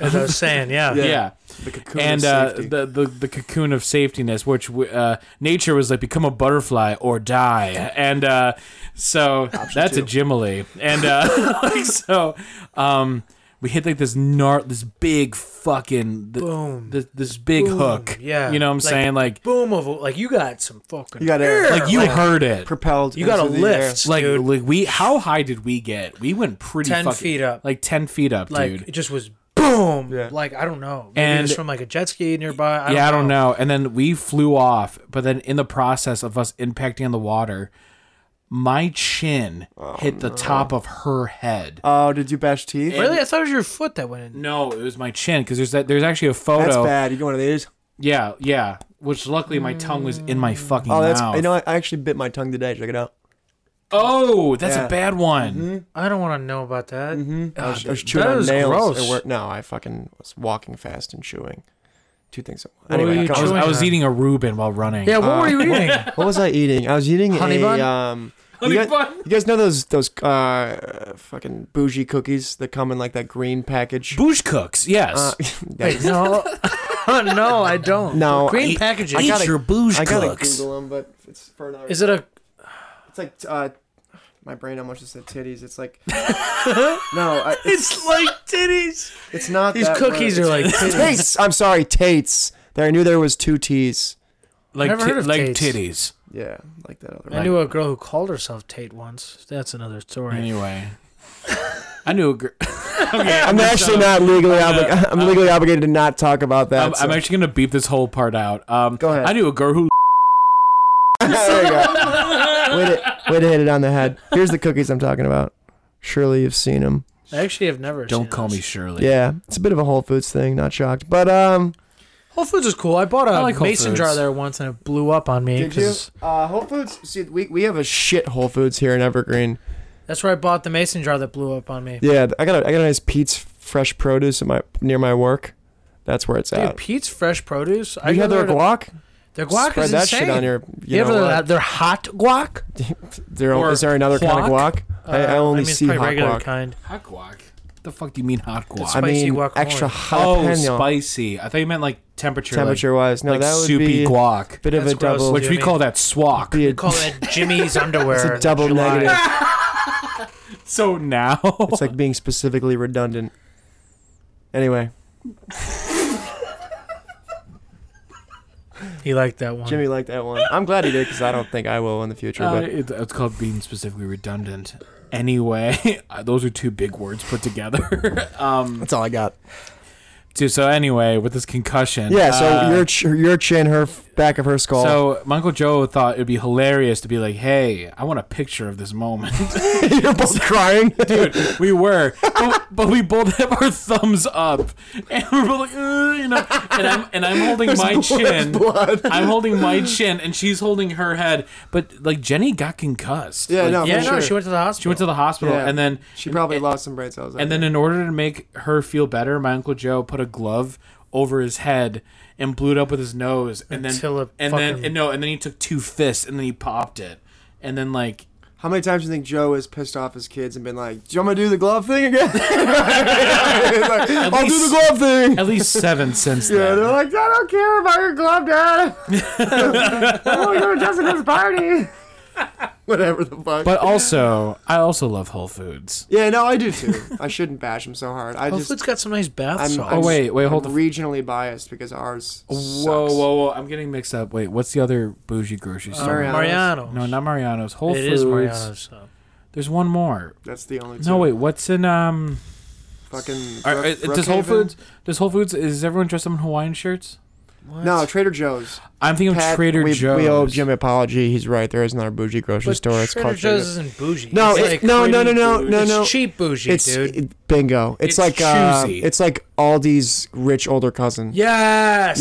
Speaker 2: As I was saying, yeah.
Speaker 7: yeah.
Speaker 4: The cocoon
Speaker 7: and
Speaker 4: of
Speaker 7: uh,
Speaker 4: safety.
Speaker 7: the, the the cocoon of safetiness, which uh, nature was like become a butterfly or die, and uh, so that's a Jimily, and uh, like, so um, we hit like this gnar this big fucking th-
Speaker 2: Boom.
Speaker 7: th- this big
Speaker 2: Boom.
Speaker 7: hook,
Speaker 2: Yeah.
Speaker 7: you know what I'm
Speaker 2: Like-
Speaker 7: saying, like
Speaker 2: Boom of like you got some fucking.
Speaker 4: You got air.
Speaker 2: air.
Speaker 7: like you heard it,
Speaker 4: propelled.
Speaker 2: You got a
Speaker 4: into the air.
Speaker 2: lift,
Speaker 7: like
Speaker 2: dude.
Speaker 7: like we how high did we get? We went pretty
Speaker 2: 10
Speaker 7: fucking-
Speaker 2: feet up.
Speaker 7: like ten feet up,
Speaker 2: like
Speaker 7: dude.
Speaker 2: it just was boom.
Speaker 4: Yeah.
Speaker 2: Like I don't know. Maybe
Speaker 7: And-
Speaker 2: and it's from like a jet ski nearby. I don't
Speaker 7: yeah,
Speaker 2: know.
Speaker 7: I don't know. And then we flew off, but then in the process of us impacting on the water, my chin hit the top of her head.
Speaker 4: Oh, did you bash teeth?
Speaker 2: Really, I thought it was your foot that went in.
Speaker 7: no, it was my chin because there's that. There's actually a photo.
Speaker 4: That's bad. You going to these?
Speaker 7: Yeah, yeah. Which luckily my tongue was in my fucking
Speaker 4: Oh, that's.
Speaker 7: mouth.
Speaker 4: You know, I I actually bit my tongue today. Check it out.
Speaker 7: oh, that's
Speaker 4: Yeah. Mm.
Speaker 7: a bad one.
Speaker 2: I don't want to know about that.
Speaker 4: Mm-hmm. I was, I was
Speaker 2: that
Speaker 4: chewing on
Speaker 2: is
Speaker 4: nails.
Speaker 2: gross.
Speaker 4: It worked- No, I fucking was walking fast and chewing. Two things. at once.
Speaker 2: were
Speaker 4: Anyway,
Speaker 2: you
Speaker 4: go on.
Speaker 7: I was, I was
Speaker 2: on.
Speaker 7: eating a Reuben while running.
Speaker 2: Yeah, what were you eating?
Speaker 4: Uh, what was I eating? I was eating
Speaker 2: Honey
Speaker 4: a
Speaker 2: bun?
Speaker 4: um.
Speaker 7: Honey
Speaker 4: you, guys,
Speaker 7: bun?
Speaker 4: you guys know those those uh fucking bougie cookies that come in like that green package.
Speaker 7: Bush cooks. Yes.
Speaker 4: Uh, yeah,
Speaker 2: no, no, I don't.
Speaker 4: No,
Speaker 2: green
Speaker 4: I-
Speaker 2: packaging.
Speaker 4: I gotta-
Speaker 8: your bouge
Speaker 4: I gotta
Speaker 8: cooks.
Speaker 4: Google them, but it's for another.
Speaker 2: is it a?
Speaker 4: It's like uh, my brain almost just said titties. It's like no, I, it's
Speaker 2: It's like titties.
Speaker 4: it's not.
Speaker 2: These
Speaker 4: that
Speaker 2: cookies
Speaker 4: word.
Speaker 2: are like
Speaker 4: It's
Speaker 2: titties.
Speaker 4: Tates. I'm sorry, Tates. There, I knew there was two T's.
Speaker 7: like
Speaker 2: never
Speaker 7: ti-
Speaker 2: heard of
Speaker 7: like
Speaker 2: Tate's.
Speaker 7: titties.
Speaker 4: Yeah, like that other.
Speaker 2: I knew a girl who called herself Tate once. That's another story.
Speaker 4: Mm.
Speaker 7: Anyway, I knew a girl.
Speaker 4: I'm actually
Speaker 2: uh,
Speaker 4: not legally obligated. I'm legally obligated to not talk about that.
Speaker 7: I'm,
Speaker 4: so-
Speaker 7: I'm actually gonna beep this whole part out. Um,
Speaker 4: Go ahead.
Speaker 7: I knew a girl who.
Speaker 4: there you go. Way to, way to hit it on the head. Here's the cookies I'm talking about. Surely you've seen them.
Speaker 2: I actually have never.
Speaker 7: Don't
Speaker 2: seen
Speaker 7: call
Speaker 2: this.
Speaker 7: me Shirley.
Speaker 4: Yeah, it's a bit of a Whole Foods thing. Not shocked, but um,
Speaker 2: Whole Foods is cool. I bought a
Speaker 7: I like Whole
Speaker 2: mason
Speaker 7: Foods.
Speaker 2: jar there once and it blew up on me.
Speaker 4: did you?
Speaker 2: 'cause
Speaker 4: Uh, Whole Foods. See, we we have a shit Whole Foods here in Evergreen.
Speaker 2: That's where I bought the mason jar that blew up on me.
Speaker 4: Yeah, I got a, I got a nice Pete's Fresh Produce at my near my work. That's where it's
Speaker 2: Dude,
Speaker 4: at.
Speaker 2: Pete's fresh produce.
Speaker 4: You
Speaker 2: go
Speaker 4: had their
Speaker 2: there to-
Speaker 4: guac?
Speaker 2: Their guac
Speaker 4: Spread
Speaker 2: is
Speaker 4: that
Speaker 2: insane.
Speaker 4: shit on your.
Speaker 2: You,
Speaker 4: You know
Speaker 2: ever
Speaker 4: what?
Speaker 2: had their hot guac?
Speaker 4: There-
Speaker 7: or
Speaker 4: is there another kind of guac? I,
Speaker 2: Uh,
Speaker 4: I only
Speaker 2: mean, it's
Speaker 4: see
Speaker 2: probably
Speaker 4: hot
Speaker 2: regular
Speaker 4: guac.
Speaker 2: kind.
Speaker 7: Hot guac. The fuck do you mean hot guac?
Speaker 4: I
Speaker 2: Spicy
Speaker 4: mean,
Speaker 2: guacamole.
Speaker 4: extra
Speaker 7: oh,
Speaker 4: jalapeno
Speaker 7: spicy. I thought you meant like temperature.
Speaker 4: temperature wise. No,
Speaker 7: Like, like
Speaker 4: that would
Speaker 7: soupy
Speaker 4: be a
Speaker 7: guac,
Speaker 4: bit of
Speaker 2: That's
Speaker 4: a
Speaker 2: gross.
Speaker 4: double.
Speaker 7: which we
Speaker 2: Jimmy.
Speaker 7: call that swak.
Speaker 4: be a-
Speaker 2: We call it Jimmy's
Speaker 4: it's
Speaker 2: underwear.
Speaker 4: a double
Speaker 2: July.
Speaker 4: negative.
Speaker 7: So now
Speaker 4: It's like being specifically redundant. Anyway,
Speaker 2: He liked that one.
Speaker 4: Jimmy liked that one. I'm glad he did because I don't think I will in the future.
Speaker 7: Uh,
Speaker 4: But
Speaker 7: it- it's called being specifically redundant. Anyway, uh, those are two big words put together. um,
Speaker 4: that's all I got.
Speaker 7: too, so anyway, with this concussion.
Speaker 4: Yeah. So
Speaker 7: uh,
Speaker 4: your ch- your chin, her f- back of her skull.
Speaker 7: So my Uncle Joe thought it'd be hilarious to be like, "Hey, I want a picture of this moment."
Speaker 4: you're both crying.
Speaker 7: dude. We were, but, but we both have our thumbs up, and we're both like, "Ugh," you know, and I'm and I'm holding my chin. I'm holding my chin, and she's holding her head. But like Jenny got concussed.
Speaker 4: Yeah.
Speaker 7: Like,
Speaker 4: No.
Speaker 2: Yeah,
Speaker 4: for
Speaker 2: no,
Speaker 4: sure.
Speaker 2: she went to the hospital.
Speaker 7: She went to the hospital,
Speaker 4: Yeah.
Speaker 7: and then
Speaker 4: She probably lost some brain cells.
Speaker 7: and then in order to make her feel better, my uncle Joe put a glove over his head and blew it up with his nose, and
Speaker 2: Until
Speaker 7: then
Speaker 2: it
Speaker 7: and then
Speaker 2: fucking-
Speaker 7: and no, and then he took two fists and then he popped it, and then like
Speaker 4: How many times do you think Joe has pissed off his kids and been like, "Do you want me to do the glove thing again?" He's like, I'll do the
Speaker 7: least-
Speaker 4: glove thing.
Speaker 7: At least seven since
Speaker 4: Yeah,
Speaker 7: then.
Speaker 4: they're like, I don't care about your glove, Dad. I want to go to Jessica's party. Whatever the fuck.
Speaker 7: but also, I also love Whole Foods.
Speaker 4: yeah, no, I do too. I shouldn't bash him so hard. I
Speaker 2: Whole
Speaker 4: just,
Speaker 2: Foods got some nice bath
Speaker 4: I'm,
Speaker 2: salts.
Speaker 4: I'm-
Speaker 7: Oh, wait, wait, hold
Speaker 4: I'm
Speaker 7: the-
Speaker 4: regionally biased because ours.
Speaker 7: Whoa,
Speaker 4: sucks.
Speaker 7: whoa, whoa! I'm getting mixed up. Wait, what's the other bougie grocery store?
Speaker 4: Mariano's.
Speaker 2: Mariano.
Speaker 7: No, not Mariano's. Whole
Speaker 2: It
Speaker 7: Foods.
Speaker 2: is Mariano's. So.
Speaker 7: There's one more.
Speaker 4: That's the only. Two.
Speaker 7: No, wait. What's in um?
Speaker 4: Fucking.
Speaker 7: Are,
Speaker 4: Brook-
Speaker 7: are- does Whole
Speaker 4: Brookhaven?
Speaker 7: Foods? Does Whole Foods? Is everyone dressed up in Hawaiian shirts?
Speaker 4: No, Trader Joe's.
Speaker 7: I'm thinking of
Speaker 4: Pat,
Speaker 7: Trader
Speaker 4: we,
Speaker 7: Joe's.
Speaker 4: We owe Jim an apology. He's right. There is another bougie grocery
Speaker 2: But
Speaker 4: store. It's
Speaker 2: Trader
Speaker 4: called
Speaker 2: Joe's isn't bougie.
Speaker 4: No,
Speaker 2: it's
Speaker 4: it-
Speaker 2: like
Speaker 4: no, no,
Speaker 2: pretty
Speaker 4: no, no,
Speaker 2: bougie.
Speaker 4: no,
Speaker 2: it's
Speaker 4: no.
Speaker 2: cheap bougie,
Speaker 4: It's
Speaker 2: dude.
Speaker 4: it- bingo. It's,
Speaker 7: It's
Speaker 4: like uh,
Speaker 7: choosy.
Speaker 4: it's like Aldi's rich older cousin.
Speaker 2: yes,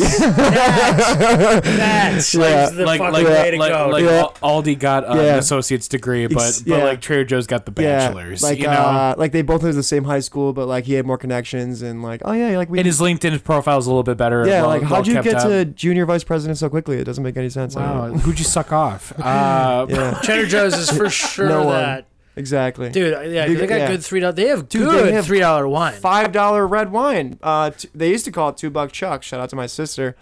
Speaker 2: that, that's
Speaker 4: Yeah.
Speaker 2: the
Speaker 7: like
Speaker 2: fucking
Speaker 7: like
Speaker 2: way to
Speaker 7: like,
Speaker 2: go.
Speaker 7: like
Speaker 4: Yeah.
Speaker 7: Al- Aldi got uh,
Speaker 4: Yeah.
Speaker 7: an associate's degree, but
Speaker 4: Ex-
Speaker 7: but
Speaker 4: yeah.
Speaker 7: like Trader Joe's got the bachelor's.
Speaker 4: Yeah, like
Speaker 7: you know,
Speaker 4: uh, like they both went to the same high school, but like he had more connections and like oh yeah, like we
Speaker 7: and his LinkedIn profile is a little bit better.
Speaker 4: yeah,
Speaker 7: well-
Speaker 4: like
Speaker 7: well
Speaker 4: how'd you
Speaker 7: kept
Speaker 4: get
Speaker 7: up.
Speaker 4: to junior vice president so quickly? It doesn't make any sense. I
Speaker 7: Wow,
Speaker 4: don't-
Speaker 7: who'd you suck off? Uh,
Speaker 4: yeah,
Speaker 2: Trader Joe's is for sure
Speaker 4: No one.
Speaker 2: that
Speaker 4: exactly.
Speaker 2: dude. Yeah,
Speaker 4: Dude,
Speaker 2: they got
Speaker 4: yeah.
Speaker 2: good three dollar. They have
Speaker 4: Dude,
Speaker 2: good
Speaker 4: they have
Speaker 2: three dollar wine.
Speaker 4: Five dollar red wine. Uh, t- they used to call it two buck chuck. Shout out to my sister,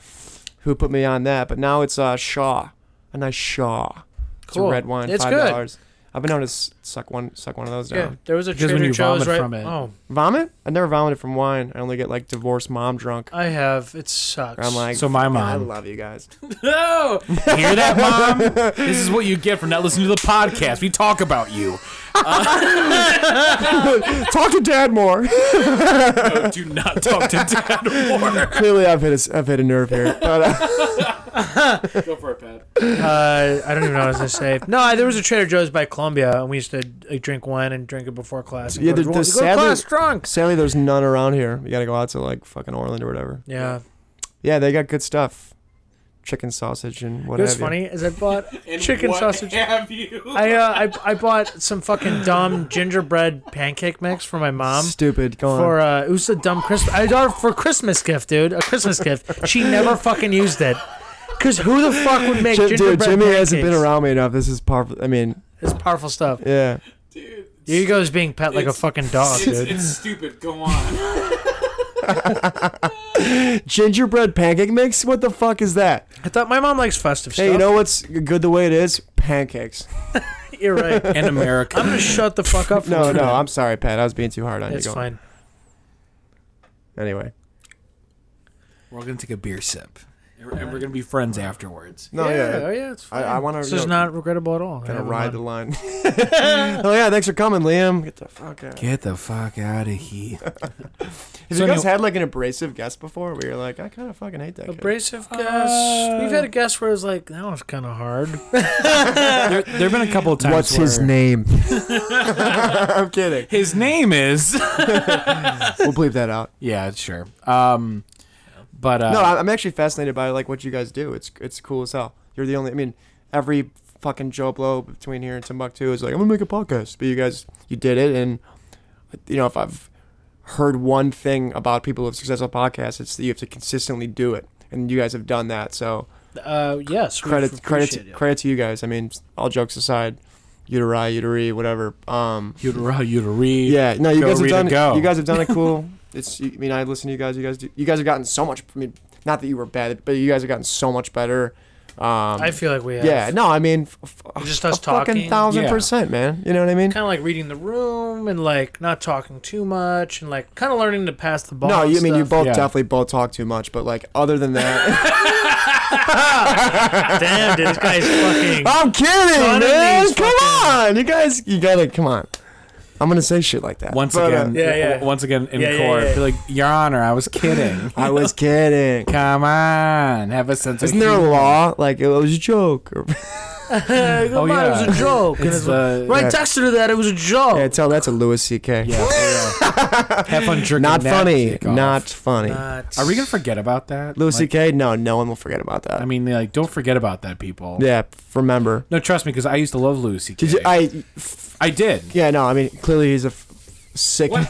Speaker 4: who put me on that. But now it's uh Shaw, a nice Shaw. It's a
Speaker 2: Cool.
Speaker 4: red wine.
Speaker 2: It's
Speaker 4: five
Speaker 2: good.
Speaker 4: dollars. I've been known to s- suck one suck one of those
Speaker 2: yeah,
Speaker 4: down.
Speaker 2: there was a
Speaker 7: Because
Speaker 2: Trader
Speaker 7: when you
Speaker 2: Joe's
Speaker 7: vomit
Speaker 2: right.
Speaker 7: from it.
Speaker 2: Oh,
Speaker 4: Vomit? I never vomited from wine. I only get like divorced mom drunk.
Speaker 2: I have. It sucks.
Speaker 4: I'm like,
Speaker 7: So my
Speaker 4: "Man, I
Speaker 7: mom."
Speaker 4: love you guys.
Speaker 7: no, You hear that, mom? this is what you get for not listening to the podcast. We talk about you.
Speaker 4: Talk to dad more.
Speaker 7: No, do not talk to dad more.
Speaker 4: Clearly, I've hit a, s- I've hit a nerve here. But, uh,
Speaker 7: Go for it, Pat.
Speaker 2: uh, I don't even know what I was gonna say. No, I- there was a Trader Joe's by Columbia, and we used to like, drink wine and drink it before class. and
Speaker 4: Yeah,
Speaker 2: go to-
Speaker 4: the-
Speaker 2: go
Speaker 4: the
Speaker 2: to
Speaker 4: sad-
Speaker 2: class drunk.
Speaker 4: sadly, there's none around here. You gotta go out to like fucking Orland or whatever.
Speaker 2: Yeah,
Speaker 4: Yeah, they got good stuff, chicken sausage and
Speaker 2: it
Speaker 4: whatever.
Speaker 2: was funny. Is I bought chicken sausage.
Speaker 7: Have you?
Speaker 2: I, uh, I I bought some fucking dumb gingerbread pancake mix for my mom.
Speaker 4: Stupid. Go on.
Speaker 2: For uh, it was a dumb Christmas. I got it for Christmas gift, dude. A Christmas gift. She never fucking used it. Cause who the fuck would make
Speaker 4: Jim-
Speaker 2: gingerbread
Speaker 4: dude, Jimmy hasn't been
Speaker 2: pancakes?
Speaker 4: around me enough. This is powerful. I mean,
Speaker 2: It's powerful stuff.
Speaker 4: yeah.
Speaker 2: Here you go, is being pet like a
Speaker 7: It's-
Speaker 2: fucking dog, dude.
Speaker 7: stupid. Go on.
Speaker 4: Gingerbread pancake mix? What the fuck is that?
Speaker 2: I thought my mom likes festive
Speaker 4: Hey,
Speaker 2: stuff.
Speaker 4: you know what's good the way it is? Pancakes.
Speaker 2: You're right.
Speaker 7: And America.
Speaker 2: I'm gonna shut the fuck up. For
Speaker 4: No,
Speaker 2: a
Speaker 4: no,
Speaker 2: minute.
Speaker 4: I'm sorry, Pat. I was being too hard on
Speaker 2: It's
Speaker 4: you. Go on.
Speaker 2: fine.
Speaker 4: Anyway.
Speaker 7: We're gonna take a beer sip, and we're, and we're gonna be friends afterwards.
Speaker 4: No, yeah.
Speaker 2: Oh yeah, it's fine.
Speaker 4: I, I want to.
Speaker 2: this is not regrettable at all.
Speaker 4: Gonna
Speaker 2: Never
Speaker 4: ride the
Speaker 2: mind.
Speaker 4: line. oh yeah, thanks for coming, Liam. Get the fuck out.
Speaker 7: Get the fuck out of here.
Speaker 4: Have
Speaker 7: So
Speaker 4: you guys
Speaker 7: anyway-
Speaker 4: had like an abrasive guest before, where you're like, I kind of fucking hate that. Kid.
Speaker 2: abrasive guess.
Speaker 7: Uh,
Speaker 2: We've had a guess where it was like, that was kind of hard.
Speaker 7: there, there've been a couple of times.
Speaker 4: What's his
Speaker 7: where-
Speaker 4: name? I'm kidding.
Speaker 7: His name is.
Speaker 4: We'll bleep that out.
Speaker 7: yeah, sure. Um, but uh,
Speaker 4: no, I- I'm actually fascinated by like what you guys do. It's it's cool as hell. You're the only. I mean, every fucking Joe Blow between here and Timbuktu is like, I'm gonna make a podcast, but you guys, you did it, and you know, if I've heard one thing about people with successful podcasts, it's that you have to consistently do it, and you guys have done that. So
Speaker 2: Uh, yes. we
Speaker 4: credit
Speaker 2: f-
Speaker 4: credit
Speaker 2: appreciate
Speaker 4: to,
Speaker 2: it.
Speaker 4: credit to you guys. I mean, all jokes aside, uteri, uteri, whatever. Um,
Speaker 7: Utero, uterine.
Speaker 4: yeah, no, you
Speaker 7: Go,
Speaker 4: guys have
Speaker 7: Rita,
Speaker 4: done.
Speaker 7: go.
Speaker 4: You guys have done it cool. It's. I mean, I listen to you guys. You guys do. You guys have gotten so much. I mean, not that you were bad, but you guys have gotten so much better. Um,
Speaker 2: I feel like we have.
Speaker 4: yeah. No, I mean, f- f-
Speaker 2: Just us
Speaker 4: a fucking
Speaker 2: talking.
Speaker 4: thousand
Speaker 7: Yeah.
Speaker 4: percent, man. You know what I mean?
Speaker 2: Kind of like reading the room and like not talking too much and like kind of learning to pass the ball.
Speaker 4: No,
Speaker 2: and
Speaker 4: you I mean you
Speaker 2: stuff.
Speaker 4: both
Speaker 7: Yeah.
Speaker 4: definitely both talk too much, but like other than that,
Speaker 2: Damn, dude, this guy's fucking.
Speaker 4: I'm kidding,
Speaker 2: None of
Speaker 4: man.
Speaker 2: these
Speaker 4: Come
Speaker 2: fucking-
Speaker 4: on, you guys, you gotta come on. I'm gonna say shit like that
Speaker 7: Once
Speaker 4: But, uh,
Speaker 7: again,
Speaker 2: Yeah, yeah.
Speaker 7: w- Once again, in
Speaker 2: Yeah, yeah,
Speaker 7: court,
Speaker 2: yeah.
Speaker 7: be like, Your Honor, I was kidding.
Speaker 4: I was kidding.
Speaker 7: Come on, have a sense.
Speaker 4: Isn't
Speaker 7: of
Speaker 4: there a
Speaker 7: humor.
Speaker 4: law like it was a joke? Or,
Speaker 2: oh,
Speaker 7: yeah.
Speaker 2: It was a joke. and
Speaker 7: It's uh,
Speaker 2: it's like,
Speaker 7: the-
Speaker 2: when I texted her that, it was a joke.
Speaker 4: yeah, tell that to Louis C.K.
Speaker 7: yeah, yeah. Have fun jerking
Speaker 4: Not
Speaker 7: that
Speaker 4: funny.
Speaker 7: dick off.
Speaker 4: Not funny.
Speaker 2: Not-
Speaker 7: Are we gonna forget about that,
Speaker 4: Louis
Speaker 7: Like,
Speaker 4: C.K. No, no one will forget about that.
Speaker 7: I mean, like, don't forget about that, people.
Speaker 4: yeah, f- remember.
Speaker 7: No, trust me, because I used to love Louis C.K.
Speaker 4: Did you? I. f-
Speaker 7: I did.
Speaker 4: Yeah, no. I mean, clearly he's a f- sick.
Speaker 7: Pat?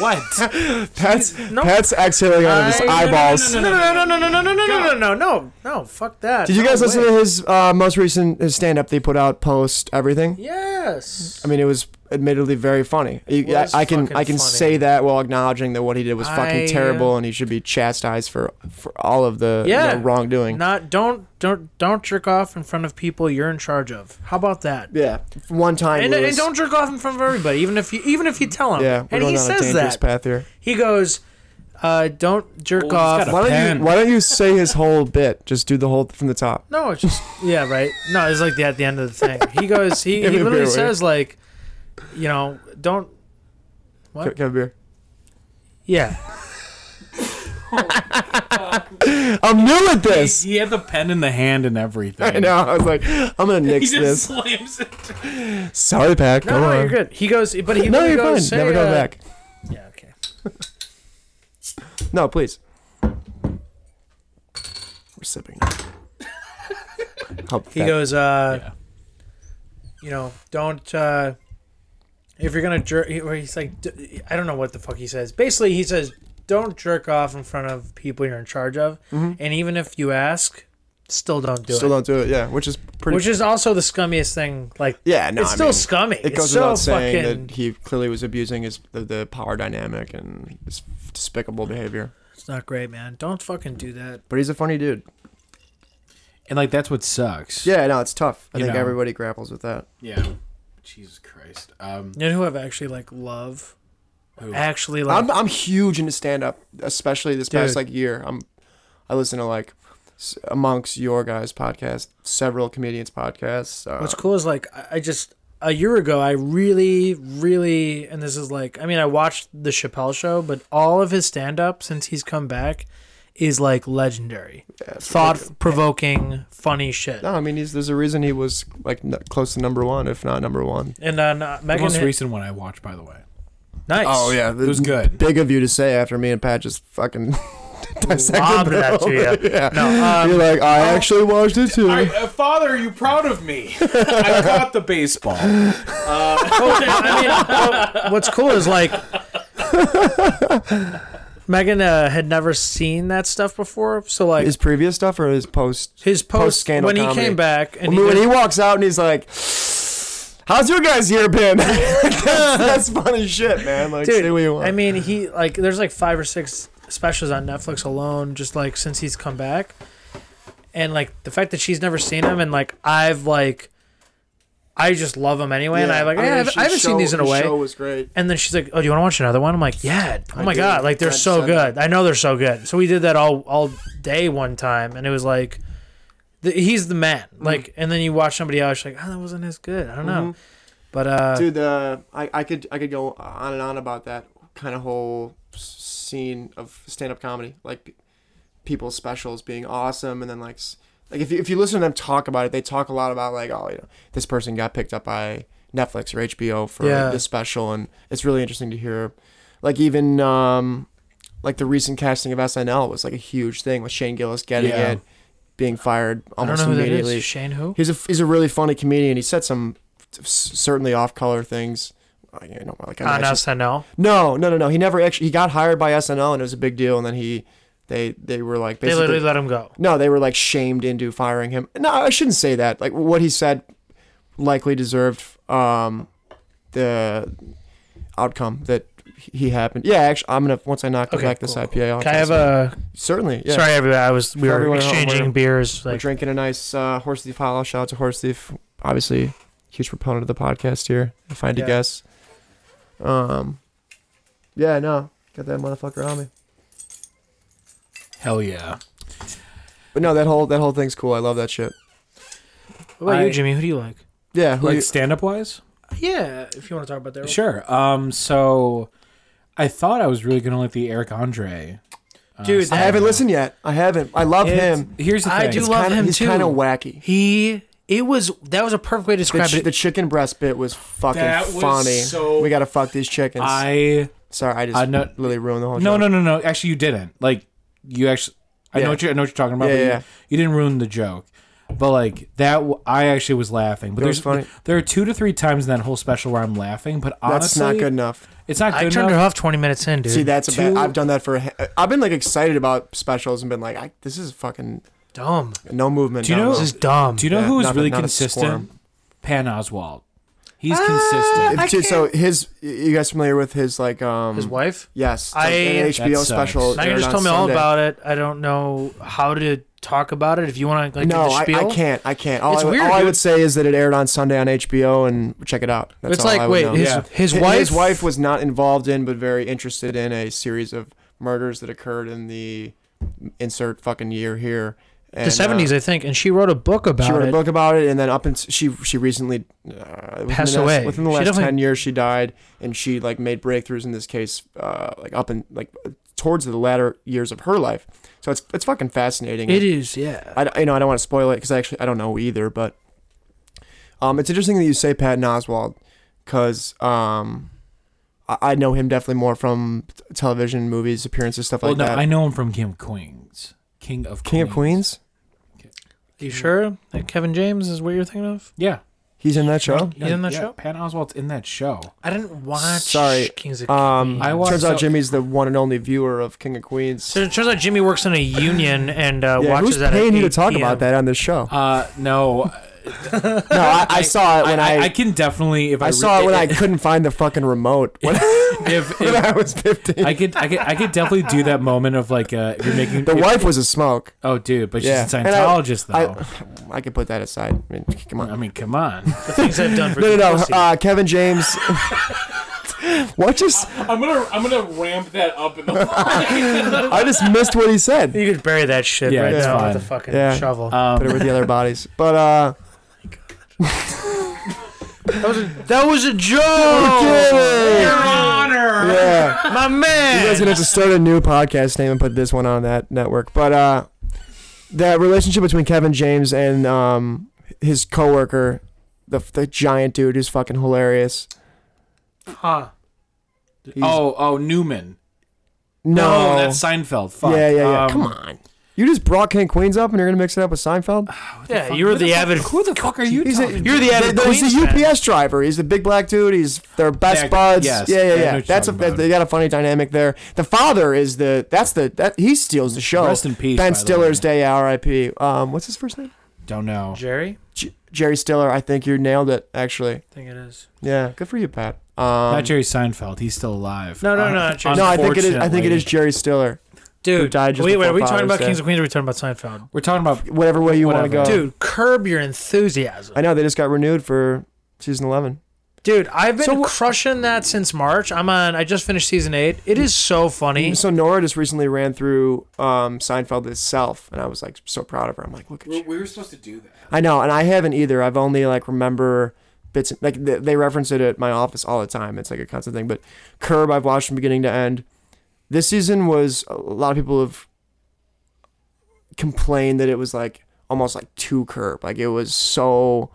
Speaker 3: what?
Speaker 4: Pat's,
Speaker 2: no.
Speaker 4: Pat's exhaling out of his
Speaker 2: I- no, no, no,
Speaker 4: eyeballs.
Speaker 2: No, no, no, no, no, no, no, no, no, no, no, no, fuck that.
Speaker 4: Did you
Speaker 2: No
Speaker 4: guys listen
Speaker 2: way.
Speaker 4: to his uh, most recent his stand up they put out post everything?
Speaker 2: Yes.
Speaker 4: I mean, it was admittedly very funny. You- I,
Speaker 2: was
Speaker 4: I can
Speaker 2: fucking
Speaker 4: I can
Speaker 2: funny.
Speaker 4: say that while acknowledging that what he did was fucking
Speaker 2: I- uh,
Speaker 4: terrible and he should be chastised for for all of the you know,
Speaker 2: Yeah.
Speaker 4: wrongdoing.
Speaker 2: Not don't don't don't jerk off in front of people you're in charge of. How about that?
Speaker 4: yeah, one time.
Speaker 2: And, and
Speaker 4: Lewis-
Speaker 2: don't jerk off in front of everybody, even if you even if you tell him.
Speaker 4: Yeah, we're
Speaker 2: and
Speaker 4: going
Speaker 2: he
Speaker 4: down a
Speaker 2: says
Speaker 4: dangerous
Speaker 2: that.
Speaker 4: path here.
Speaker 2: He goes, uh, "Don't jerk
Speaker 3: Well, he's
Speaker 2: off."
Speaker 3: got A
Speaker 4: Why don't
Speaker 3: pen.
Speaker 4: you Why don't you say his whole bit? Just do the whole from the top.
Speaker 2: No, it's just yeah, right. No, it's like the, at the end of the thing. He goes, he, he
Speaker 4: Give me a
Speaker 2: literally
Speaker 4: beer, will you?
Speaker 2: says like, you know, don't. What?
Speaker 4: Can- can I have a beer?
Speaker 2: Yeah,
Speaker 4: I'm new at this.
Speaker 3: He had the pen in the hand and everything.
Speaker 4: I know. I was like, I'm gonna
Speaker 3: He
Speaker 4: nix
Speaker 3: just
Speaker 4: this.
Speaker 3: slams it.
Speaker 4: Sorry, Pat.
Speaker 2: no,
Speaker 4: go
Speaker 2: no,
Speaker 4: on.
Speaker 2: you're good. He goes, but he
Speaker 4: No,
Speaker 2: literally
Speaker 4: you're fine.
Speaker 2: goes, say,
Speaker 4: Never go
Speaker 2: uh,
Speaker 4: back.
Speaker 2: Yeah, okay.
Speaker 4: No, please. We're sipping. Help
Speaker 2: He
Speaker 4: that-
Speaker 2: goes, uh, you know, don't. Uh, if you're gonna jerk, he- or he's like, d- I don't know what the fuck he says. Basically, he says, don't jerk off in front of people you're in charge of, and even if you ask, still don't do
Speaker 4: Mm-hmm. Still
Speaker 2: it.
Speaker 4: don't do it. Yeah, which is pretty.
Speaker 2: Which is also the scummiest thing. Like,
Speaker 4: yeah, no,
Speaker 2: it's
Speaker 4: I
Speaker 2: still
Speaker 4: mean,
Speaker 2: scummy.
Speaker 4: It goes
Speaker 2: it's so
Speaker 4: without saying
Speaker 2: fucking.
Speaker 4: that he clearly was abusing his the, the power dynamic and his despicable behavior.
Speaker 2: It's not great, man. Don't fucking do that.
Speaker 4: But he's a funny dude.
Speaker 3: And like that's what sucks.
Speaker 4: Yeah, no, it's tough. I
Speaker 3: You
Speaker 4: think
Speaker 3: know.
Speaker 4: everybody grapples with that.
Speaker 3: Yeah. Jesus Christ. Um.
Speaker 2: You know who I've actually like love?
Speaker 3: Who?
Speaker 2: Actually, like
Speaker 4: I'm I'm huge into stand up, especially this past
Speaker 2: Dude.
Speaker 4: like year. I'm I listen to like s- amongst your guys' podcast, several comedians' podcasts. Uh,
Speaker 2: What's cool is like I- I just a year ago I really, really, and this is like I mean I watched the Chappelle show, but all of his stand up since he's come back is like legendary,
Speaker 4: it's
Speaker 2: thought provoking, funny shit.
Speaker 4: No, I mean he's there's a reason he was like n- close to number one, if not number one.
Speaker 2: And then uh,
Speaker 3: The
Speaker 2: Megan,
Speaker 3: most
Speaker 2: hit-
Speaker 3: recent Oh, one I watched, by the way.
Speaker 2: nice.
Speaker 4: yeah,
Speaker 3: It was good.
Speaker 4: Big of you to say after me and Pat just fucking
Speaker 2: Lobbed
Speaker 4: dissected
Speaker 2: that to you.
Speaker 4: Yeah.
Speaker 2: No, um,
Speaker 4: You're like, I actually watched it too.
Speaker 3: uh, Father, are you proud of me? I caught the baseball.
Speaker 2: Well, I mean, well, what's cool is like Megan uh, had never seen that stuff before, so like
Speaker 4: his previous stuff or his post?
Speaker 2: his post
Speaker 4: post-scandal
Speaker 2: when he
Speaker 4: comedy.
Speaker 2: came back
Speaker 4: I
Speaker 2: and
Speaker 4: mean,
Speaker 2: he
Speaker 4: when
Speaker 2: was-
Speaker 4: he walks out and he's like, "How's your guys' year been?" that's, that's funny shit, man. Like,
Speaker 2: dude,
Speaker 4: say what you want.
Speaker 2: I mean, he like there's like five or six specials on Netflix alone, just like since he's come back, and like the fact that she's never seen him, and like I've like, I just love him anyway, and I like yeah, I, haven't- I haven't seen these in a way.
Speaker 4: was great.
Speaker 2: And then she's like, "Oh, do you want to watch another one?" I'm like, "Yeah." Oh my
Speaker 4: do.
Speaker 2: god, like they're
Speaker 4: God
Speaker 2: so
Speaker 4: send it.
Speaker 2: good. I know they're so good. So we did that all all day one time, and it was like, the, he's the man.
Speaker 4: Mm-hmm.
Speaker 2: Like, and then you watch somebody else, you're like, "Oh, that wasn't as good." I don't know, but uh,
Speaker 4: Dude, the I, I could I could go on and on about that kind of whole s- scene of stand up comedy, like p- people's specials being awesome, and then like s- like if you, if you listen to them talk about it, they talk a lot about like oh you know this person got picked up by Netflix or HBO for
Speaker 2: Yeah.
Speaker 4: this special, and it's really interesting to hear, like even um like the recent casting of SNL was like a huge thing with Shane Gillis getting
Speaker 3: Yeah.
Speaker 4: it, being fired
Speaker 2: I don't
Speaker 4: almost
Speaker 2: know who that
Speaker 4: immediately
Speaker 2: is. Shane who?
Speaker 4: he's a he's a really funny comedian. He said some s- certainly off color things. I you know, like I
Speaker 2: On
Speaker 4: imagine-
Speaker 2: SNL.
Speaker 4: no, no, no, no. He never actually he got hired by SNL and it was a big deal. And then he they they were like
Speaker 2: They
Speaker 4: basically
Speaker 2: literally let him go.
Speaker 4: no, they were like shamed into firing him. No, I shouldn't say that. Like what he said likely deserved um the outcome that he happened. Yeah, actually, I'm gonna once I knock
Speaker 2: Okay,
Speaker 4: back this
Speaker 2: cool,
Speaker 4: IPA. I'll
Speaker 2: Can I
Speaker 4: test
Speaker 2: have a?
Speaker 4: it. certainly? Yeah.
Speaker 2: Sorry, everybody. I was we
Speaker 4: For
Speaker 2: were
Speaker 4: everyone at home,
Speaker 2: exchanging
Speaker 4: we're-
Speaker 2: beers.
Speaker 4: We're
Speaker 2: Like,
Speaker 4: drinking a nice uh, horse thief hollow. Shout out to horse thief. Obviously, huge proponent of the podcast here. If I had
Speaker 2: Yeah.
Speaker 4: to guess, um, yeah, no, got that motherfucker on me.
Speaker 3: Hell yeah.
Speaker 4: But no, that whole that whole thing's cool. I love that shit.
Speaker 2: what about
Speaker 3: I-
Speaker 2: you, Jimmy? Who do you like?
Speaker 4: Yeah, who
Speaker 3: Like
Speaker 4: you-
Speaker 3: stand up wise?
Speaker 2: Yeah, if you want to talk about that.
Speaker 3: Sure. Um. So, I thought I was really gonna like the Eric Andre. uh,
Speaker 2: Dude,
Speaker 4: I
Speaker 3: stand-up.
Speaker 4: haven't listened yet. I haven't. I love
Speaker 3: It's-
Speaker 4: him.
Speaker 3: Here's the
Speaker 2: I
Speaker 3: thing.
Speaker 2: do
Speaker 4: It's
Speaker 2: love
Speaker 4: kinda,
Speaker 2: him
Speaker 4: he's
Speaker 2: too.
Speaker 4: kind of wacky.
Speaker 2: He. It was that was a perfect way to
Speaker 4: The,
Speaker 2: describe
Speaker 4: ch-
Speaker 2: it.
Speaker 4: the chicken breast bit was fucking
Speaker 3: That was
Speaker 4: funny.
Speaker 3: so-
Speaker 4: we gotta fuck these chickens.
Speaker 3: I
Speaker 4: Sorry, I just
Speaker 3: I know-
Speaker 4: literally ruined the whole.
Speaker 3: no
Speaker 4: joke.
Speaker 3: no no no. Actually, you didn't. Like you actually. I
Speaker 4: Yeah.
Speaker 3: know what you. I know what you're talking about.
Speaker 4: Yeah,
Speaker 3: but
Speaker 4: yeah,
Speaker 3: you-
Speaker 4: yeah.
Speaker 3: You, didn't ruin the joke.
Speaker 7: But like that, w- I actually was laughing. But
Speaker 4: That was
Speaker 7: there's
Speaker 4: funny.
Speaker 7: there are two to three times in that whole special where I'm laughing. But honestly,
Speaker 4: That's not good enough.
Speaker 7: It's not
Speaker 2: I
Speaker 7: good
Speaker 2: turned
Speaker 7: enough.
Speaker 2: it off 20 minutes in, dude.
Speaker 4: See, that's a bad.
Speaker 7: two-
Speaker 4: I've done that for. a ha- I've been like excited about specials and been like, I, this is fucking
Speaker 2: dumb.
Speaker 4: no movement.
Speaker 7: Do you
Speaker 4: no
Speaker 7: know-
Speaker 4: movement.
Speaker 2: This is dumb.
Speaker 7: Do you know
Speaker 4: Yeah,
Speaker 7: who's
Speaker 4: not a-
Speaker 7: really
Speaker 4: not a
Speaker 7: consistent?
Speaker 4: squirm.
Speaker 7: Pan Oswald. He's consistent.
Speaker 4: If- so his, you guys familiar with his like um
Speaker 2: His wife?
Speaker 4: Yes, it's
Speaker 2: I-
Speaker 4: an HBO
Speaker 7: That sucks.
Speaker 4: special.
Speaker 2: Now you
Speaker 4: aired
Speaker 2: just
Speaker 4: on
Speaker 2: told me all
Speaker 4: Sunday.
Speaker 2: about it. I don't know how to talk about it. If you want to, like,
Speaker 4: no,
Speaker 2: do the
Speaker 4: I,
Speaker 2: spiel.
Speaker 4: I can't. I can't. All,
Speaker 2: It's
Speaker 4: I, would-
Speaker 2: weird,
Speaker 4: all I
Speaker 2: dude.
Speaker 4: would say is that it aired on Sunday on HBO and check it out. That's
Speaker 2: It's
Speaker 4: all
Speaker 2: like,
Speaker 4: I would
Speaker 2: wait,
Speaker 4: know.
Speaker 2: his,
Speaker 7: Yeah.
Speaker 2: his
Speaker 4: Hi-
Speaker 2: wife?
Speaker 4: His wife was not involved in, but very interested in a series of murders that occurred in the insert fucking year here. And,
Speaker 2: the 70s, I think. And she wrote a book
Speaker 4: Uh,
Speaker 2: about
Speaker 4: she wrote
Speaker 2: it.
Speaker 4: a book about it, and then up until she she recently
Speaker 2: Passed
Speaker 4: uh, within the last-
Speaker 2: away.
Speaker 4: within the
Speaker 2: She
Speaker 4: last
Speaker 2: definitely-
Speaker 4: ten years. She died, and she like made breakthroughs in this case, uh, like up and like towards the latter years of her life. So it's it's fucking fascinating.
Speaker 2: It is, yeah.
Speaker 4: I, you know, I don't want to spoil it because I actually I don't know either, but um, it's interesting that you say Patton Oswald because um, I, I know him definitely more from t- television, movies, appearances, stuff
Speaker 7: well,
Speaker 4: like
Speaker 7: no,
Speaker 4: that.
Speaker 7: I know him from King of Queens. King of
Speaker 4: King
Speaker 7: Queens.
Speaker 4: of Queens,
Speaker 2: you
Speaker 4: Mm-hmm.
Speaker 2: sure that Kevin James is what you're thinking of?
Speaker 7: Yeah.
Speaker 4: he's in that show.
Speaker 2: He's in that
Speaker 7: Yeah,
Speaker 2: show?
Speaker 7: Patton Oswald's in that show.
Speaker 2: I didn't watch
Speaker 4: Sorry,
Speaker 2: Kings of
Speaker 4: Um,
Speaker 7: I watched-
Speaker 4: turns out
Speaker 7: so-
Speaker 4: Jimmy's the one and only viewer of King of Queens.
Speaker 2: So it turns out Jimmy works in a union and uh,
Speaker 4: Yeah,
Speaker 2: watches
Speaker 4: who's
Speaker 2: that.
Speaker 4: paying
Speaker 2: at
Speaker 4: you to
Speaker 2: 8
Speaker 4: talk
Speaker 2: PM.
Speaker 4: about that on this show?
Speaker 7: Uh, no,
Speaker 4: No, I, I saw it when I.
Speaker 7: I,
Speaker 4: I,
Speaker 7: I can definitely if I,
Speaker 4: saw it
Speaker 7: re-
Speaker 4: when I couldn't find the fucking remote when,
Speaker 7: if,
Speaker 4: when
Speaker 7: if
Speaker 4: I was 15.
Speaker 7: I could I could I could definitely do that moment of like uh, if you're making
Speaker 4: the
Speaker 7: if-
Speaker 4: wife was a smoke.
Speaker 7: Oh, dude, but she's
Speaker 4: Yeah.
Speaker 7: a
Speaker 4: And I-
Speaker 7: Scientologist
Speaker 4: I,
Speaker 7: though.
Speaker 4: I could put that aside. I mean, come on.
Speaker 7: I, mean, come on.
Speaker 2: The things I've done for
Speaker 4: No, no, no.
Speaker 2: Casey.
Speaker 4: Uh, Kevin James. what just?
Speaker 7: I'm gonna I'm gonna ramp that up in the.
Speaker 4: I just missed what he said.
Speaker 2: you could bury that shit
Speaker 7: Yeah,
Speaker 2: right
Speaker 7: it's
Speaker 2: now
Speaker 7: fine.
Speaker 2: with a fucking
Speaker 4: Yeah. Uh,
Speaker 2: shovel.
Speaker 4: Put
Speaker 7: Um,
Speaker 4: it with the other bodies. But uh,
Speaker 2: that was a joke,
Speaker 4: kidding.
Speaker 2: Your Honor,
Speaker 4: yeah,
Speaker 2: my
Speaker 4: you
Speaker 2: man.
Speaker 4: guys are gonna have to start a new podcast name and put this one on that network. But uh, that relationship between Kevin James and um his coworker, the the giant dude who's fucking hilarious.
Speaker 2: huh.
Speaker 4: He's-
Speaker 7: oh, oh, Newman. Oh,
Speaker 4: no,
Speaker 7: that's Seinfeld. Fuck.
Speaker 4: yeah, yeah, yeah.
Speaker 7: Um,
Speaker 4: Come on, you just brought King of Queens up and you're gonna mix it up with Seinfeld?
Speaker 2: Yeah, you were the, avid.
Speaker 7: Who the fuck are you?
Speaker 4: He's a,
Speaker 7: talking
Speaker 2: You're the avid
Speaker 4: Th- He's
Speaker 2: Queens
Speaker 4: a
Speaker 2: fan.
Speaker 4: UPS driver. He's the big black dude. He's their best
Speaker 7: Yeah,
Speaker 4: buds.
Speaker 7: yes.
Speaker 4: yeah, yeah,
Speaker 7: I know
Speaker 4: yeah.
Speaker 7: what you're
Speaker 4: That's a,
Speaker 7: talking
Speaker 4: that,
Speaker 7: about.
Speaker 4: they got a funny dynamic there. The father is the that's the that he steals the show.
Speaker 7: Rest in peace, by
Speaker 4: Ben
Speaker 7: the
Speaker 4: Stiller's
Speaker 7: way.
Speaker 4: day. R.I.P. Um, what's his first name?
Speaker 7: Don't know.
Speaker 2: Jerry,
Speaker 4: J- Jerry Stiller. I think you nailed it. Actually,
Speaker 2: I think it is.
Speaker 4: yeah. Good for you, Pat. Um,
Speaker 7: not Jerry Seinfeld. He's still alive.
Speaker 2: No, no, no,
Speaker 7: Un-
Speaker 2: not Jerry.
Speaker 4: no, I think it is. I think it is Jerry Stiller.
Speaker 2: Dude,
Speaker 4: died just
Speaker 2: wait, wait.
Speaker 4: before
Speaker 2: Are we talking
Speaker 4: Father's
Speaker 2: about
Speaker 4: Day. Oh.
Speaker 2: Kings of Queens? Or are we talking about Seinfeld?
Speaker 7: We're talking about.
Speaker 4: Whatever way you want to go.
Speaker 7: Whatever.
Speaker 2: Dude, curb your enthusiasm.
Speaker 4: I know they just got renewed for season eleven.
Speaker 2: Dude, I've been
Speaker 4: So wh-
Speaker 2: crushing that since March. I'm on. I just finished season eight. It is so funny.
Speaker 4: So Nora just recently ran through um, Seinfeld itself, and I was like so proud of her. I'm like, look at you.
Speaker 7: We were supposed to do that.
Speaker 4: I know, and I haven't either. I've only like remember bits. Like th- they reference it at my office all the time. It's like a constant thing. But Curb, I've watched from beginning to end. This season was a lot of people have complained that it was like almost like too Curb. Like it was so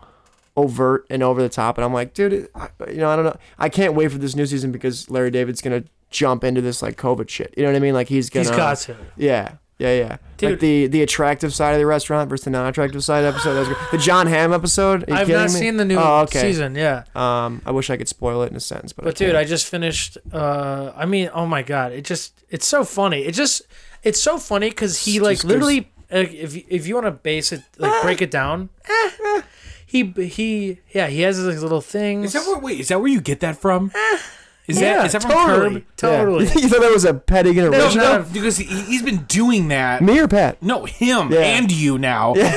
Speaker 4: overt and over the top. And I'm like, dude, it- I, you know, I don't know. I can't wait for this new season because Larry David's gonna jump into this like COVID shit. You know what I mean? Like he's gonna.
Speaker 2: He's got to.
Speaker 4: Yeah. Yeah, yeah.
Speaker 2: Dude.
Speaker 4: Like the the attractive side of the restaurant versus the non-attractive side episode. That was great. The John Hamm episode. Are you
Speaker 2: I've
Speaker 4: kidding
Speaker 2: not
Speaker 4: me?
Speaker 2: seen the new
Speaker 4: Oh, okay.
Speaker 2: season. Yeah,
Speaker 4: Um, I wish I could spoil it in a sentence, but,
Speaker 2: but dude, I just finished. uh I mean, oh my god, it just it's so funny. It just it's so funny because he like
Speaker 4: just Ah. gives-
Speaker 2: literally. Like, if you- if you want to base it, like break it down.
Speaker 4: Ah,
Speaker 2: he he yeah he has his little
Speaker 7: Is
Speaker 2: things.
Speaker 7: that where? Wait, is that where you get that from?
Speaker 4: Eh,
Speaker 7: Is that is that from
Speaker 2: totally
Speaker 7: Curb?
Speaker 2: totally.
Speaker 4: you thought that was a petty original?
Speaker 2: not
Speaker 7: No, no, because he, he's been doing that.
Speaker 4: Me or Pat?
Speaker 7: No, him
Speaker 4: Yeah.
Speaker 7: and you now, but,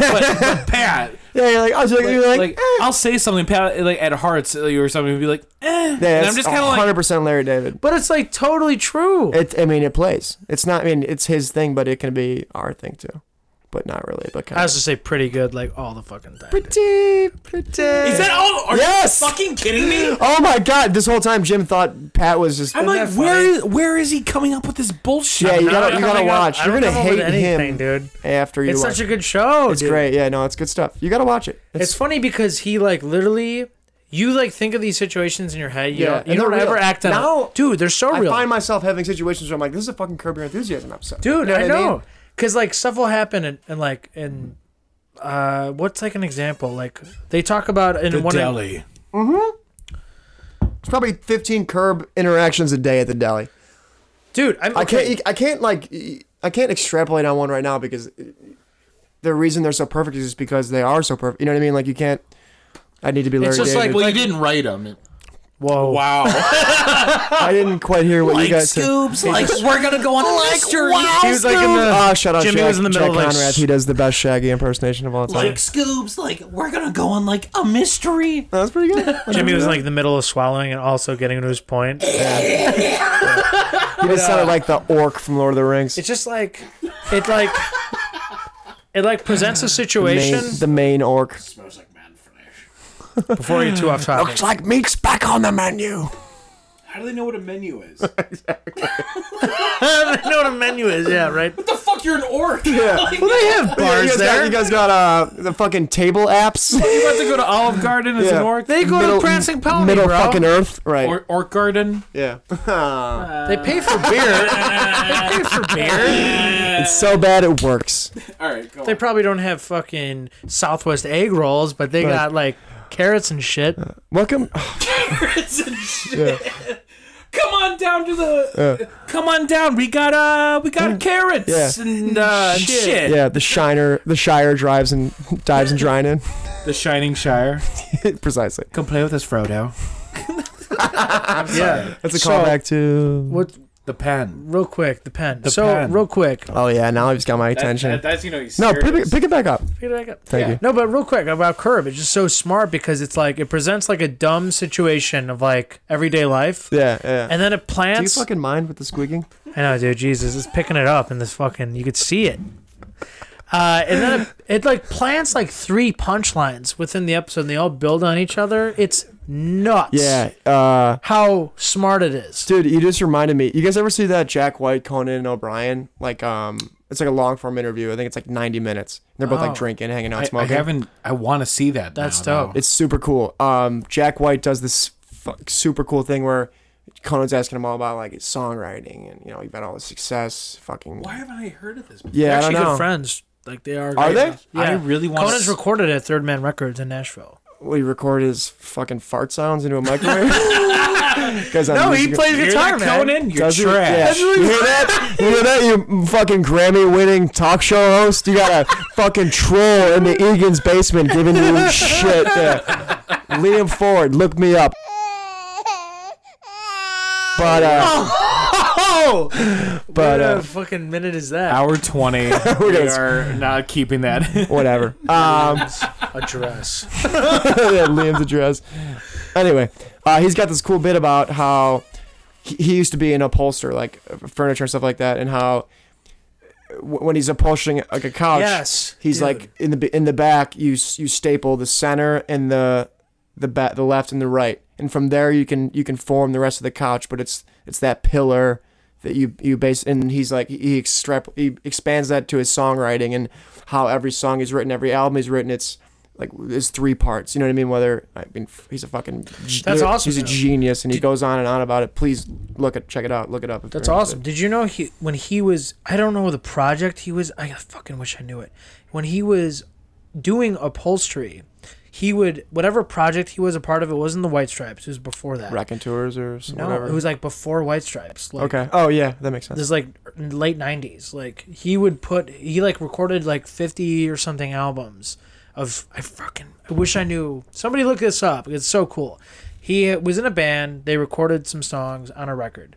Speaker 7: but Pat.
Speaker 4: Yeah, you're like I was like, you're like, eh.
Speaker 7: Like, I'll say something, Pat, like at hearts uh, or something, and be like, eh. and
Speaker 4: that's
Speaker 7: I'm just kind of like,
Speaker 4: 100 percent Larry David.
Speaker 2: But it's like totally true.
Speaker 4: It, I mean, it plays. It's not. I mean, it's his thing, but it can be our thing too. But not really. But
Speaker 2: I
Speaker 4: kind
Speaker 2: was
Speaker 4: of.
Speaker 2: to say pretty good like all the fucking time.
Speaker 4: Pretty, pretty.
Speaker 7: is that all? Are
Speaker 4: Yes!
Speaker 7: you fucking kidding me?
Speaker 4: Oh my God! This whole time, Jim thought Pat was just.
Speaker 7: I'm like, where is where is he coming up with this bullshit?
Speaker 4: Yeah, you
Speaker 2: I'm
Speaker 4: gotta-
Speaker 2: not
Speaker 4: you gotta
Speaker 2: coming up-
Speaker 4: watch.
Speaker 2: I
Speaker 4: You're
Speaker 2: don't
Speaker 4: gonna
Speaker 2: come up with
Speaker 4: hate him.
Speaker 2: anything, dude.
Speaker 4: after you.
Speaker 2: It's
Speaker 4: watch.
Speaker 2: such a good show.
Speaker 4: It's
Speaker 2: dude.
Speaker 4: great. Yeah, no, it's good stuff. You gotta watch it.
Speaker 2: It's, funny because he like literally, you like think of these situations in your head. You
Speaker 4: Yeah,
Speaker 2: don't, you
Speaker 4: and
Speaker 2: don't
Speaker 4: they're
Speaker 2: ever
Speaker 4: real.
Speaker 2: act on.
Speaker 4: Now-
Speaker 2: it. dude, they're so
Speaker 4: I
Speaker 2: real.
Speaker 4: find myself having situations where I'm like, this is a fucking Curb Your Enthusiasm episode.
Speaker 2: dude,
Speaker 4: You
Speaker 2: I
Speaker 4: what mean?
Speaker 2: know because like stuff will happen and, and like and uh, what's like an example? Like they talk about in one of-
Speaker 4: It's probably 15 curb interactions a day at the deli.
Speaker 2: dude. I'm,
Speaker 4: I
Speaker 2: okay.
Speaker 4: can't. I can't like. I can't extrapolate on one right now because the reason they're so perfect is just because they are so perfect. You know what I mean? Like you can't. I need to be Larry
Speaker 2: just
Speaker 4: David.
Speaker 2: like-
Speaker 9: Well, you didn't write them.
Speaker 2: Whoa.
Speaker 3: Wow.
Speaker 4: I didn't quite hear what you guys said.
Speaker 9: Scoops, like we're gonna go on a like, journey.
Speaker 4: He was like in the. Oh, shut up,
Speaker 5: Jimmy
Speaker 4: Jack,
Speaker 5: was in the
Speaker 4: Jack
Speaker 5: middle of a-
Speaker 4: Conrad. He does the best Shaggy impersonation of all time.
Speaker 9: Like Scoops, like we're gonna go on like a mystery.
Speaker 4: That's pretty good.
Speaker 2: Jimmy was in, like in the middle of swallowing and also getting to his point.
Speaker 4: He just sounded like the orc from Lord of the Rings.
Speaker 2: It's just like it like it like presents a
Speaker 4: main,
Speaker 2: situation
Speaker 4: the main orc.
Speaker 2: before you get too off topic.
Speaker 4: like meat's back on the menu.
Speaker 6: How do they know what a menu is?
Speaker 2: I know what a menu is, yeah, right?
Speaker 6: the fuck? You're an orc.
Speaker 4: Yeah.
Speaker 2: Well, they have
Speaker 4: you,
Speaker 2: bars
Speaker 4: guys got,
Speaker 2: there.
Speaker 4: you guys got uh the fucking table apps.
Speaker 3: You want to go to Olive Garden as
Speaker 4: Yeah.
Speaker 3: an orc?
Speaker 2: They go
Speaker 4: Middle-
Speaker 2: to Prancing Pony,
Speaker 4: Middle
Speaker 2: bro.
Speaker 4: fucking Earth, right?
Speaker 3: Or, orc Garden?
Speaker 4: yeah.
Speaker 2: They pay for beer. they pay for beer.
Speaker 4: it's so bad it works.
Speaker 6: All right, go.
Speaker 2: They probably don't have fucking Southwest egg rolls, but they got like carrots and shit.
Speaker 4: Welcome.
Speaker 3: Come on down to the. Come on down. We got uh, we got carrots
Speaker 4: Yeah.
Speaker 3: and uh, shit.
Speaker 4: Yeah, the Shiner, the Shire drives and dives and drying in.
Speaker 3: The Shining Shire.
Speaker 4: Precisely.
Speaker 3: Come play with us, Frodo.
Speaker 2: Yeah.
Speaker 4: That's a
Speaker 2: So-
Speaker 4: callback to.
Speaker 2: What?
Speaker 3: The pen.
Speaker 2: Real quick, the pen. so
Speaker 3: pen.
Speaker 2: real quick,
Speaker 4: Oh yeah, now he's got my attention.
Speaker 6: that's you know.
Speaker 4: no, pick it, pick it back up.
Speaker 2: Pick it back up.
Speaker 4: Thank you.
Speaker 2: No, but real quick about Curb, it's just so smart because it's like it presents like a dumb situation of like everyday life,
Speaker 4: Yeah, yeah.
Speaker 2: and then it
Speaker 4: Do you
Speaker 2: plants.
Speaker 4: fucking mind with the squeaking?
Speaker 2: I know, dude. Jesus, it's picking it up in this fucking. You could see it. Uh, and then it, it like plants like three punchlines within the episode, and they all build on each other. It's nuts.
Speaker 4: Yeah. Uh,
Speaker 2: How smart it is.
Speaker 4: dude, you just reminded me. You guys ever see that Jack White, Conan and O'Brien? Like, um, it's like a long form interview. I think it's like 90 minutes. They're both
Speaker 2: Oh.
Speaker 4: like drinking, hanging out,
Speaker 3: I, I
Speaker 4: smoking.
Speaker 3: haven't. I want to see that.
Speaker 2: That's
Speaker 3: now,
Speaker 2: dope.
Speaker 3: though.
Speaker 4: It's super cool. Um, Jack White does this fu- super cool thing where Conan's asking him all about like his songwriting and you know you've had all this success, fucking.
Speaker 6: Why haven't I heard of this? Before?
Speaker 4: Yeah,
Speaker 2: They're
Speaker 4: I
Speaker 2: actually
Speaker 4: don't know.
Speaker 2: good friends. Like they are.
Speaker 4: Are
Speaker 2: great
Speaker 4: they?
Speaker 2: friends. Yeah.
Speaker 3: I really want.
Speaker 2: Conan's recorded at Third Man Records in Nashville.
Speaker 4: Will you record his fucking fart sounds into a microwave? Guys, I'm music-
Speaker 3: Hear that, Conan, you're
Speaker 4: Does he?
Speaker 3: trash.
Speaker 4: Yeah. You hear that? You hear that? You fucking Grammy-winning talk show host. You got a fucking troll in the Egan's basement giving you shit. Yeah. Liam Ford, look me up. But uh, but
Speaker 2: What
Speaker 4: uh,
Speaker 2: a fucking minute is that?
Speaker 3: Hour twenty. we
Speaker 4: gonna-
Speaker 3: are not keeping that.
Speaker 4: whatever. Um,
Speaker 2: address.
Speaker 4: yeah, Liam's address. Anyway, uh, he's got this cool bit about how he, he used to be an upholsterer, like uh, furniture and stuff like that, and how w- when he's upholstering like a couch,
Speaker 2: Yes,
Speaker 4: he's
Speaker 2: dude.
Speaker 4: like in the b- in the back, you s- you staple the center and the the back, the left and the right, and from there you can you can form the rest of the couch, but it's it's that pillar that you you base and he's like he extrap he expands that to his songwriting and how every song he's written every album he's written it's like it's three parts you know what i mean whether i mean f- he's a fucking g-
Speaker 2: That's
Speaker 4: lyric-
Speaker 2: awesome,
Speaker 4: he's a
Speaker 2: though.
Speaker 4: genius and he goes on and on about it please look at check it out look it up if
Speaker 2: That's
Speaker 4: you're
Speaker 2: awesome.
Speaker 4: interested.
Speaker 2: Did you know he when he was I don't know the project he was I fucking wish I knew it. When he was doing upholstery, he would whatever project he was a part of, it wasn't the White Stripes, it was before that.
Speaker 4: raconteurs or some-
Speaker 2: No,
Speaker 4: whatever
Speaker 2: it was like before White Stripes. Like,
Speaker 4: okay oh yeah that makes sense
Speaker 2: This is like late '90s. Like he would put, he like recorded like 50 or something albums of. I fucking. I wish I knew. Somebody look this up. It's so cool. He was in a band. They recorded some songs on a record.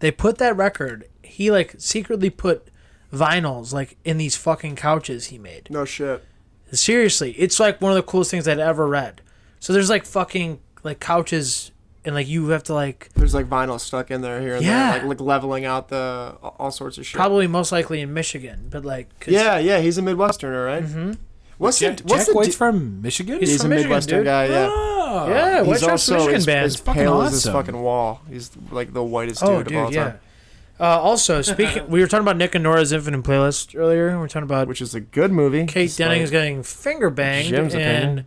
Speaker 2: They put that record. He like secretly put vinyls like in these fucking couches he made.
Speaker 4: no shit
Speaker 2: Seriously, it's like one of the coolest things I'd ever read. So there's like fucking like couches and like you have to like
Speaker 4: there's like vinyl stuck in there here and
Speaker 2: Yeah.
Speaker 4: there like, like leveling out the all sorts of shit
Speaker 2: probably most likely in Michigan, but like 'cause-
Speaker 4: yeah yeah he's a midwesterner right mm-hmm. what's
Speaker 3: Jack,
Speaker 4: the what's
Speaker 3: Jack
Speaker 4: the
Speaker 3: White's
Speaker 4: di-
Speaker 3: from Michigan.
Speaker 2: He's
Speaker 4: he's
Speaker 2: from
Speaker 4: a
Speaker 2: Michigan,
Speaker 4: midwestern
Speaker 2: dude. Ah.
Speaker 4: guy yeah
Speaker 3: Oh.
Speaker 2: Yeah,
Speaker 4: He's
Speaker 2: White Stripes
Speaker 4: also
Speaker 2: Michigan
Speaker 4: as,
Speaker 2: band.
Speaker 4: as
Speaker 3: fucking
Speaker 4: pale as his
Speaker 3: awesome.
Speaker 4: fucking wall. He's like the whitest
Speaker 2: oh,
Speaker 4: dude,
Speaker 2: dude,
Speaker 4: of all
Speaker 2: yeah.
Speaker 4: time,
Speaker 2: Uh, also, speaking, we were talking about Nick and Nora's Infinite Playlist earlier. and We were talking about
Speaker 4: which is a good movie.
Speaker 2: Kate
Speaker 4: It's
Speaker 2: Denning
Speaker 4: like
Speaker 2: is getting finger banged
Speaker 4: Jim's
Speaker 2: in
Speaker 4: opinion.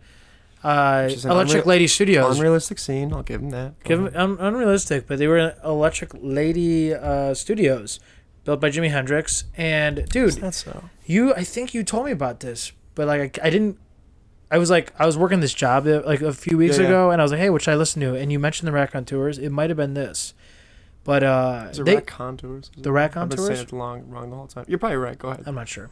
Speaker 2: uh,
Speaker 4: Which is an
Speaker 2: Electric
Speaker 4: unreal-
Speaker 2: Lady Studios.
Speaker 4: unrealistic scene. I'll give him that.
Speaker 2: Give 'em- un- unrealistic, but they were in Electric Lady uh, Studios, built by Jimmy Hendrix. And dude,
Speaker 4: That's so.
Speaker 2: you, I think you told me about this, but like I, I didn't. I was like I was working this job uh, like a few weeks
Speaker 4: Yeah, yeah.
Speaker 2: ago, and I was like, hey, what should I listen to? And you mentioned the Rack on Tours. It might have been this, but uh,
Speaker 4: Is it
Speaker 2: they-
Speaker 4: Rat Contours?
Speaker 2: the Rat
Speaker 4: I've been
Speaker 2: Contours?
Speaker 4: saying it long, wrong the whole time. You're probably right. Go ahead.
Speaker 2: I'm not sure.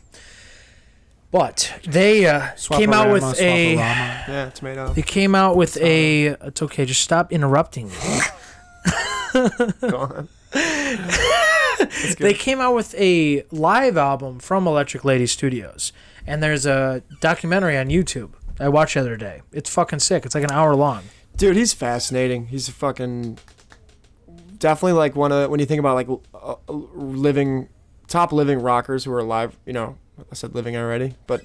Speaker 2: But they uh, came out with
Speaker 1: Swaparama,
Speaker 2: a.
Speaker 1: Swaparama.
Speaker 4: Yeah, tomato.
Speaker 2: They came out with a. It's okay. Just stop interrupting. me.
Speaker 4: Go on.
Speaker 2: They came out with a live album from Electric Lady Studios, and there's a documentary on YouTube I watched the other day. It's fucking sick. It's like an hour long.
Speaker 4: Dude, he's fascinating. He's a fucking definitely like one of when you think about like l- uh, living top living rockers who are alive. You know, I said living already, but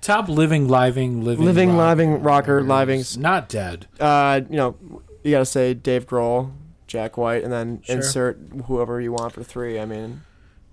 Speaker 7: Top living, living, living,
Speaker 4: living,
Speaker 7: rock-
Speaker 4: living rocker, livings.
Speaker 7: Not dead.
Speaker 4: Uh, you know, you gotta say Dave Grohl, Jack White, and then
Speaker 2: Sure.
Speaker 4: insert whoever you want for three. I mean,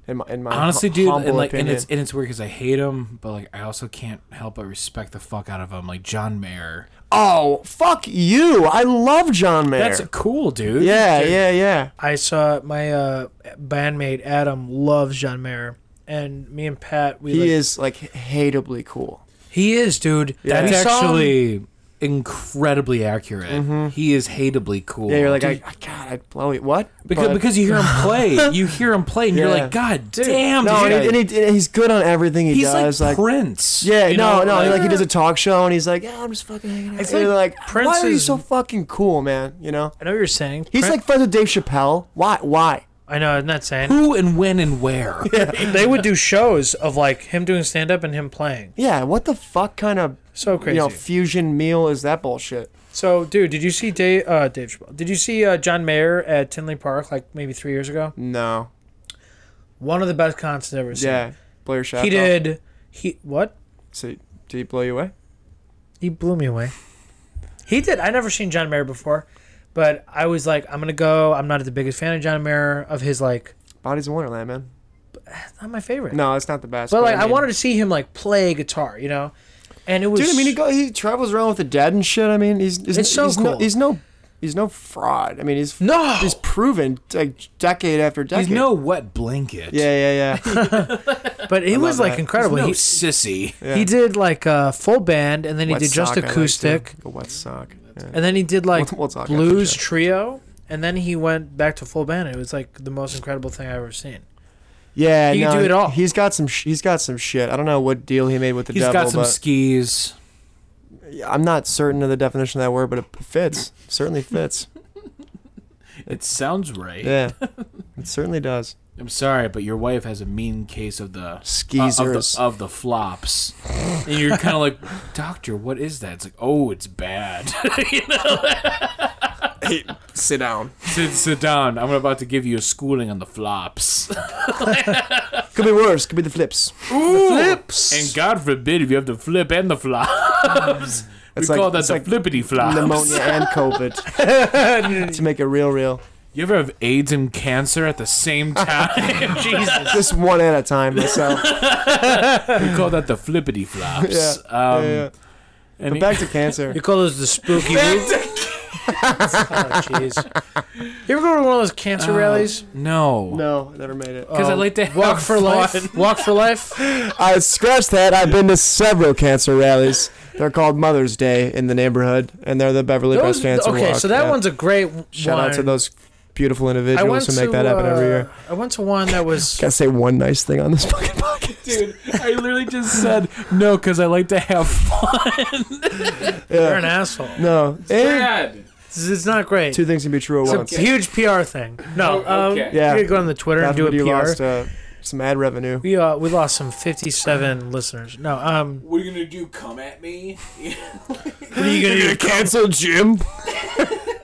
Speaker 4: in my in my
Speaker 7: Honestly,
Speaker 4: hu-
Speaker 7: dude,
Speaker 4: humble
Speaker 7: and like,
Speaker 4: opinion.
Speaker 7: and it's and it's weird because I hate him, but like, I also can't help but respect the fuck out of him. Like John Mayer,
Speaker 4: oh fuck you! I love John Mayer.
Speaker 7: that's cool, dude.
Speaker 4: yeah, yeah, yeah.
Speaker 2: I saw my uh, bandmate Adam loves John Mayer, and me and Pat we
Speaker 4: He
Speaker 2: like,
Speaker 4: is like hateably cool.
Speaker 2: he is dude.
Speaker 7: that's
Speaker 2: We saw him-
Speaker 7: actually incredibly accurate. He is hateably cool.
Speaker 4: Mm-hmm. Yeah, you're like,
Speaker 7: Dude,
Speaker 4: I, I, God, I'd blow it. What?
Speaker 7: because,
Speaker 4: But-
Speaker 7: because you hear him play, you hear him play, and you're
Speaker 4: Yeah.
Speaker 7: like, God damn,
Speaker 4: no,
Speaker 7: dude.
Speaker 4: and, he, and, he, and he's good on everything he
Speaker 7: he's
Speaker 4: does. Like,
Speaker 7: like Prince.
Speaker 4: yeah,
Speaker 7: you
Speaker 4: no,
Speaker 7: know,
Speaker 4: no, like,
Speaker 7: like-
Speaker 4: he does a talk show and he's like, yeah, I'm just fucking hanging out.
Speaker 2: It's
Speaker 4: And you're
Speaker 2: like
Speaker 4: like,
Speaker 2: Prince
Speaker 4: why are you
Speaker 2: is-
Speaker 4: so fucking cool, man? You know,
Speaker 2: I know what you're saying.
Speaker 4: he's like friends with Dave Chappelle. Why? Why?
Speaker 2: I know. I'm not saying
Speaker 7: who and when and where.
Speaker 2: they would do shows of like him doing stand up and him playing.
Speaker 4: Yeah, what the fuck kind of
Speaker 2: So
Speaker 4: you
Speaker 2: crazy.
Speaker 4: know fusion meal is that bullshit?
Speaker 2: So, dude, did you see Dave? Uh, Dave Chappelle. Did you see uh, John Mayer at Tinley Park like maybe three years ago?
Speaker 4: No,
Speaker 2: One of the best concerts I've ever seen.
Speaker 4: yeah, blow your shot.
Speaker 2: he did. He what?
Speaker 4: So, did he blow you away?
Speaker 2: He blew me away. He did. I never seen John Mayer before, but I was like, I'm gonna go. I'm not the biggest fan of John Mayer of his like.
Speaker 4: Bodies in Wonderland, man.
Speaker 2: It's not my favorite.
Speaker 4: No, it's not the best.
Speaker 2: but like, I,
Speaker 4: mean-
Speaker 2: wanted to see him like play guitar, you know. And it was.
Speaker 4: Dude, I mean, he, go, he travels around with the dead and shit. I mean, he's, he's
Speaker 2: It's so
Speaker 4: he's
Speaker 2: cool.
Speaker 4: No, he's no, he's no fraud. I mean, he's
Speaker 2: No!
Speaker 4: he's proven like decade after decade.
Speaker 7: He's no wet blanket.
Speaker 4: yeah, yeah, yeah.
Speaker 2: but it was
Speaker 4: love
Speaker 2: like
Speaker 4: that.
Speaker 2: incredible.
Speaker 7: No
Speaker 2: he,
Speaker 7: sissy.
Speaker 4: Yeah.
Speaker 2: he did like uh, full band, and then he
Speaker 4: Wet
Speaker 2: did just
Speaker 4: sock, I like,
Speaker 2: acoustic,
Speaker 4: too. A wet sock. Yeah.
Speaker 2: and then he did like
Speaker 4: We'll- we'll talk after
Speaker 2: blues
Speaker 4: show.
Speaker 2: trio, and then he went back to full band. It was like the most incredible thing I've ever seen.
Speaker 4: Yeah,
Speaker 2: He
Speaker 4: no,
Speaker 2: can do it all.
Speaker 4: He's got some. Sh- he's got some shit. I don't know what deal he made with the
Speaker 7: He's
Speaker 4: devil,
Speaker 7: got some
Speaker 4: but
Speaker 7: skis.
Speaker 4: I'm not certain of the definition of that word, but it fits. certainly fits.
Speaker 7: It sounds right.
Speaker 4: Yeah, it certainly does.
Speaker 7: I'm sorry, but your wife has a mean case of Uh, the uh, of the,
Speaker 4: Skeezers.
Speaker 7: of the flops, and you're kind of like, doctor, what is that? It's like, oh, it's bad.
Speaker 4: Sit down.
Speaker 7: sit, sit down. I'm about to give you a schooling on the flops.
Speaker 4: Could be worse. Could be the flips.
Speaker 7: Flips. And God forbid if you have to flip and the flops.
Speaker 4: It's
Speaker 7: we
Speaker 4: like-
Speaker 7: call that
Speaker 4: it's
Speaker 7: the
Speaker 4: like
Speaker 7: flippity flops.
Speaker 4: Pneumonia and COVID. to make it real, real.
Speaker 7: You ever have AIDS and cancer at the same time? Jesus.
Speaker 4: Just one at a time myself.
Speaker 7: We call that the flippity flops.
Speaker 4: Yeah.
Speaker 7: Um,
Speaker 4: yeah, yeah.
Speaker 7: and
Speaker 4: But
Speaker 7: he-
Speaker 4: back to cancer.
Speaker 2: You call those the spooky weeks? oh, jeez. You ever go to one of those cancer
Speaker 7: Uh,
Speaker 2: rallies?
Speaker 7: no.
Speaker 4: No, I never made it. Oh.
Speaker 7: Because I
Speaker 2: Um,
Speaker 7: like to
Speaker 2: Walk
Speaker 7: have
Speaker 2: for
Speaker 7: fun.
Speaker 2: life. Walk for life.
Speaker 4: I scratched that. I've been to several cancer rallies. They're called Mother's Day in the neighborhood, and they're the Beverly
Speaker 2: Those-
Speaker 4: Breast Cancer
Speaker 2: okay,
Speaker 4: Walk.
Speaker 2: so that
Speaker 4: yeah.
Speaker 2: one's a great
Speaker 4: Shout
Speaker 2: one.
Speaker 4: out to those beautiful individuals who make that happen every
Speaker 2: uh,
Speaker 4: year.
Speaker 2: I went to one that was.
Speaker 4: Gotta say one nice thing on this fucking podcast.
Speaker 7: Dude, I literally just said no because I like to have fun.
Speaker 2: You're
Speaker 4: Yeah.
Speaker 2: an asshole.
Speaker 4: No, Eh,
Speaker 2: This is- It's not great.
Speaker 4: two things can be true at
Speaker 2: It's a
Speaker 4: once.
Speaker 2: huge PR thing. No,
Speaker 7: Oh, okay.
Speaker 2: um,
Speaker 4: Yeah.
Speaker 2: you could go on the Twitter
Speaker 4: That's
Speaker 2: and
Speaker 4: when
Speaker 2: do a
Speaker 4: you
Speaker 2: PR.
Speaker 4: lost uh, some ad revenue.
Speaker 2: We uh, we lost some 57 listeners. No, um,
Speaker 7: What are you gonna do? Come at me?
Speaker 2: what are you gonna do?
Speaker 4: Cancel Jim.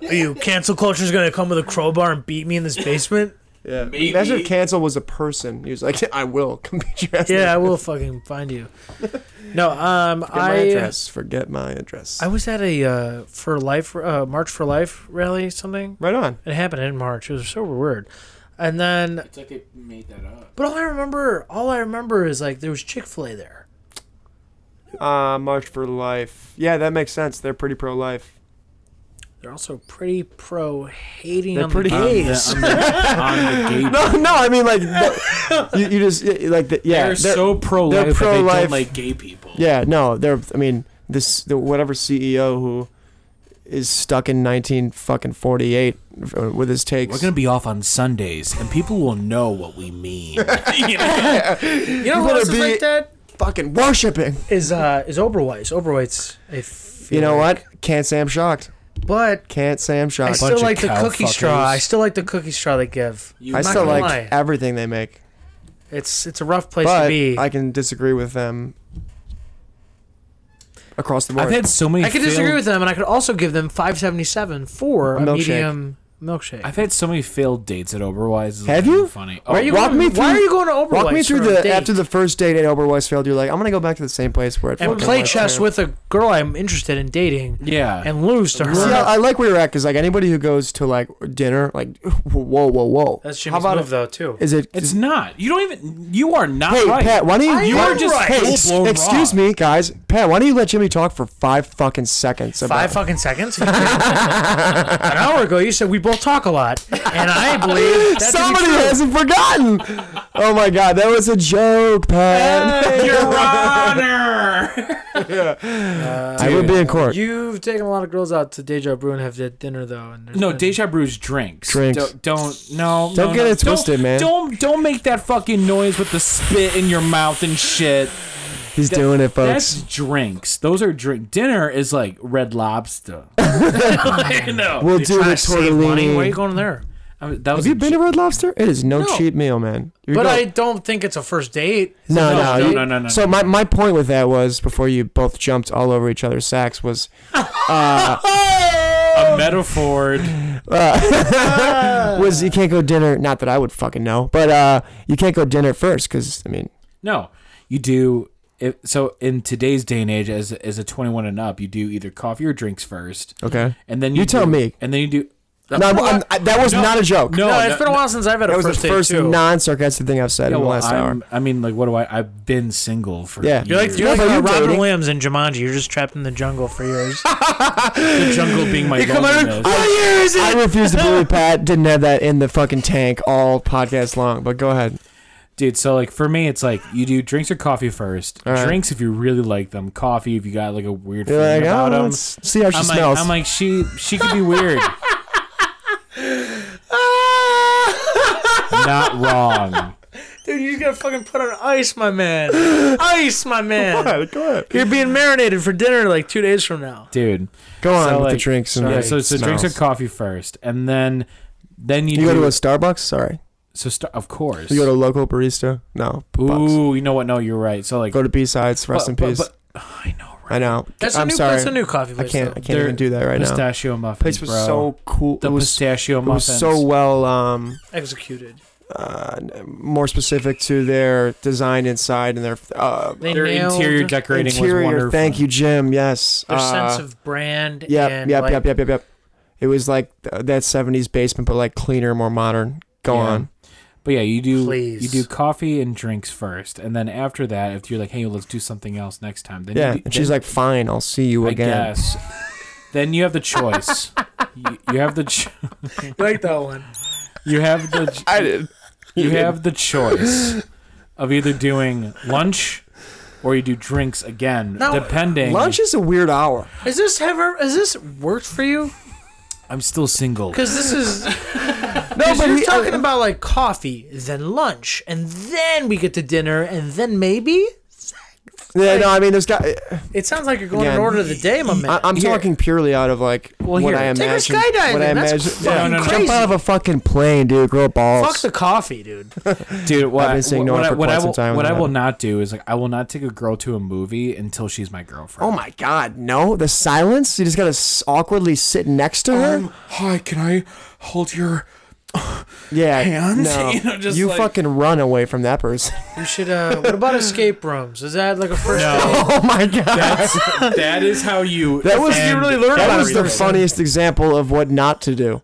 Speaker 2: Are you cancel culture's gonna come with a crowbar and beat me in this basement?
Speaker 4: Yeah.
Speaker 7: Maybe.
Speaker 4: Imagine if cancel was a person. He was like, I will come beat your ass.
Speaker 2: Yeah, I will fucking find you. No, um,
Speaker 4: Forget my
Speaker 2: I
Speaker 4: address. Forget my address.
Speaker 2: I was at a uh, for life uh, March for Life rally something.
Speaker 4: right on.
Speaker 2: It happened in March. It was so weird. And then,
Speaker 7: It's like they made that up.
Speaker 2: but all I remember, all I remember is like there was Chick Fil A there.
Speaker 4: Uh, March for Life. Yeah, that makes sense. They're pretty pro life.
Speaker 2: They're also pretty pro hating
Speaker 4: They're
Speaker 2: on
Speaker 4: pretty-
Speaker 2: the
Speaker 4: Um,
Speaker 2: gays.
Speaker 4: No, no, I mean like you, you just y- like the, yeah.
Speaker 3: they're, so pro
Speaker 4: they're
Speaker 3: life that they
Speaker 4: pro-life.
Speaker 3: don't like gay people.
Speaker 4: Yeah, no, they're. I mean, this the, whatever CEO who is stuck in nineteen fucking forty eight with his takes.
Speaker 7: We're gonna be off on Sundays, and people will know what we mean.
Speaker 2: you know who
Speaker 4: better
Speaker 2: else is
Speaker 4: be-
Speaker 2: like that?
Speaker 4: fucking worshiping.
Speaker 2: Is uh is Oberweis. Oberweis. I feel
Speaker 4: You know
Speaker 2: like-
Speaker 4: what? Can't say I'm shocked.
Speaker 2: But
Speaker 4: Can't say I'm
Speaker 2: I
Speaker 4: shocked.
Speaker 2: still
Speaker 7: of
Speaker 2: like the
Speaker 7: cow
Speaker 2: cookie straw.
Speaker 7: fuckers.
Speaker 2: I still like the cookie straw they give.
Speaker 3: You
Speaker 4: I
Speaker 2: not
Speaker 4: still
Speaker 2: gonna
Speaker 4: like
Speaker 2: lie.
Speaker 4: everything they make,
Speaker 2: It's it's a rough place to
Speaker 4: but
Speaker 2: be.
Speaker 4: I can disagree with them across the board.
Speaker 7: I've had so many.
Speaker 2: I could disagree
Speaker 7: failed-
Speaker 2: with them, and I could also give them five seventy seven for
Speaker 4: A
Speaker 2: a,
Speaker 4: milkshake.
Speaker 2: medium milkshake.
Speaker 7: I've had so many failed dates at Oberwise. It's
Speaker 4: Have
Speaker 7: like
Speaker 4: you?
Speaker 7: Funny.
Speaker 4: Why
Speaker 7: Oh,
Speaker 4: are you- walk
Speaker 2: going,
Speaker 4: me
Speaker 2: Why
Speaker 4: through-
Speaker 2: are you going to Oberweis?
Speaker 4: Walk me through
Speaker 2: for a
Speaker 4: the
Speaker 2: date?
Speaker 4: after the first date at Oberweisfeld. You're like, I'm gonna go back to the same place where it
Speaker 2: and
Speaker 4: fucking
Speaker 2: play
Speaker 4: was
Speaker 2: chess
Speaker 4: too."
Speaker 2: with a girl I'm interested in dating
Speaker 7: yeah.
Speaker 2: and lose to her.
Speaker 4: See, I, I like where you're at because like anybody who goes to like dinner, like whoa, whoa, whoa.
Speaker 2: That's
Speaker 4: How
Speaker 2: Jimmy's
Speaker 4: about
Speaker 2: move,
Speaker 4: if,
Speaker 2: though, too.
Speaker 4: is it?
Speaker 7: it's not. You don't even. You are not
Speaker 4: Hey,
Speaker 7: right.
Speaker 4: Pat, why don't you?
Speaker 2: I
Speaker 4: you
Speaker 2: am
Speaker 4: are just
Speaker 2: right.
Speaker 4: hey,
Speaker 2: Full
Speaker 4: ex-
Speaker 7: blown
Speaker 4: excuse
Speaker 7: wrong.
Speaker 4: me, guys. Pat, why don't you let Jimmy talk for five fucking seconds? About
Speaker 2: Five fucking seconds. An hour ago, you said we both talk a lot, and I believe that
Speaker 4: Somebody
Speaker 2: to be true.
Speaker 4: hasn't forgotten. Oh my god, that was a joke, Pat.
Speaker 7: Your Honor.
Speaker 4: I would be in court.
Speaker 2: You've taken a lot of girls out to Deja Brew and have had dinner though. And there's
Speaker 7: No,
Speaker 2: been-
Speaker 7: Deja Brew's drinks.
Speaker 4: Drinks.
Speaker 7: Don't, don't no.
Speaker 4: Don't
Speaker 7: no,
Speaker 4: get
Speaker 7: no.
Speaker 4: it twisted, man.
Speaker 7: Don't don't make that fucking noise with the spit in your mouth and shit.
Speaker 4: He's doing it, folks.
Speaker 7: That's drinks. Those are drink. Dinner is like Red Lobster. you know.
Speaker 4: We'll
Speaker 2: You're
Speaker 4: do the
Speaker 2: trying to save money. Why are you
Speaker 4: tortellini.
Speaker 2: going there?
Speaker 7: I mean, that was
Speaker 4: Have you
Speaker 7: a
Speaker 4: been to Red Lobster? It is no, cheap meal, man. You
Speaker 2: But
Speaker 4: go-
Speaker 2: I don't think it's a first date.
Speaker 4: No,
Speaker 7: No,
Speaker 4: no,
Speaker 7: no,
Speaker 4: you-
Speaker 7: no, no, no,
Speaker 4: So my, my point with that was before you both jumped all over each other's sacks was
Speaker 7: a metaphor.
Speaker 4: was you can't go dinner. Not that I would fucking know, but uh, you can't go dinner first because I mean,
Speaker 7: No, you do. If, so in today's day and age, as as a twenty one and up, you do either coffee or drinks first,
Speaker 4: okay.
Speaker 7: and then you,
Speaker 4: You tell
Speaker 7: do-
Speaker 4: me.
Speaker 7: and then you do.
Speaker 4: No, I'm- I'm- I- that was
Speaker 7: No,
Speaker 4: not a joke.
Speaker 7: No,
Speaker 2: No,
Speaker 7: no
Speaker 2: it's been a while since I've had
Speaker 4: that
Speaker 2: a
Speaker 4: was
Speaker 2: first
Speaker 4: the
Speaker 2: date
Speaker 4: first
Speaker 2: too.
Speaker 4: non-sarcastic thing I've said in the last hour.
Speaker 7: i mean, like, what do I? I've been single for.
Speaker 4: Yeah.
Speaker 2: You're like,
Speaker 7: years.
Speaker 2: you're
Speaker 4: No,
Speaker 2: like
Speaker 4: but
Speaker 2: uh,
Speaker 4: you're
Speaker 2: Robin
Speaker 4: dating.
Speaker 2: Williams in Jumanji. You're just trapped in the jungle for years.
Speaker 7: the jungle being my loneliness.
Speaker 4: I refuse to believe Pat didn't have that in the fucking tank all podcast long. But go ahead.
Speaker 7: dude. So like for me, it's like you do drinks or coffee first.
Speaker 4: All right.
Speaker 7: Drinks if you really like them. Coffee if you got like a weird
Speaker 4: You're
Speaker 7: feeling
Speaker 4: like, oh,
Speaker 7: about them.
Speaker 4: let's see how she
Speaker 7: I'm like,
Speaker 4: smells.
Speaker 7: I'm like she she could be weird. Not wrong.
Speaker 2: Dude, you just gotta fucking put on ice, my man. Ice, my man. You're being marinated for dinner like two days from now.
Speaker 7: dude.
Speaker 4: go on
Speaker 7: so,
Speaker 4: with the
Speaker 7: like,
Speaker 4: drinks and
Speaker 7: Yeah,
Speaker 4: the
Speaker 7: so so drinks or
Speaker 4: smells.
Speaker 7: coffee first, and then then you,
Speaker 4: You go
Speaker 7: do,
Speaker 4: to a Starbucks? Sorry.
Speaker 7: so st- of course.
Speaker 4: You go to a local barista? No. Bucks.
Speaker 7: Ooh, you know what? No, you're right. So like,
Speaker 4: Go to B sides. Rest
Speaker 7: but-
Speaker 4: in
Speaker 7: but-
Speaker 4: peace.
Speaker 7: but- I know. Right?
Speaker 4: I know.
Speaker 2: That's
Speaker 4: I'm
Speaker 2: a new.
Speaker 4: sorry.
Speaker 2: That's a new coffee
Speaker 4: I
Speaker 2: place.
Speaker 4: can't. I
Speaker 2: though.
Speaker 4: can't even do that right now.
Speaker 7: pistachio muffins.
Speaker 4: Place was
Speaker 7: bro.
Speaker 4: so cool.
Speaker 7: the
Speaker 4: it was.
Speaker 7: pistachio
Speaker 4: It was
Speaker 7: muffins.
Speaker 4: so well. Um.
Speaker 2: Executed.
Speaker 4: Uh. More specific to their design inside and their. Uh,
Speaker 2: They
Speaker 7: their
Speaker 2: nailed
Speaker 7: interior decorating was
Speaker 4: interior.
Speaker 7: wonderful.
Speaker 4: Thank you, Jim. Yes.
Speaker 2: Their
Speaker 4: uh,
Speaker 2: sense of brand.
Speaker 4: Yep.
Speaker 2: and
Speaker 4: Yep.
Speaker 2: like,
Speaker 4: yep. Yep. Yep. Yep. It was like th- that '70s basement, but like cleaner, more modern. Go
Speaker 7: Yeah.
Speaker 4: on.
Speaker 7: But yeah, you do
Speaker 2: Please.
Speaker 7: you do coffee and drinks first, and then after that, if you're like, hey, let's do something else next time, then
Speaker 4: Yeah.
Speaker 7: you do,
Speaker 4: And she's like, "Fine, I'll see you
Speaker 7: I
Speaker 4: again."
Speaker 7: guess. then you have the choice. you, you have the ch-
Speaker 2: Like that one.
Speaker 7: you have the
Speaker 4: I did.
Speaker 7: you have the choice of either doing lunch or you do drinks again,
Speaker 2: Now,
Speaker 7: depending.
Speaker 4: Lunch is a weird hour.
Speaker 2: Is this ever? Has this worked for you?
Speaker 7: I'm still single.
Speaker 2: Because this is.
Speaker 4: No,
Speaker 2: 'cause
Speaker 4: but
Speaker 2: you're
Speaker 4: he- uh,
Speaker 2: talking about like coffee, then lunch, and then we get to dinner, and then maybe.
Speaker 4: Yeah, no, I mean, there's got.
Speaker 2: It sounds like you're going
Speaker 4: Again,
Speaker 2: in order of the day, my man.
Speaker 4: I, I'm talking purely out of like what
Speaker 7: here.
Speaker 4: I
Speaker 2: Take her
Speaker 4: imagine.
Speaker 2: skydiving,
Speaker 4: What I
Speaker 2: that's
Speaker 4: imagine.
Speaker 2: fucking No, no, no.
Speaker 4: Jump out of a fucking plane, dude. Grow balls.
Speaker 2: Fuck the coffee, dude.
Speaker 7: Dude, what,
Speaker 4: I've
Speaker 7: I-
Speaker 4: been saying no
Speaker 7: what,
Speaker 4: one
Speaker 7: I-
Speaker 4: for
Speaker 7: what
Speaker 4: quite
Speaker 7: I
Speaker 4: some
Speaker 7: will,
Speaker 4: time
Speaker 7: what
Speaker 4: on
Speaker 7: I will
Speaker 4: that.
Speaker 7: not do is like I will not take a girl to a movie until she's my girlfriend.
Speaker 4: Oh my god, no! The silence. You just gotta s- awkwardly sit next to her.
Speaker 1: Hi, can I hold your?
Speaker 4: yeah,
Speaker 1: hands?
Speaker 4: No, you,
Speaker 1: You know, just like-
Speaker 4: fucking run away from that person.
Speaker 2: You should. Uh, what about escape rooms? Is that like a first?
Speaker 4: oh my god,
Speaker 7: That's, that is how you.
Speaker 4: that was
Speaker 7: end
Speaker 4: that was the
Speaker 7: everything.
Speaker 4: funniest example of what not to do.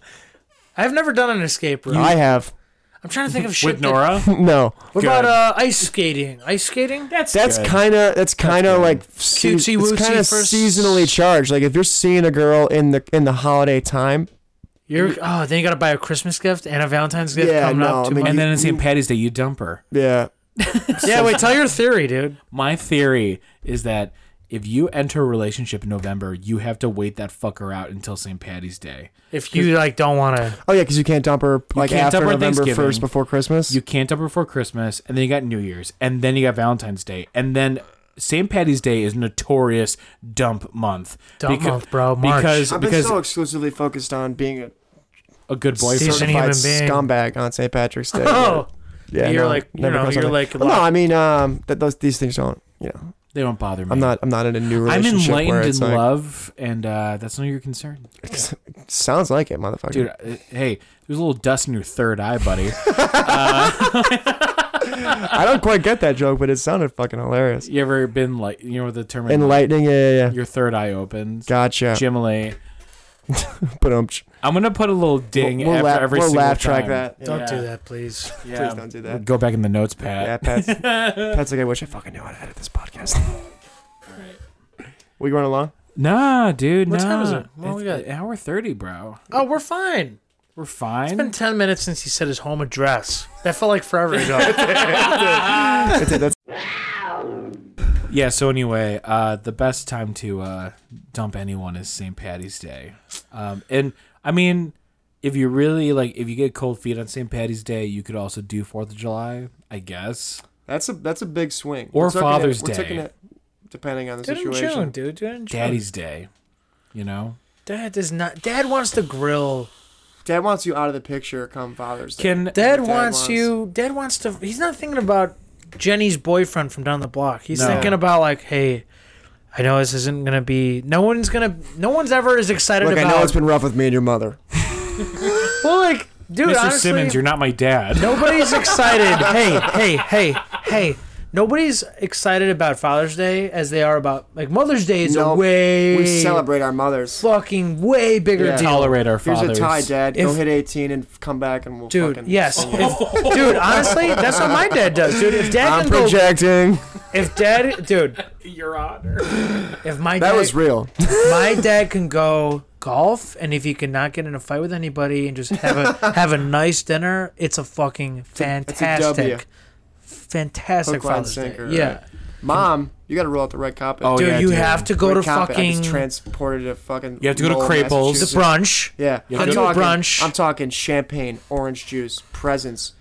Speaker 2: I've never done an escape room.
Speaker 4: I have.
Speaker 2: I'm I'm trying to think of shit.
Speaker 3: with
Speaker 2: that-
Speaker 3: Nora.
Speaker 4: no,
Speaker 2: what about uh, ice skating? Ice skating?
Speaker 3: That's
Speaker 4: that's kind of that's kind of like se- it's
Speaker 2: Cutesy
Speaker 4: kind
Speaker 2: wootsy
Speaker 4: of
Speaker 2: first-
Speaker 4: seasonally charged. Like if you're seeing a girl in the in the holiday time,
Speaker 2: You're oh, then you gotta buy a Christmas gift and a Valentine's gift
Speaker 4: Yeah,
Speaker 2: coming
Speaker 4: no,
Speaker 2: up.
Speaker 4: I
Speaker 2: Too
Speaker 4: mean,
Speaker 2: much.
Speaker 7: And then on St. Patty's Day, you dump her.
Speaker 4: yeah,
Speaker 2: yeah, wait, tell your theory, dude.
Speaker 7: My theory is that if you enter a relationship in November, you have to wait that fucker out until St. Patty's Day.
Speaker 2: If you like don't want to,
Speaker 4: oh yeah, because you can't dump her like
Speaker 7: can't
Speaker 4: after
Speaker 7: dump her
Speaker 4: November
Speaker 7: Thanksgiving.
Speaker 4: first before Christmas.
Speaker 7: You can't dump her before Christmas, and then you got New Year's, and then you got Valentine's Day, and then St. Patty's Day is notorious dump month.
Speaker 2: Dump
Speaker 7: Becau-
Speaker 2: month, bro, March.
Speaker 7: Because because
Speaker 4: exclusively focused on being a
Speaker 7: a good boyfriend.
Speaker 2: Decent
Speaker 4: certified
Speaker 2: human
Speaker 4: scumbag on St. Patrick's Day.
Speaker 2: oh,
Speaker 4: yeah,
Speaker 2: you're
Speaker 4: no,
Speaker 2: like you
Speaker 4: never
Speaker 2: know,
Speaker 4: comes
Speaker 2: you're
Speaker 4: up with-
Speaker 2: like
Speaker 4: Well, no, I mean, um, that those these things don't. You know,
Speaker 7: They don't bother me.
Speaker 4: I'm not. I'm not in a new
Speaker 7: I'm
Speaker 4: relationship. where
Speaker 7: enlightened in
Speaker 4: it's like,
Speaker 7: love, and uh, that's none of your concern,
Speaker 4: Sounds like it, motherfucker.
Speaker 7: dude. uh, Hey, there's a little dust in your third eye, buddy.
Speaker 4: I don't quite get that joke, but it sounded fucking hilarious.
Speaker 7: you ever been like, you know, what the term
Speaker 4: Enlightening, yeah, yeah. yeah.
Speaker 7: your third eye opens.
Speaker 4: Gotcha.
Speaker 7: Jimily.
Speaker 4: But um, ch-
Speaker 7: I'm gonna put a little ding
Speaker 4: we'll, we'll
Speaker 7: after
Speaker 4: laugh,
Speaker 7: every
Speaker 4: we'll
Speaker 7: single
Speaker 4: laugh track
Speaker 7: time.
Speaker 4: that.
Speaker 2: don't
Speaker 7: Yeah.
Speaker 2: do that, please.
Speaker 7: Yeah.
Speaker 4: Please don't do that.
Speaker 7: Go back in the notes, Pat.
Speaker 4: Yeah, Pat's, Pat's like, I wish I fucking knew how to edit this podcast. We going along?
Speaker 7: Nah, dude.
Speaker 2: What
Speaker 7: nah.
Speaker 2: time is it? Well, we
Speaker 7: It's
Speaker 2: got-
Speaker 7: an hour thirty, bro.
Speaker 2: Oh, we're fine.
Speaker 7: We're
Speaker 2: It's
Speaker 7: fine.
Speaker 2: been ten minutes since he said his home address. That felt like forever ago.
Speaker 4: That's it. That's
Speaker 7: yeah. So anyway, uh, the best time to uh, dump anyone is St. Patty's Day, um, and I mean, if you really like, if you get cold feet on St. Patty's Day, you could also do Fourth of July, I guess.
Speaker 4: that's a that's a big swing.
Speaker 7: Or
Speaker 4: We're taking
Speaker 7: Father's
Speaker 4: it, we're
Speaker 7: Day.
Speaker 4: taking it depending on the
Speaker 2: do it in
Speaker 4: situation.
Speaker 2: June, dude. Do it in June.
Speaker 7: Daddy's Day, you know.
Speaker 2: Dad does not. Dad wants to grill.
Speaker 4: Dad wants you out of the picture come Father's Day.
Speaker 7: Can
Speaker 2: Dad,
Speaker 4: Dad
Speaker 2: wants,
Speaker 4: wants-
Speaker 2: you. Dad wants to. He's not thinking about Jenny's boyfriend from down the block. He's
Speaker 7: No.
Speaker 2: thinking about like, hey, I know this isn't gonna be. No one's gonna. No one's ever as excited
Speaker 4: Look, I
Speaker 2: about.
Speaker 4: know it's been rough with me and your mother.
Speaker 2: well, like, dude,
Speaker 7: Mr.
Speaker 2: honestly,
Speaker 7: Simmons, you're not my dad.
Speaker 2: nobody's excited. hey, hey, hey, hey. Nobody's excited about Father's Day as they are about like Mother's Day is a
Speaker 4: Nope.
Speaker 2: way
Speaker 4: We celebrate our mothers.
Speaker 2: fucking way bigger
Speaker 4: Yeah.
Speaker 2: deal.
Speaker 7: Tolerate our
Speaker 4: Here's
Speaker 7: fathers.
Speaker 4: a tie, Dad. Go
Speaker 2: If-
Speaker 4: hit 18 and f- come back, and we'll
Speaker 2: Dude,
Speaker 4: fucking.
Speaker 2: yes. If- dude, honestly, that's what my dad does, dude. If dad
Speaker 4: I'm
Speaker 2: can go
Speaker 4: projecting.
Speaker 2: If dad, dude, your honor. If my
Speaker 4: That
Speaker 2: dad,
Speaker 4: was real.
Speaker 2: my dad can go golf, and if he cannot get in a fight with anybody and just have a have a nice dinner, it's a fucking
Speaker 4: it's a W.
Speaker 2: fantastic, fantastic
Speaker 4: Hook, line,
Speaker 2: Father's Day.
Speaker 4: sinker,
Speaker 2: Yeah,
Speaker 4: Mom, you got to roll out the red carpet.
Speaker 7: Oh,
Speaker 2: dude,
Speaker 7: yeah,
Speaker 2: you
Speaker 7: dude.
Speaker 2: have to go
Speaker 4: Red
Speaker 2: to
Speaker 4: carpet. I
Speaker 2: fucking
Speaker 4: just transported to fucking.
Speaker 7: You have to go to
Speaker 4: Lowell,
Speaker 7: Crable's.
Speaker 2: the brunch.
Speaker 4: Massachusetts. Yeah,
Speaker 7: You
Speaker 4: I'm
Speaker 7: have to
Speaker 2: go to
Speaker 4: talking,
Speaker 2: brunch.
Speaker 4: I'm talking champagne, orange juice, presents.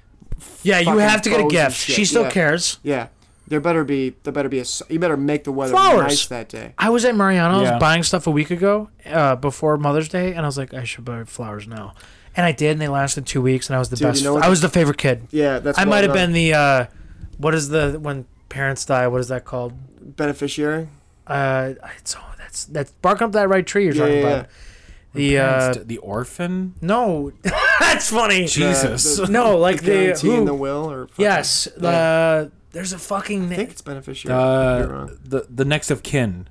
Speaker 2: Yeah, you
Speaker 4: fucking
Speaker 2: have to get a
Speaker 4: bows and
Speaker 2: gift.
Speaker 4: shit,
Speaker 2: She still
Speaker 4: yeah.
Speaker 2: cares.
Speaker 4: Yeah, there better be there better be a s- you better make the weather
Speaker 2: Flowers.
Speaker 4: nice that day.
Speaker 2: I was at Mariano's
Speaker 7: Yeah.
Speaker 2: buying stuff a week ago uh, before Mother's Day, and I was like, I should buy flowers now. And I did, and they lasted two weeks, and I was the
Speaker 4: Dude, you
Speaker 2: best.
Speaker 4: know what
Speaker 2: I
Speaker 4: the-
Speaker 2: was the favorite kid.
Speaker 4: Yeah, that's.
Speaker 2: I
Speaker 4: well
Speaker 2: might have
Speaker 4: done.
Speaker 2: been the uh, what is the when parents die? What is that called?
Speaker 4: beneficiary.
Speaker 2: Uh, it's oh, that's that's barking up that right tree you're
Speaker 4: Yeah,
Speaker 2: talking
Speaker 4: yeah,
Speaker 2: about. The uh,
Speaker 7: Parents- the orphan.
Speaker 2: no, that's funny.
Speaker 4: The-
Speaker 7: Jesus.
Speaker 4: the-
Speaker 2: No, like the,
Speaker 4: guarantee
Speaker 2: who,
Speaker 4: in the will or fucking-
Speaker 2: yes,
Speaker 4: Yeah.
Speaker 2: uh, there's a fucking
Speaker 4: I think it's beneficiary. You're
Speaker 7: Uh,
Speaker 4: wrong.
Speaker 7: the the next of kin.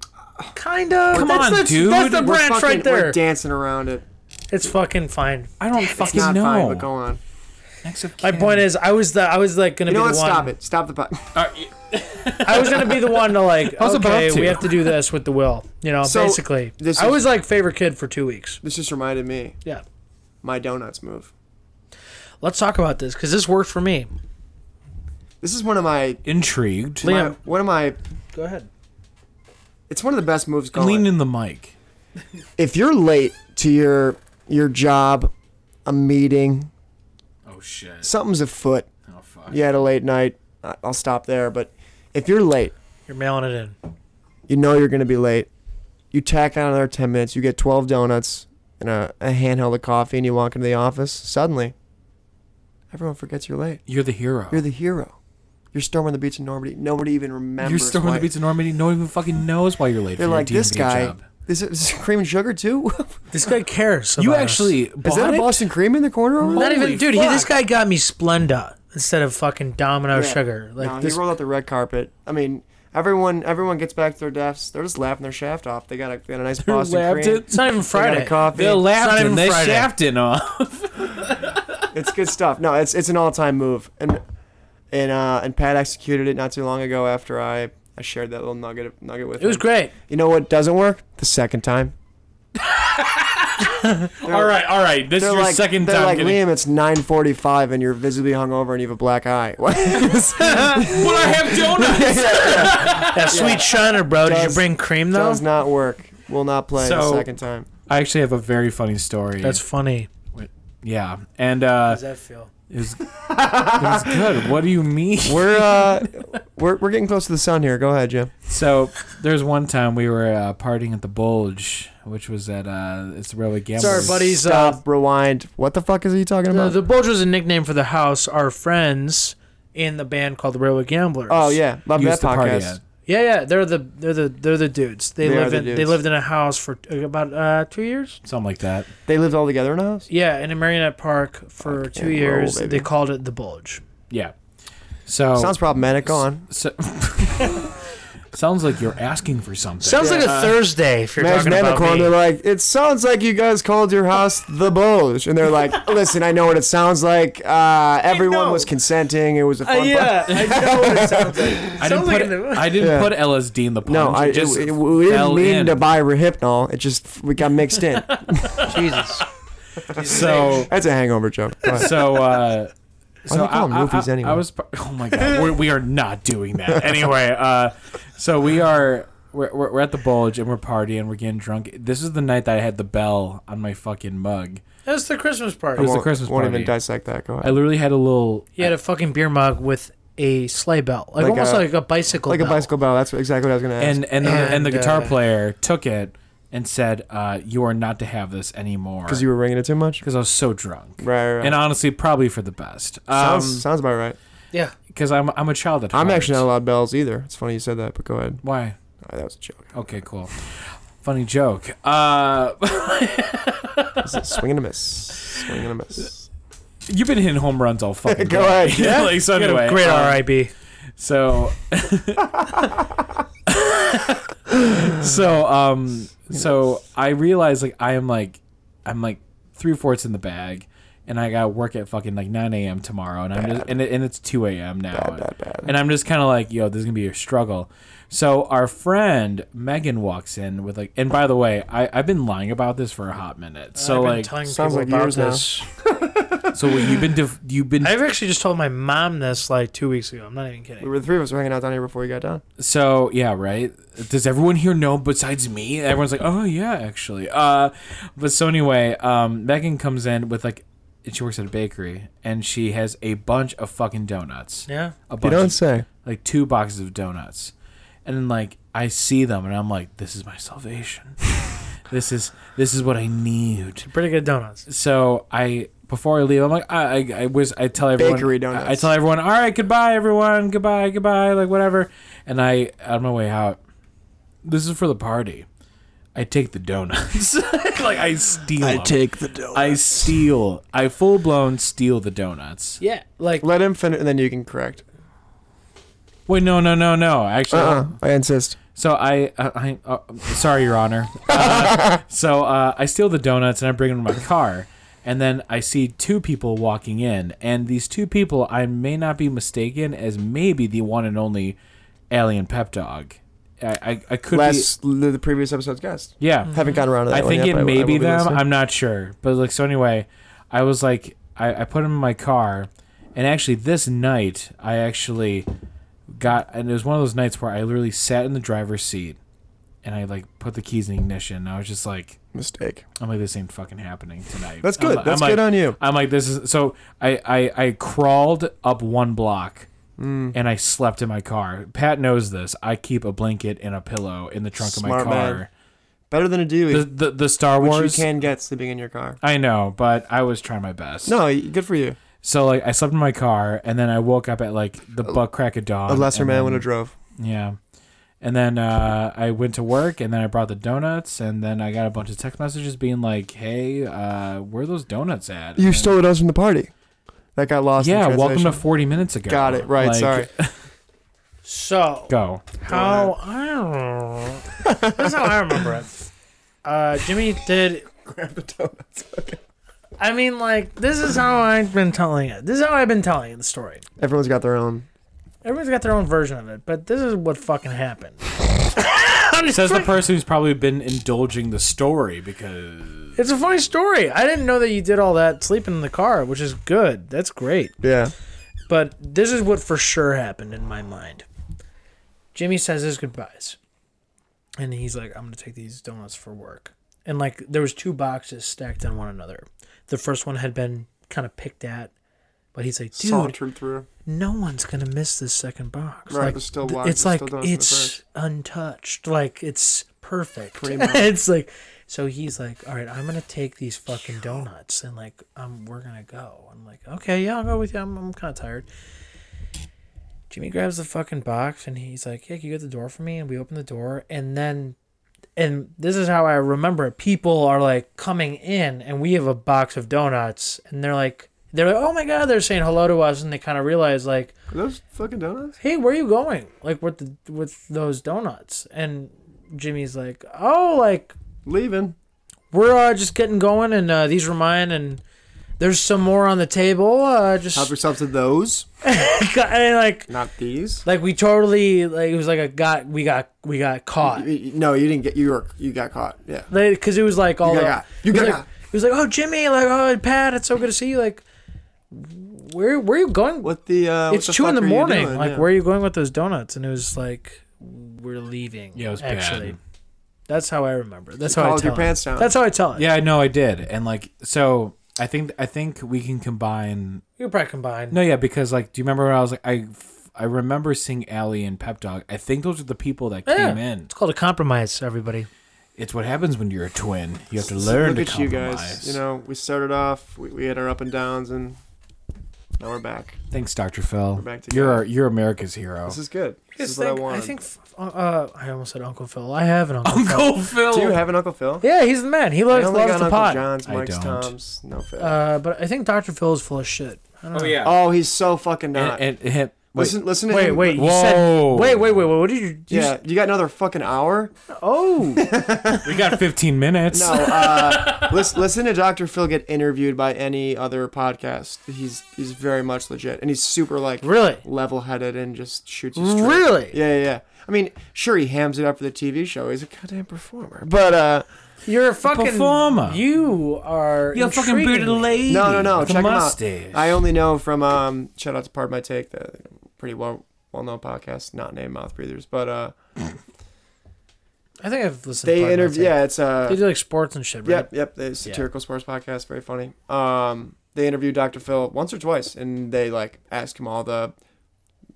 Speaker 2: kind of.
Speaker 7: Come
Speaker 2: that's,
Speaker 7: on,
Speaker 2: that's,
Speaker 7: dude.
Speaker 2: That's the
Speaker 7: We're
Speaker 4: We're
Speaker 2: branch
Speaker 4: fucking-
Speaker 2: right there.
Speaker 4: We're dancing around it.
Speaker 2: it's fucking fine.
Speaker 7: I don't
Speaker 4: It's
Speaker 7: fucking
Speaker 4: not
Speaker 7: know.
Speaker 4: fine, but go on.
Speaker 7: Next of
Speaker 2: My
Speaker 7: kin.
Speaker 2: point is, I was the I was like gonna
Speaker 4: You know
Speaker 2: be
Speaker 4: what?
Speaker 2: the one.
Speaker 4: Stop it. Stop the pot.
Speaker 2: I was gonna be the one to like.
Speaker 7: was about
Speaker 2: okay,
Speaker 7: to.
Speaker 2: we have to do this with the will. You know,
Speaker 4: So,
Speaker 2: basically.
Speaker 4: this
Speaker 2: I
Speaker 4: is-
Speaker 2: was like favorite kid for two weeks.
Speaker 4: This just reminded me.
Speaker 2: Yeah.
Speaker 4: My donuts move.
Speaker 2: Let's talk about this because this worked for me.
Speaker 4: This is one of my,
Speaker 7: intrigued.
Speaker 4: my-
Speaker 2: Liam.
Speaker 4: one of my.
Speaker 2: Go ahead.
Speaker 4: It's one of the best moves going.
Speaker 7: Lean in the mic.
Speaker 4: if you're late to your your job, a meeting,
Speaker 7: Oh shit.
Speaker 4: something's afoot.
Speaker 7: Oh fuck.
Speaker 4: You had a late night. I- I'll stop there. But if you're late,
Speaker 2: You're mailing it in.
Speaker 4: you know you're going to be late. You tack on another 10 minutes. You get 12 donuts and a, a handheld of coffee, and you walk into the office. Suddenly, everyone forgets you're late.
Speaker 7: You're the hero.
Speaker 4: You're the hero. You're storming the beach in Normandy. Nobody even remembers.
Speaker 7: You're storming
Speaker 4: why-
Speaker 7: the beats of Normandy. No one even fucking knows why you're late.
Speaker 4: They're
Speaker 7: for your
Speaker 4: like, this
Speaker 7: D&D
Speaker 4: guy.
Speaker 7: Job.
Speaker 4: Is it is it cream and sugar too?
Speaker 2: This guy cares.
Speaker 7: You
Speaker 2: about us.
Speaker 7: actually
Speaker 4: is that a Boston cream in the corner? Over
Speaker 2: not
Speaker 4: there?
Speaker 2: even, dude. He,
Speaker 4: fuck.
Speaker 2: this guy got me Splenda instead of fucking Domino
Speaker 4: Yeah.
Speaker 2: Sugar. Like
Speaker 4: no,
Speaker 2: this.
Speaker 4: he rolled out the red carpet. I mean, everyone everyone gets back to their desks. They're just laughing their shaft off. They got a, they got a nice Boston
Speaker 7: laughed
Speaker 4: cream.
Speaker 7: it?
Speaker 2: It's not even
Speaker 4: They got a
Speaker 2: Friday.
Speaker 4: coffee.
Speaker 7: They
Speaker 2: It's not
Speaker 7: laughed
Speaker 2: even
Speaker 7: and they
Speaker 2: Friday.
Speaker 7: shafted off.
Speaker 4: it's good stuff. No, it's it's an all time move, and and uh, and Pat executed it not too long ago after I, I shared that little nugget of- nugget with.
Speaker 2: It was
Speaker 4: him.
Speaker 2: great.
Speaker 4: You know what doesn't work? The second time.
Speaker 7: all right, all right. This is
Speaker 4: They're
Speaker 7: your
Speaker 4: like,
Speaker 7: second
Speaker 4: they're
Speaker 7: time.
Speaker 4: like Liam.
Speaker 7: getting-
Speaker 4: It's nine forty-five, and you're visibly hungover, and you have a black eye.
Speaker 7: Well, I have donuts.
Speaker 2: That sweet shiner, bro. Did you
Speaker 4: Does-
Speaker 2: bring cream though?
Speaker 4: Does not work. Will not play
Speaker 7: So-
Speaker 4: the second time.
Speaker 7: I actually have a very funny story.
Speaker 2: That's funny.
Speaker 7: yeah, and uh,
Speaker 2: How does that feel?
Speaker 7: it was it was good. What do you mean?
Speaker 4: We're uh, we're we're getting close to the sun here. Go ahead, Jim.
Speaker 7: So there's one time we were uh, partying at the Bulge, which was at uh, it's the Railway Gamblers.
Speaker 2: Sorry, buddies. Uh,
Speaker 4: Stop. rewind. What the fuck is he talking
Speaker 2: the,
Speaker 4: about?
Speaker 2: the Bulge was a nickname for the house. Our friends in the band called the Railway Gamblers.
Speaker 4: oh yeah, love
Speaker 7: Used
Speaker 4: that
Speaker 7: to party
Speaker 4: podcast.
Speaker 7: at.
Speaker 2: Yeah, yeah, they're the they're the they're the dudes. They,
Speaker 4: They are
Speaker 2: live
Speaker 4: the
Speaker 2: in they
Speaker 4: dudes.
Speaker 2: lived in a house for uh, about uh, two years.
Speaker 7: something like that.
Speaker 4: They lived all together in a house.
Speaker 2: Yeah, and in Marionette Park for
Speaker 4: Fucking
Speaker 2: two
Speaker 4: roll,
Speaker 2: years.
Speaker 4: baby.
Speaker 2: they called it the Bulge.
Speaker 7: Yeah. So
Speaker 4: Sounds problematic. Go on.
Speaker 7: so, sounds like you're asking for something.
Speaker 2: Sounds like a Thursday if you're talking
Speaker 4: Imagine that
Speaker 2: about
Speaker 4: corner,
Speaker 2: me.
Speaker 4: They're like, it sounds like you guys called your house the Bulge, and they're like, listen, I know what it sounds like. Uh, everyone
Speaker 2: know. Uh,
Speaker 4: was consenting. It was a fun.
Speaker 2: I know what it sounds like.
Speaker 7: I didn't, put, I didn't
Speaker 4: Yeah.
Speaker 7: put LSD in the punch.
Speaker 4: No, I,
Speaker 7: it
Speaker 4: it,
Speaker 7: just
Speaker 4: it, we
Speaker 7: fell
Speaker 4: didn't mean
Speaker 7: in.
Speaker 4: to buy Rehypnol. It just we got mixed in.
Speaker 2: oh, Jesus.
Speaker 7: so
Speaker 4: That's a hangover joke. Go ahead.
Speaker 7: so uh
Speaker 4: do you call them roofies
Speaker 7: I,
Speaker 4: anyway?
Speaker 7: I was par- oh my god, we're, we are not doing that anyway. Uh, so we are we're, we're we're at the bulge and we're partying, we're getting drunk. This is the night that I had the bell on my fucking mug.
Speaker 2: That's the Christmas
Speaker 4: I
Speaker 2: party.
Speaker 7: was the
Speaker 4: won't-
Speaker 7: Christmas
Speaker 4: Won't
Speaker 7: party.
Speaker 4: even dissect that. Go
Speaker 7: I
Speaker 4: ahead.
Speaker 7: literally had a little
Speaker 2: He had a fucking beer mug with a sleigh bell, like,
Speaker 4: Like
Speaker 2: almost
Speaker 4: a-
Speaker 2: like a bicycle.
Speaker 4: Like a
Speaker 2: bell.
Speaker 4: bicycle bell. That's exactly what I was gonna ask.
Speaker 7: and and the, and the
Speaker 2: And,
Speaker 7: guitar
Speaker 2: uh,
Speaker 7: player took it and said, uh, "You are not to have this anymore."
Speaker 4: because you were ringing it too much.
Speaker 7: because I was so drunk.
Speaker 4: Right. right, right.
Speaker 7: And um, honestly, probably for the best.
Speaker 4: sounds,
Speaker 7: Because
Speaker 4: sounds about right.
Speaker 2: Yeah.
Speaker 7: I'm I'm a child at
Speaker 4: I'm
Speaker 7: heart.
Speaker 4: actually not allowed bells either. It's funny you said that, but go ahead.
Speaker 7: Why?
Speaker 4: Oh, that was a joke.
Speaker 7: Okay, cool. Funny joke. Uh,
Speaker 4: It's a swing and a miss. Swing and a miss.
Speaker 7: you've been hitting home runs all fucking
Speaker 4: Go
Speaker 7: day.
Speaker 4: ahead.
Speaker 7: Yeah, like so anyway.
Speaker 2: Great
Speaker 7: um,
Speaker 2: RIB.
Speaker 7: So So um so I realized like I am like I'm like three fourths in the bag and I got work at fucking like nine AM tomorrow and I'm just and, it, and it's two AM now.
Speaker 4: bad, bad.
Speaker 7: And I'm just kinda like, yo, this is gonna be a struggle. So our friend Megan walks in with like and by the way, I, I've been lying about this for a hot minute. So
Speaker 2: I've been
Speaker 7: like
Speaker 2: telling
Speaker 4: sounds
Speaker 2: people
Speaker 4: like
Speaker 2: about
Speaker 4: years now.
Speaker 2: this.
Speaker 7: so what you've been def- you've been
Speaker 2: I've actually just told my mom this like two weeks ago. I'm not even kidding.
Speaker 4: We were the three of us were hanging out down here before you got down.
Speaker 7: So yeah, right. Does everyone here know besides me? Everyone's like, oh yeah, actually. Uh, but so anyway, um, Megan comes in with like, and she works at a bakery, and she has a bunch of fucking donuts.
Speaker 2: Yeah.
Speaker 7: A bunch,
Speaker 4: You don't
Speaker 7: of,
Speaker 4: say.
Speaker 7: like two boxes of donuts, and then like I see them, and I'm like, this is my salvation. this is this is what I need.
Speaker 2: Pretty good donuts.
Speaker 7: So I. Before I leave, I'm like I, I, I was I tell everyone
Speaker 4: Bakery
Speaker 7: I- I
Speaker 4: donuts.
Speaker 7: tell everyone all right goodbye everyone goodbye goodbye like whatever, and I on my way out this is for the party. I take the donuts. like I steal. I take the donuts. I steal. I full blown steal the donuts.
Speaker 2: Yeah. Like
Speaker 4: Let him finish, and then you can correct.
Speaker 7: Wait, no, no, no, no. Actually,
Speaker 4: Uh-uh. I insist.
Speaker 7: so I, I, I uh, sorry, Your Honor. Uh, so uh, I steal the donuts and I bring them to my car, and then I see two people walking in, and these two people I may not be mistaken as maybe the one and only alien pep dog. I, I, I could
Speaker 4: Last the, the previous episode's guest.
Speaker 7: be. Yeah.
Speaker 4: Haven't gotten around to that.
Speaker 7: I
Speaker 4: one
Speaker 7: think
Speaker 4: yet,
Speaker 7: it
Speaker 4: but I- I
Speaker 7: may
Speaker 4: will
Speaker 7: be them.
Speaker 4: listening.
Speaker 7: I'm not sure, but like so. Anyway, I was like, I, I put them in my car, and actually this night I actually got, and it was one of those nights where I literally sat in the driver's seat, and I like put the keys in ignition. And I was just like,
Speaker 4: Mistake.
Speaker 7: I'm like, this ain't fucking happening tonight.
Speaker 4: That's
Speaker 7: I'm
Speaker 4: good.
Speaker 7: like-
Speaker 4: That's
Speaker 7: I'm
Speaker 4: good
Speaker 7: like-
Speaker 4: on you.
Speaker 7: I'm like, this is so. I I, I crawled up one block.
Speaker 4: Mm.
Speaker 7: And I slept in my car. Pat knows this. I keep a blanket and a pillow in the trunk
Speaker 4: Smart
Speaker 7: of my car.
Speaker 4: man. Better than a Dewey,
Speaker 7: The, the the Star
Speaker 4: which
Speaker 7: Wars
Speaker 4: you can get sleeping in your car.
Speaker 7: I know, but I was trying my best.
Speaker 4: No, y- good for you.
Speaker 7: So like I slept in my car and then I woke up at like the buck crack of dawn.
Speaker 4: A lesser
Speaker 7: Um, and
Speaker 4: man
Speaker 7: then-
Speaker 4: would have drove.
Speaker 7: Yeah. And then uh, I went to work and then I brought the donuts and then I got a bunch of text messages being like, Hey, uh, where are those donuts at?
Speaker 4: You
Speaker 7: And-
Speaker 4: stole us from the party. That got lost.
Speaker 7: Yeah,
Speaker 4: in
Speaker 7: welcome to
Speaker 4: translation.
Speaker 7: forty minutes ago.
Speaker 4: Got it. Right.
Speaker 7: Like,
Speaker 4: sorry.
Speaker 2: so.
Speaker 7: Go.
Speaker 2: How I don't know. That's how I remember it. Uh, Jimmy did.
Speaker 4: Grab the donuts.
Speaker 2: I mean, like this is how I've been telling it. This is how I've been telling the story.
Speaker 4: Everyone's got their own.
Speaker 2: Everyone's got their own version of it, but this is what fucking happened.
Speaker 7: Says the person who's probably been indulging the story because
Speaker 2: It's a funny story. I didn't know that you did all that sleeping in the car, which is good. That's great.
Speaker 4: Yeah.
Speaker 2: But this is what for sure happened in my mind. Jimmy says his goodbyes. And he's like, I'm going to take these donuts for work. And like there was two boxes stacked on one another. The first one had been kind of picked at, but he's like, dude,
Speaker 4: Sauntered through.
Speaker 2: no one's gonna miss this second box.
Speaker 4: Right,
Speaker 2: like,
Speaker 4: but still
Speaker 2: th-
Speaker 4: watch-
Speaker 2: it's
Speaker 4: still
Speaker 2: like
Speaker 4: don't open the
Speaker 2: it's
Speaker 4: first.
Speaker 2: untouched. Like it's perfect.
Speaker 4: Pretty much.
Speaker 2: it's like so he's like, all right, I'm gonna take these fucking donuts and like um we're gonna go. I'm like, okay, yeah, I'll go with you. I'm I'm kind of tired. Jimmy grabs the fucking box and he's like, yeah, can you get the door for me? And we open the door and then. And this is how I remember it. People are like coming in, and we have a box of donuts, and they're like, they're like, oh my god, they're saying hello to us, and they kind of realize like,
Speaker 4: Are those fucking donuts?
Speaker 2: hey, where are you going? Like with the with those donuts? And Jimmy's like, oh, like
Speaker 4: Leaving.
Speaker 2: we're uh, just getting going, and uh, these were mine, and there's some more on the table. Uh, just
Speaker 4: Help yourself to those,
Speaker 2: and like
Speaker 4: not these.
Speaker 2: like we totally like it was like a got we got we got caught
Speaker 4: You- you- No, you didn't get. You were. You got caught. Yeah.
Speaker 2: because it was like all
Speaker 4: got
Speaker 2: the-
Speaker 4: got. You
Speaker 2: it was
Speaker 4: got
Speaker 2: like,
Speaker 4: got.
Speaker 2: It was like, oh Jimmy, like oh Pat, it's so good to see you. Like, where where are you going?
Speaker 4: What the? Uh, what
Speaker 2: it's two in
Speaker 4: fuck
Speaker 2: the
Speaker 4: are you
Speaker 2: morning.
Speaker 4: doing?
Speaker 2: Like,
Speaker 4: Yeah.
Speaker 2: where are you going with those donuts? And it was like, we're leaving.
Speaker 7: Yeah, it was bad.
Speaker 2: actually. That's how I remember. it. That's
Speaker 4: You
Speaker 2: how I
Speaker 4: called
Speaker 2: tell
Speaker 4: your
Speaker 2: it.
Speaker 4: pants down.
Speaker 2: That's how I tell it.
Speaker 7: yeah, I know I did, and like so I think I think we can combine.
Speaker 2: you probably combine.
Speaker 7: No, yeah, because like, do you remember when I was like I I remember seeing Allie and Pep Dog. I think those are the people that
Speaker 2: Yeah.
Speaker 7: came in.
Speaker 2: It's called a compromise, everybody.
Speaker 7: It's what happens when you're a twin. You have to
Speaker 4: So
Speaker 7: learn
Speaker 4: Look
Speaker 7: to
Speaker 4: at you
Speaker 7: compromise.
Speaker 4: guys. You know, we started off. We, we had our up and downs, and now we're back.
Speaker 7: Thanks, Doctor Phil.
Speaker 4: back together.
Speaker 7: You're our, you're America's hero.
Speaker 4: This is good. This is
Speaker 2: Just think-
Speaker 4: what I wanted.
Speaker 2: think. f- Uh, I almost said Uncle Phil. I have an Uncle, Phil.
Speaker 4: Do you have an Uncle Phil?
Speaker 2: Yeah, he's the man. He
Speaker 4: I
Speaker 2: loves,
Speaker 4: only
Speaker 2: loves
Speaker 4: got
Speaker 2: the
Speaker 4: Uncle
Speaker 2: pot.
Speaker 4: John's,
Speaker 7: I
Speaker 4: Mike's,
Speaker 7: don't.
Speaker 4: Tom's. No Phil.
Speaker 2: Uh, but I think Dr. Phil is full of shit. I don't know.
Speaker 4: oh, he's so fucking not.
Speaker 7: and, and, and- wait.
Speaker 4: listen, listen. To
Speaker 2: Wait,
Speaker 4: him,
Speaker 2: wait. You
Speaker 7: Whoa.
Speaker 2: said. Wait, wait, wait, wait. What did you? you
Speaker 4: Yeah, you got another fucking hour?
Speaker 2: Oh,
Speaker 7: we got 15 minutes.
Speaker 4: No. Uh, listen, listen to Dr. Phil get interviewed by any other podcast. He's he's very much legit, and he's super like
Speaker 2: really?
Speaker 4: level-headed and just shoots you straight.
Speaker 2: Really?
Speaker 4: Yeah, yeah, yeah. I mean, sure, he hams it up for the TV show. He's a goddamn performer. But uh,
Speaker 2: You're a fucking
Speaker 7: performer.
Speaker 2: You are.
Speaker 7: You're a fucking bearded
Speaker 2: intriguing me.
Speaker 7: lady.
Speaker 4: no, no, no.
Speaker 7: with a
Speaker 4: Check him out.
Speaker 7: mustache.
Speaker 4: I only know from um, shout out to Part My Take, the pretty well well-known podcast, not named Mouth Breathers, but uh,
Speaker 2: I think I've listened. to
Speaker 4: they
Speaker 2: part of that
Speaker 4: interview.
Speaker 2: tape.
Speaker 4: Yeah, it's uh,
Speaker 2: They do like sports and shit, right?
Speaker 4: Yep, yep. The satirical sports podcast, very funny. Um, they interviewed Dr. Phil once or twice, and they like asked him all the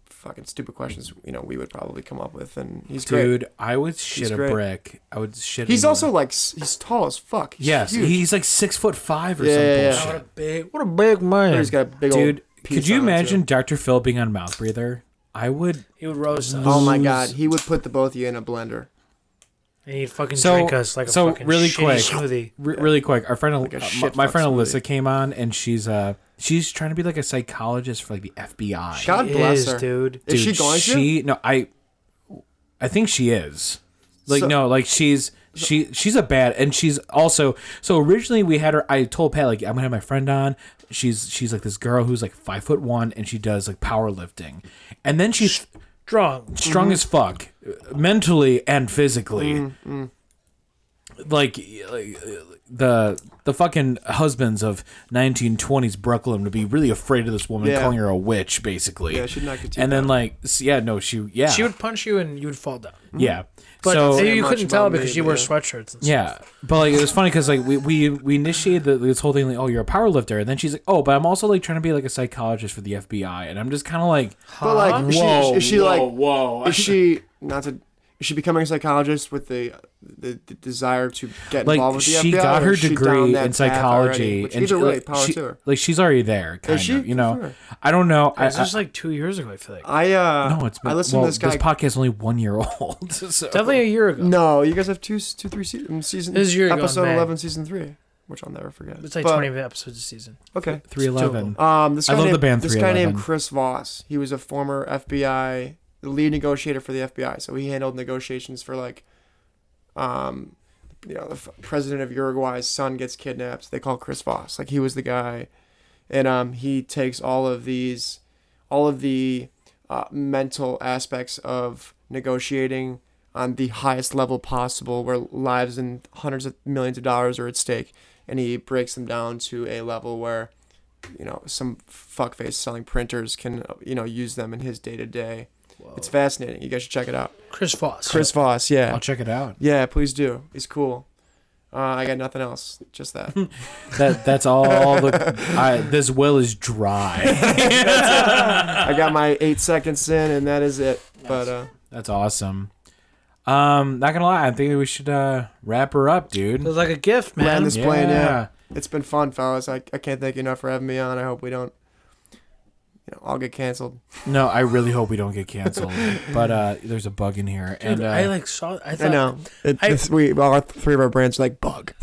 Speaker 4: fucking stupid questions. You know, we would probably come up with, and he's great.
Speaker 7: Dude, I would shit a
Speaker 4: great.
Speaker 7: brick. I would shit.
Speaker 4: He's
Speaker 7: in-
Speaker 4: also like s- he's tall as fuck. He's
Speaker 7: yes.
Speaker 4: huge.
Speaker 7: He's like six foot five or
Speaker 4: Yeah,
Speaker 7: some
Speaker 4: yeah, yeah.
Speaker 7: bullshit.
Speaker 2: What a big, what a big man.
Speaker 4: he's got a big
Speaker 7: Dude,
Speaker 4: old. piece
Speaker 7: could you
Speaker 4: on him, too.
Speaker 7: imagine Dr. Phil being on Mouth Breather? I would.
Speaker 2: he would roast us.
Speaker 4: Oh my god, he would put the both of you in a blender.
Speaker 2: And he'd fucking
Speaker 7: So-
Speaker 2: drink us like a
Speaker 7: so
Speaker 2: fucking
Speaker 7: really
Speaker 2: shitty
Speaker 7: quick.
Speaker 2: smoothie.
Speaker 7: Re- Really quick, our friend,
Speaker 4: a
Speaker 7: uh,
Speaker 4: shit
Speaker 7: my, my
Speaker 4: fuck
Speaker 7: friend
Speaker 4: smoothie.
Speaker 7: Alyssa came on, and she's uh she's trying to be like a psychologist for like the FBI.
Speaker 4: God
Speaker 2: He
Speaker 4: bless
Speaker 2: is,
Speaker 4: her.
Speaker 2: dude.
Speaker 4: Is
Speaker 7: Dude,
Speaker 4: she going to?
Speaker 7: She no, I, I think she is. Like
Speaker 4: So-
Speaker 7: no, like she's she she's a bad, and she's also so originally we had her. I told Pat like I'm gonna have my friend on. She's she's like this girl who's like five foot one, and she does like powerlifting, and then she's
Speaker 2: Strong.
Speaker 7: strong
Speaker 4: Mm-hmm.
Speaker 7: as fuck, uh, mentally and physically.
Speaker 4: Mm,
Speaker 7: Like, like, uh, the the fucking husbands of 1920s Brooklyn to be really afraid of this woman,
Speaker 4: Yeah.
Speaker 7: calling her a witch, basically.
Speaker 4: Yeah, she'd not get too
Speaker 7: And then like, s- yeah, no, she, yeah,
Speaker 2: She would punch you and you would fall down.
Speaker 7: yeah.
Speaker 2: But
Speaker 7: so
Speaker 2: you
Speaker 4: much
Speaker 2: couldn't tell
Speaker 4: about me,
Speaker 2: because she
Speaker 4: but
Speaker 2: wore
Speaker 4: yeah.
Speaker 2: sweatshirts. And stuff.
Speaker 7: yeah, but like it was funny because like we we we initiated the, this whole thing like, oh, you're a power lifter, and then she's like, oh, but I'm also like trying to be like a psychologist for the FBI, and I'm just kind of like,
Speaker 4: But like, is she, is she like,
Speaker 7: whoa,
Speaker 4: is she not to? Is she becoming a psychologist with the the, the desire to get involved
Speaker 7: like
Speaker 4: with the
Speaker 7: she
Speaker 4: FBI,
Speaker 7: got
Speaker 4: or
Speaker 7: her
Speaker 4: is she down
Speaker 7: degree
Speaker 4: that
Speaker 7: in
Speaker 4: path already?
Speaker 7: psychology,
Speaker 4: Which
Speaker 7: and
Speaker 4: either
Speaker 7: she-
Speaker 4: way,
Speaker 7: like,
Speaker 4: power
Speaker 7: she-
Speaker 4: to her.
Speaker 7: like she's already there, kind
Speaker 4: she?
Speaker 7: of, you
Speaker 4: Good
Speaker 7: know.
Speaker 4: for her.
Speaker 7: I don't know. I,
Speaker 2: This
Speaker 7: I,
Speaker 2: was like two years ago. I feel like
Speaker 4: I uh,
Speaker 7: no, it's
Speaker 4: I
Speaker 7: been-
Speaker 4: listened
Speaker 7: well,
Speaker 4: to this guy.
Speaker 7: podcast only one year old. so-
Speaker 2: definitely a year ago.
Speaker 4: no, you guys have two, s- two, three season season
Speaker 2: This is your gone
Speaker 4: episode
Speaker 2: back.
Speaker 4: eleven, season three, which I'll never forget.
Speaker 2: It's like
Speaker 4: But-
Speaker 2: twenty episodes a season.
Speaker 4: Okay.
Speaker 7: three eleven.
Speaker 4: Um, this
Speaker 7: I
Speaker 4: guy
Speaker 7: love the
Speaker 4: named,
Speaker 7: band
Speaker 4: This guy named
Speaker 7: 311.
Speaker 4: Chris Voss. He was a former FBI, the lead negotiator for the FBI. So he handled negotiations for like, um, you know, the f- president of Uruguay's son gets kidnapped. They call Chris Voss. Like he was the guy, and um, he takes all of these, all of the uh, mental aspects of negotiating on the highest level possible, where lives and hundreds of millions of dollars are at stake, and he breaks them down to a level where, you know, some fuckface selling printers can, uh, you know, use them in his day to day. It's fascinating. You guys should check it out.
Speaker 2: Chris Foss.
Speaker 4: Chris Voss, yeah.
Speaker 2: Oh. I'll check it out.
Speaker 4: Yeah, please do. He's cool. Uh, I got nothing else. Just that.
Speaker 7: That that's all. The, I, this well is dry.
Speaker 4: I got my eight seconds in, and that is it. But uh,
Speaker 7: That's awesome. Um, not gonna lie, I think we should uh wrap her up,
Speaker 2: It
Speaker 7: dude.
Speaker 2: was like a gift,
Speaker 4: land
Speaker 2: man.
Speaker 4: this plane. Yeah, it's been fun, fellas. I, I can't thank you enough for having me on. I hope we don't, you know, all get canceled.
Speaker 7: No, I really hope we don't get canceled. but uh, there's a bug in here,
Speaker 2: Dude,
Speaker 7: and uh,
Speaker 2: I like saw. I
Speaker 4: I
Speaker 2: thought,
Speaker 4: know. It,
Speaker 2: I-
Speaker 4: it's, we all our- three of our brands are like bug.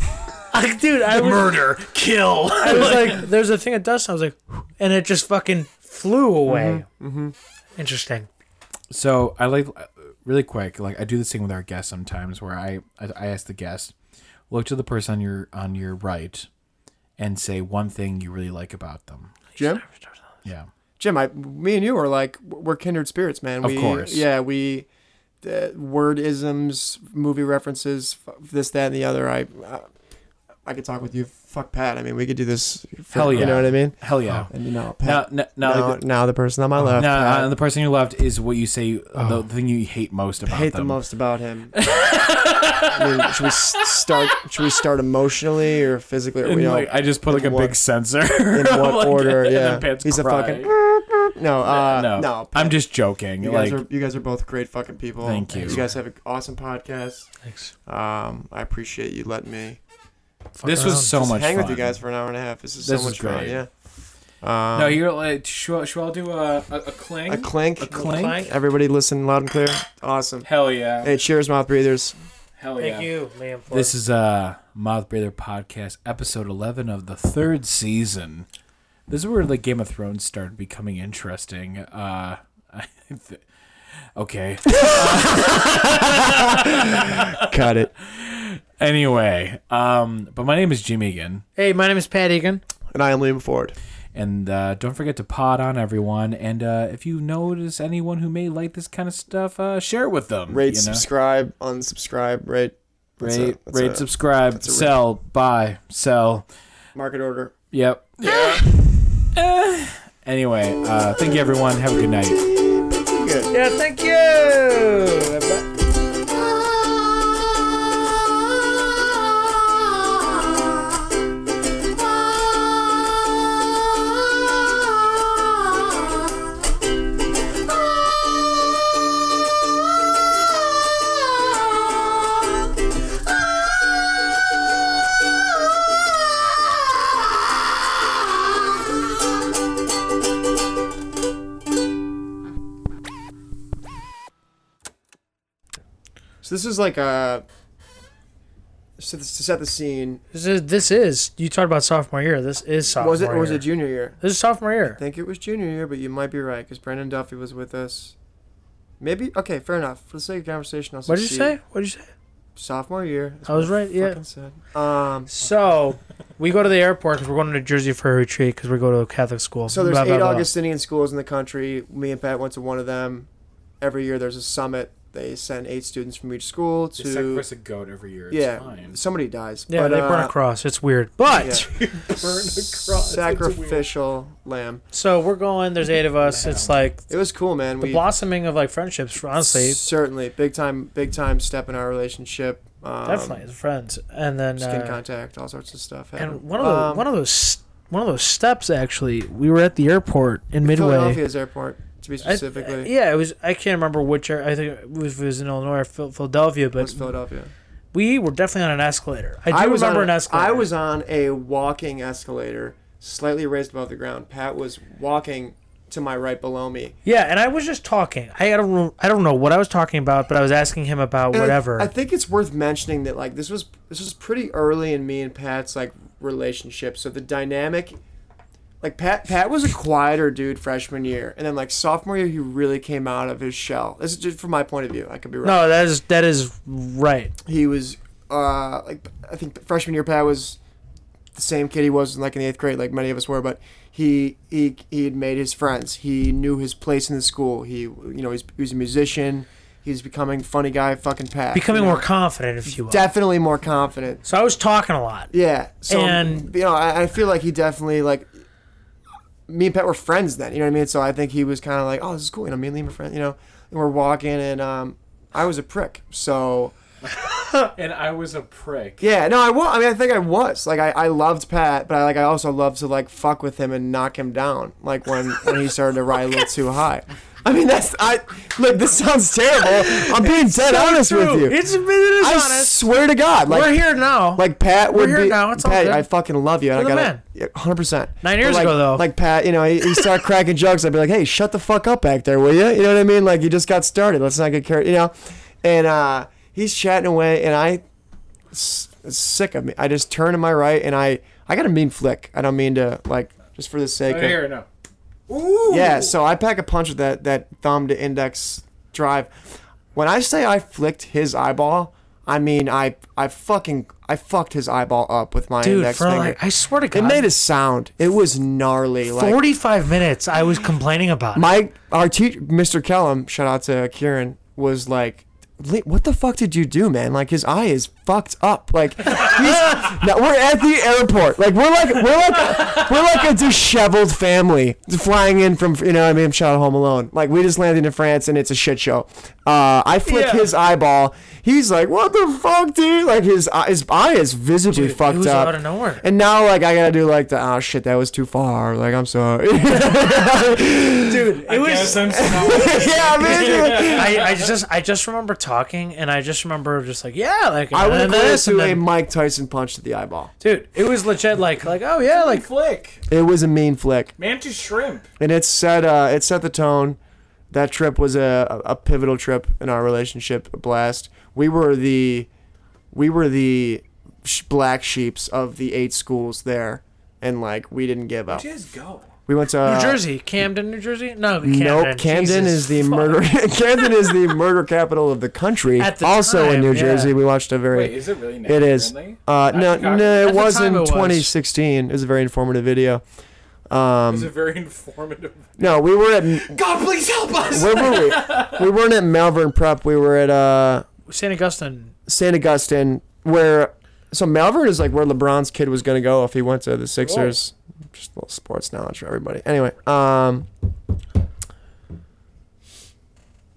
Speaker 2: I, dude, I was,
Speaker 9: Murder, kill.
Speaker 2: I was like, there's a thing at dust. I was like, and it just fucking flew away. Interesting.
Speaker 7: so I like uh, really quick. Like I do this thing with our guests sometimes, where I I, I ask the guest, look to the person on your on your right, and say one thing you really like about them.
Speaker 4: Jim,
Speaker 7: Yeah.
Speaker 4: Jim, I, me and you are like we're kindred spirits, man.
Speaker 7: Of
Speaker 4: we,
Speaker 7: course.
Speaker 4: Yeah, we. Uh, word isms, movie references, f- this, that, and the other. I, I, I could talk with you. Fuck Pat. I mean, we could do this. For,
Speaker 7: Hell yeah.
Speaker 4: You know what I mean?
Speaker 7: Hell yeah.
Speaker 4: And you know, Pat,
Speaker 7: Oh. Now, now, now,
Speaker 4: now,
Speaker 7: the,
Speaker 4: now the person on my left.
Speaker 7: now,
Speaker 4: I
Speaker 7: uh, the person you left is what you say the, the thing you hate most about
Speaker 4: Oh. hate the
Speaker 7: them.
Speaker 4: most about him. I mean, should we s- start? Should we start emotionally or physically? Or,
Speaker 7: And,
Speaker 4: you know,
Speaker 7: like, I just put like a
Speaker 4: in what-
Speaker 7: big sensor.
Speaker 4: in what
Speaker 7: Like,
Speaker 4: order?
Speaker 7: and
Speaker 4: Yeah,
Speaker 7: then Pat's
Speaker 4: he's
Speaker 7: crying.
Speaker 4: a fucking. No, uh, no,
Speaker 7: no, I'm
Speaker 4: Pat,
Speaker 7: just joking.
Speaker 4: You
Speaker 7: like
Speaker 4: guys, are, you guys are both great fucking people.
Speaker 7: Thank you.
Speaker 4: You guys have an awesome podcast.
Speaker 2: Thanks.
Speaker 4: Um, I appreciate you letting me
Speaker 2: Fuck
Speaker 7: this
Speaker 2: around.
Speaker 7: was so
Speaker 4: just
Speaker 7: much
Speaker 4: hang
Speaker 7: fun.
Speaker 4: with you guys for an hour and a half. This is
Speaker 7: This
Speaker 4: so much
Speaker 7: was
Speaker 4: fun.
Speaker 7: great.
Speaker 4: Yeah. Um,
Speaker 7: No, you're like should, should I do a a, a clang?
Speaker 4: a clink.
Speaker 7: A clink?
Speaker 2: Clank.
Speaker 4: Everybody listen loud and clear. Awesome.
Speaker 7: Hell yeah!
Speaker 4: Hey, cheers, mouth breathers.
Speaker 7: Hell Oh, yeah!
Speaker 2: Thank you, man. For
Speaker 7: This is uh Moth Breather podcast episode 11 of the third season. This is where the Game of Thrones started becoming interesting. Uh, I th- okay.
Speaker 4: Cut it.
Speaker 7: Anyway, um, but my name is Jim Egan.
Speaker 2: Hey, my name is Pat Egan.
Speaker 4: And I am Liam Ford.
Speaker 7: And uh, don't forget to pod on everyone. And uh, if you notice anyone who may like this kind of stuff, uh, share it with them.
Speaker 4: Rate,
Speaker 7: you know?
Speaker 4: subscribe, unsubscribe, rate. That's
Speaker 7: Rate,
Speaker 4: it. That's
Speaker 7: rate,
Speaker 4: it.
Speaker 7: subscribe,
Speaker 4: that's a rate.
Speaker 7: sell, buy, sell.
Speaker 4: Market order.
Speaker 7: Yep. Eh. anyway, uh, thank you everyone. Have a good night.
Speaker 4: Good.
Speaker 2: Yeah, thank you.
Speaker 4: So this is like a. So this, to set the scene,
Speaker 2: This is, this is you talked about sophomore year. This is sophomore.
Speaker 4: was it or was
Speaker 2: year.
Speaker 4: it junior year?
Speaker 2: This is sophomore year.
Speaker 4: I think it was junior year, but you might be right because Brandon Duffy was with us. Maybe okay, fair enough. For the sake of conversation, I'll
Speaker 2: What did you
Speaker 4: succeed.
Speaker 2: say? What did you say?
Speaker 4: Sophomore year. is
Speaker 2: I was
Speaker 4: what
Speaker 2: right, yeah.
Speaker 4: fucking said. Um.
Speaker 2: So we go to the airport because we're going to Jersey for a retreat because we go to a Catholic school.
Speaker 4: So there's
Speaker 2: Blah, blah,
Speaker 4: eight
Speaker 2: blah.
Speaker 4: Augustinian schools in the country. Me and Pat went to one of them. Every year there's a summit. They send eight students from each school to.
Speaker 7: a goat every year.
Speaker 4: yeah, somebody dies.
Speaker 2: Yeah,
Speaker 4: but,
Speaker 2: they burn
Speaker 4: uh,
Speaker 2: a cross. It's weird, but
Speaker 4: Sacrificial lamb.
Speaker 2: so we're going. There's eight of us. It's like
Speaker 4: It was cool, man.
Speaker 2: the
Speaker 4: we
Speaker 2: blossoming of like friendships. Honestly,
Speaker 4: certainly big time, big time step in our relationship. Um,
Speaker 2: definitely as friends. And then
Speaker 4: skin
Speaker 2: uh,
Speaker 4: contact, all sorts of stuff.
Speaker 2: and
Speaker 4: happened.
Speaker 2: one of the,
Speaker 4: Um,
Speaker 2: one of those one of those steps actually. We were at the airport in Midway.
Speaker 4: Philadelphia's airport, to be
Speaker 2: I-
Speaker 4: specifically.
Speaker 2: uh, yeah, it was. I can't remember which. air- I think it was, it was in Illinois or Phil- Philadelphia,
Speaker 4: was
Speaker 2: but
Speaker 4: Philadelphia.
Speaker 2: we were definitely on an escalator. I do
Speaker 4: was
Speaker 2: remember an
Speaker 4: on a-
Speaker 2: escalator.
Speaker 4: I was on a walking escalator, slightly raised above the ground. Pat was walking to my right below me.
Speaker 2: yeah, and I was just talking. I don't. rem- I don't know what I was talking about, but I was asking him about
Speaker 4: And I-
Speaker 2: whatever.
Speaker 4: I, think it's worth mentioning that like this was this was pretty early in me and Pat's like relationship. So the dynamic like Pat Pat was a quieter dude freshman year and then like sophomore year he really came out of his shell. This is just from my point of view. I could be wrong.
Speaker 2: no, that is that is right.
Speaker 4: He was uh, like I think freshman year Pat was the same kid he was in, like in the eighth grade, like many of us were. But he he he had made his friends. He knew his place in the school. He you know he's, he was a musician. He's becoming funny guy, fucking Pat.
Speaker 2: Becoming
Speaker 4: you know?
Speaker 2: more confident, if you will.
Speaker 4: definitely more confident.
Speaker 2: so I was talking a lot.
Speaker 4: Yeah. So
Speaker 2: And-
Speaker 4: you know, I, I feel like he definitely like me and Pat were friends then. You know what I mean? So I think he was kind of like, oh, this is cool. You know, me and Liam are friends. You know, and we're walking, and um, I was a prick. So
Speaker 7: And I was a prick.
Speaker 4: yeah, no, I was. I mean, I think I was like, I, I loved Pat, but I like I also loved to like fuck with him and knock him down. Like when when he started to ride a little too high. I mean, that's I. Look, this sounds terrible. I'm being dead honest with you.
Speaker 2: It's it is
Speaker 4: I
Speaker 2: honest.
Speaker 4: swear to God, like
Speaker 2: We're here now.
Speaker 4: Like Pat would
Speaker 2: We're here
Speaker 4: be.
Speaker 2: now, it's all
Speaker 4: Pat,
Speaker 2: good.
Speaker 4: I fucking love you. and
Speaker 2: You're
Speaker 4: I
Speaker 2: the
Speaker 4: got
Speaker 2: man.
Speaker 4: hundred percent.
Speaker 2: Nine years
Speaker 4: like,
Speaker 2: ago, though.
Speaker 4: like Pat, you know, he, he started cracking jokes. I'd be like, "Hey, shut the fuck up back there, will you?" You know what I mean? Like you just got started. Let's not get carried, you know. And uh, he's chatting away, and I, s- it's sick of me. I just turn to my right, and I, I got a mean flick. I don't mean to like just for the sake of
Speaker 7: Here, no.
Speaker 4: yeah, so I pack a punch with that that thumb to index drive. When I say I flicked his eyeball, I mean I I fucking I fucked his eyeball up with my
Speaker 2: Dude,
Speaker 4: index
Speaker 2: for
Speaker 4: finger.
Speaker 2: like, I swear to God,
Speaker 4: it made a sound. It was gnarly. Like
Speaker 2: 45 minutes I was complaining about. it.
Speaker 4: my our teacher, Mr. Kellum, shout out to Kieran, was like, "Lee, "What the fuck did you do, man? Like his eye is fucked up. Like he's, now, we're at the airport. Like we're like we're like we're like a disheveled family flying in from you know what I mean shout out Home Alone. Like we just landed in France and it's a shit show. Uh, I flick his eyeball. He's like, "What the fuck, dude? Like his eye- his eye is visibly
Speaker 2: Dude, it
Speaker 4: fucked
Speaker 2: was
Speaker 4: up
Speaker 2: out of nowhere.
Speaker 4: And now like I gotta do like the oh shit that was too far. Like I'm sorry.
Speaker 2: it was
Speaker 4: yeah, man. dude.
Speaker 2: I, I just I just remember talking and I just remember just like yeah like
Speaker 4: I
Speaker 2: and
Speaker 4: would have
Speaker 2: then
Speaker 4: equated
Speaker 2: this
Speaker 4: to
Speaker 2: and
Speaker 4: a
Speaker 2: then,
Speaker 4: Mike Tyson punch to the eyeball.
Speaker 2: dude it was legit like like oh yeah like
Speaker 7: Flick.
Speaker 4: It was a mean flick,
Speaker 7: Mantis shrimp.
Speaker 4: and it set uh, it set the tone. That trip was a, a pivotal trip in our relationship. A blast. We were the we were the sh- black sheeps of the eight schools there, and like we didn't give up.
Speaker 7: Just go.
Speaker 4: We went to uh,
Speaker 2: New Jersey Camden New Jersey no Camden
Speaker 4: Nope, Camden
Speaker 2: Jesus.
Speaker 4: is the murder. Camden is the murder capital of the country.
Speaker 2: At the
Speaker 4: also in
Speaker 2: time,
Speaker 4: New
Speaker 2: yeah.
Speaker 4: Jersey, we watched a very.
Speaker 7: Wait, is it really?
Speaker 4: It is.
Speaker 7: Friendly?
Speaker 4: Uh, no,
Speaker 7: Chicago.
Speaker 4: no,
Speaker 2: At
Speaker 4: it
Speaker 2: the
Speaker 4: was
Speaker 2: time
Speaker 4: in
Speaker 2: it was.
Speaker 4: 2016. It was a very informative video. Um,
Speaker 7: It's a very informative.
Speaker 4: No, we were at.
Speaker 9: God, please help us.
Speaker 4: Where were we? We weren't at Malvern Prep. We were at uh,
Speaker 2: St Augustine
Speaker 4: St. Augustine, where. So Malvern is like where LeBron's kid was gonna go if he went to the Sixers. Just a little sports knowledge for everybody. Anyway, um,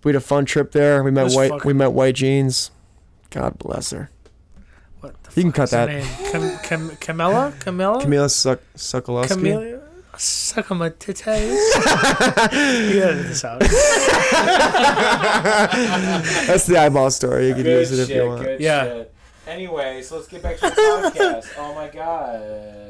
Speaker 4: we had a fun trip there. We met
Speaker 2: was
Speaker 4: white.
Speaker 2: fucking-
Speaker 4: We met white jeans. God bless her.
Speaker 2: what the
Speaker 4: You can
Speaker 2: fuck is
Speaker 4: cut
Speaker 2: her
Speaker 4: that.
Speaker 2: name? Cam, Cam, Camilla Camilla
Speaker 4: Camila Suk- Sokolowski.
Speaker 2: Camilla suck on my titties you edit this out
Speaker 4: That's the eyeball story. You can use it if you want.
Speaker 2: Yeah.
Speaker 7: Shit. Anyway, so let's get back to the podcast. oh my god.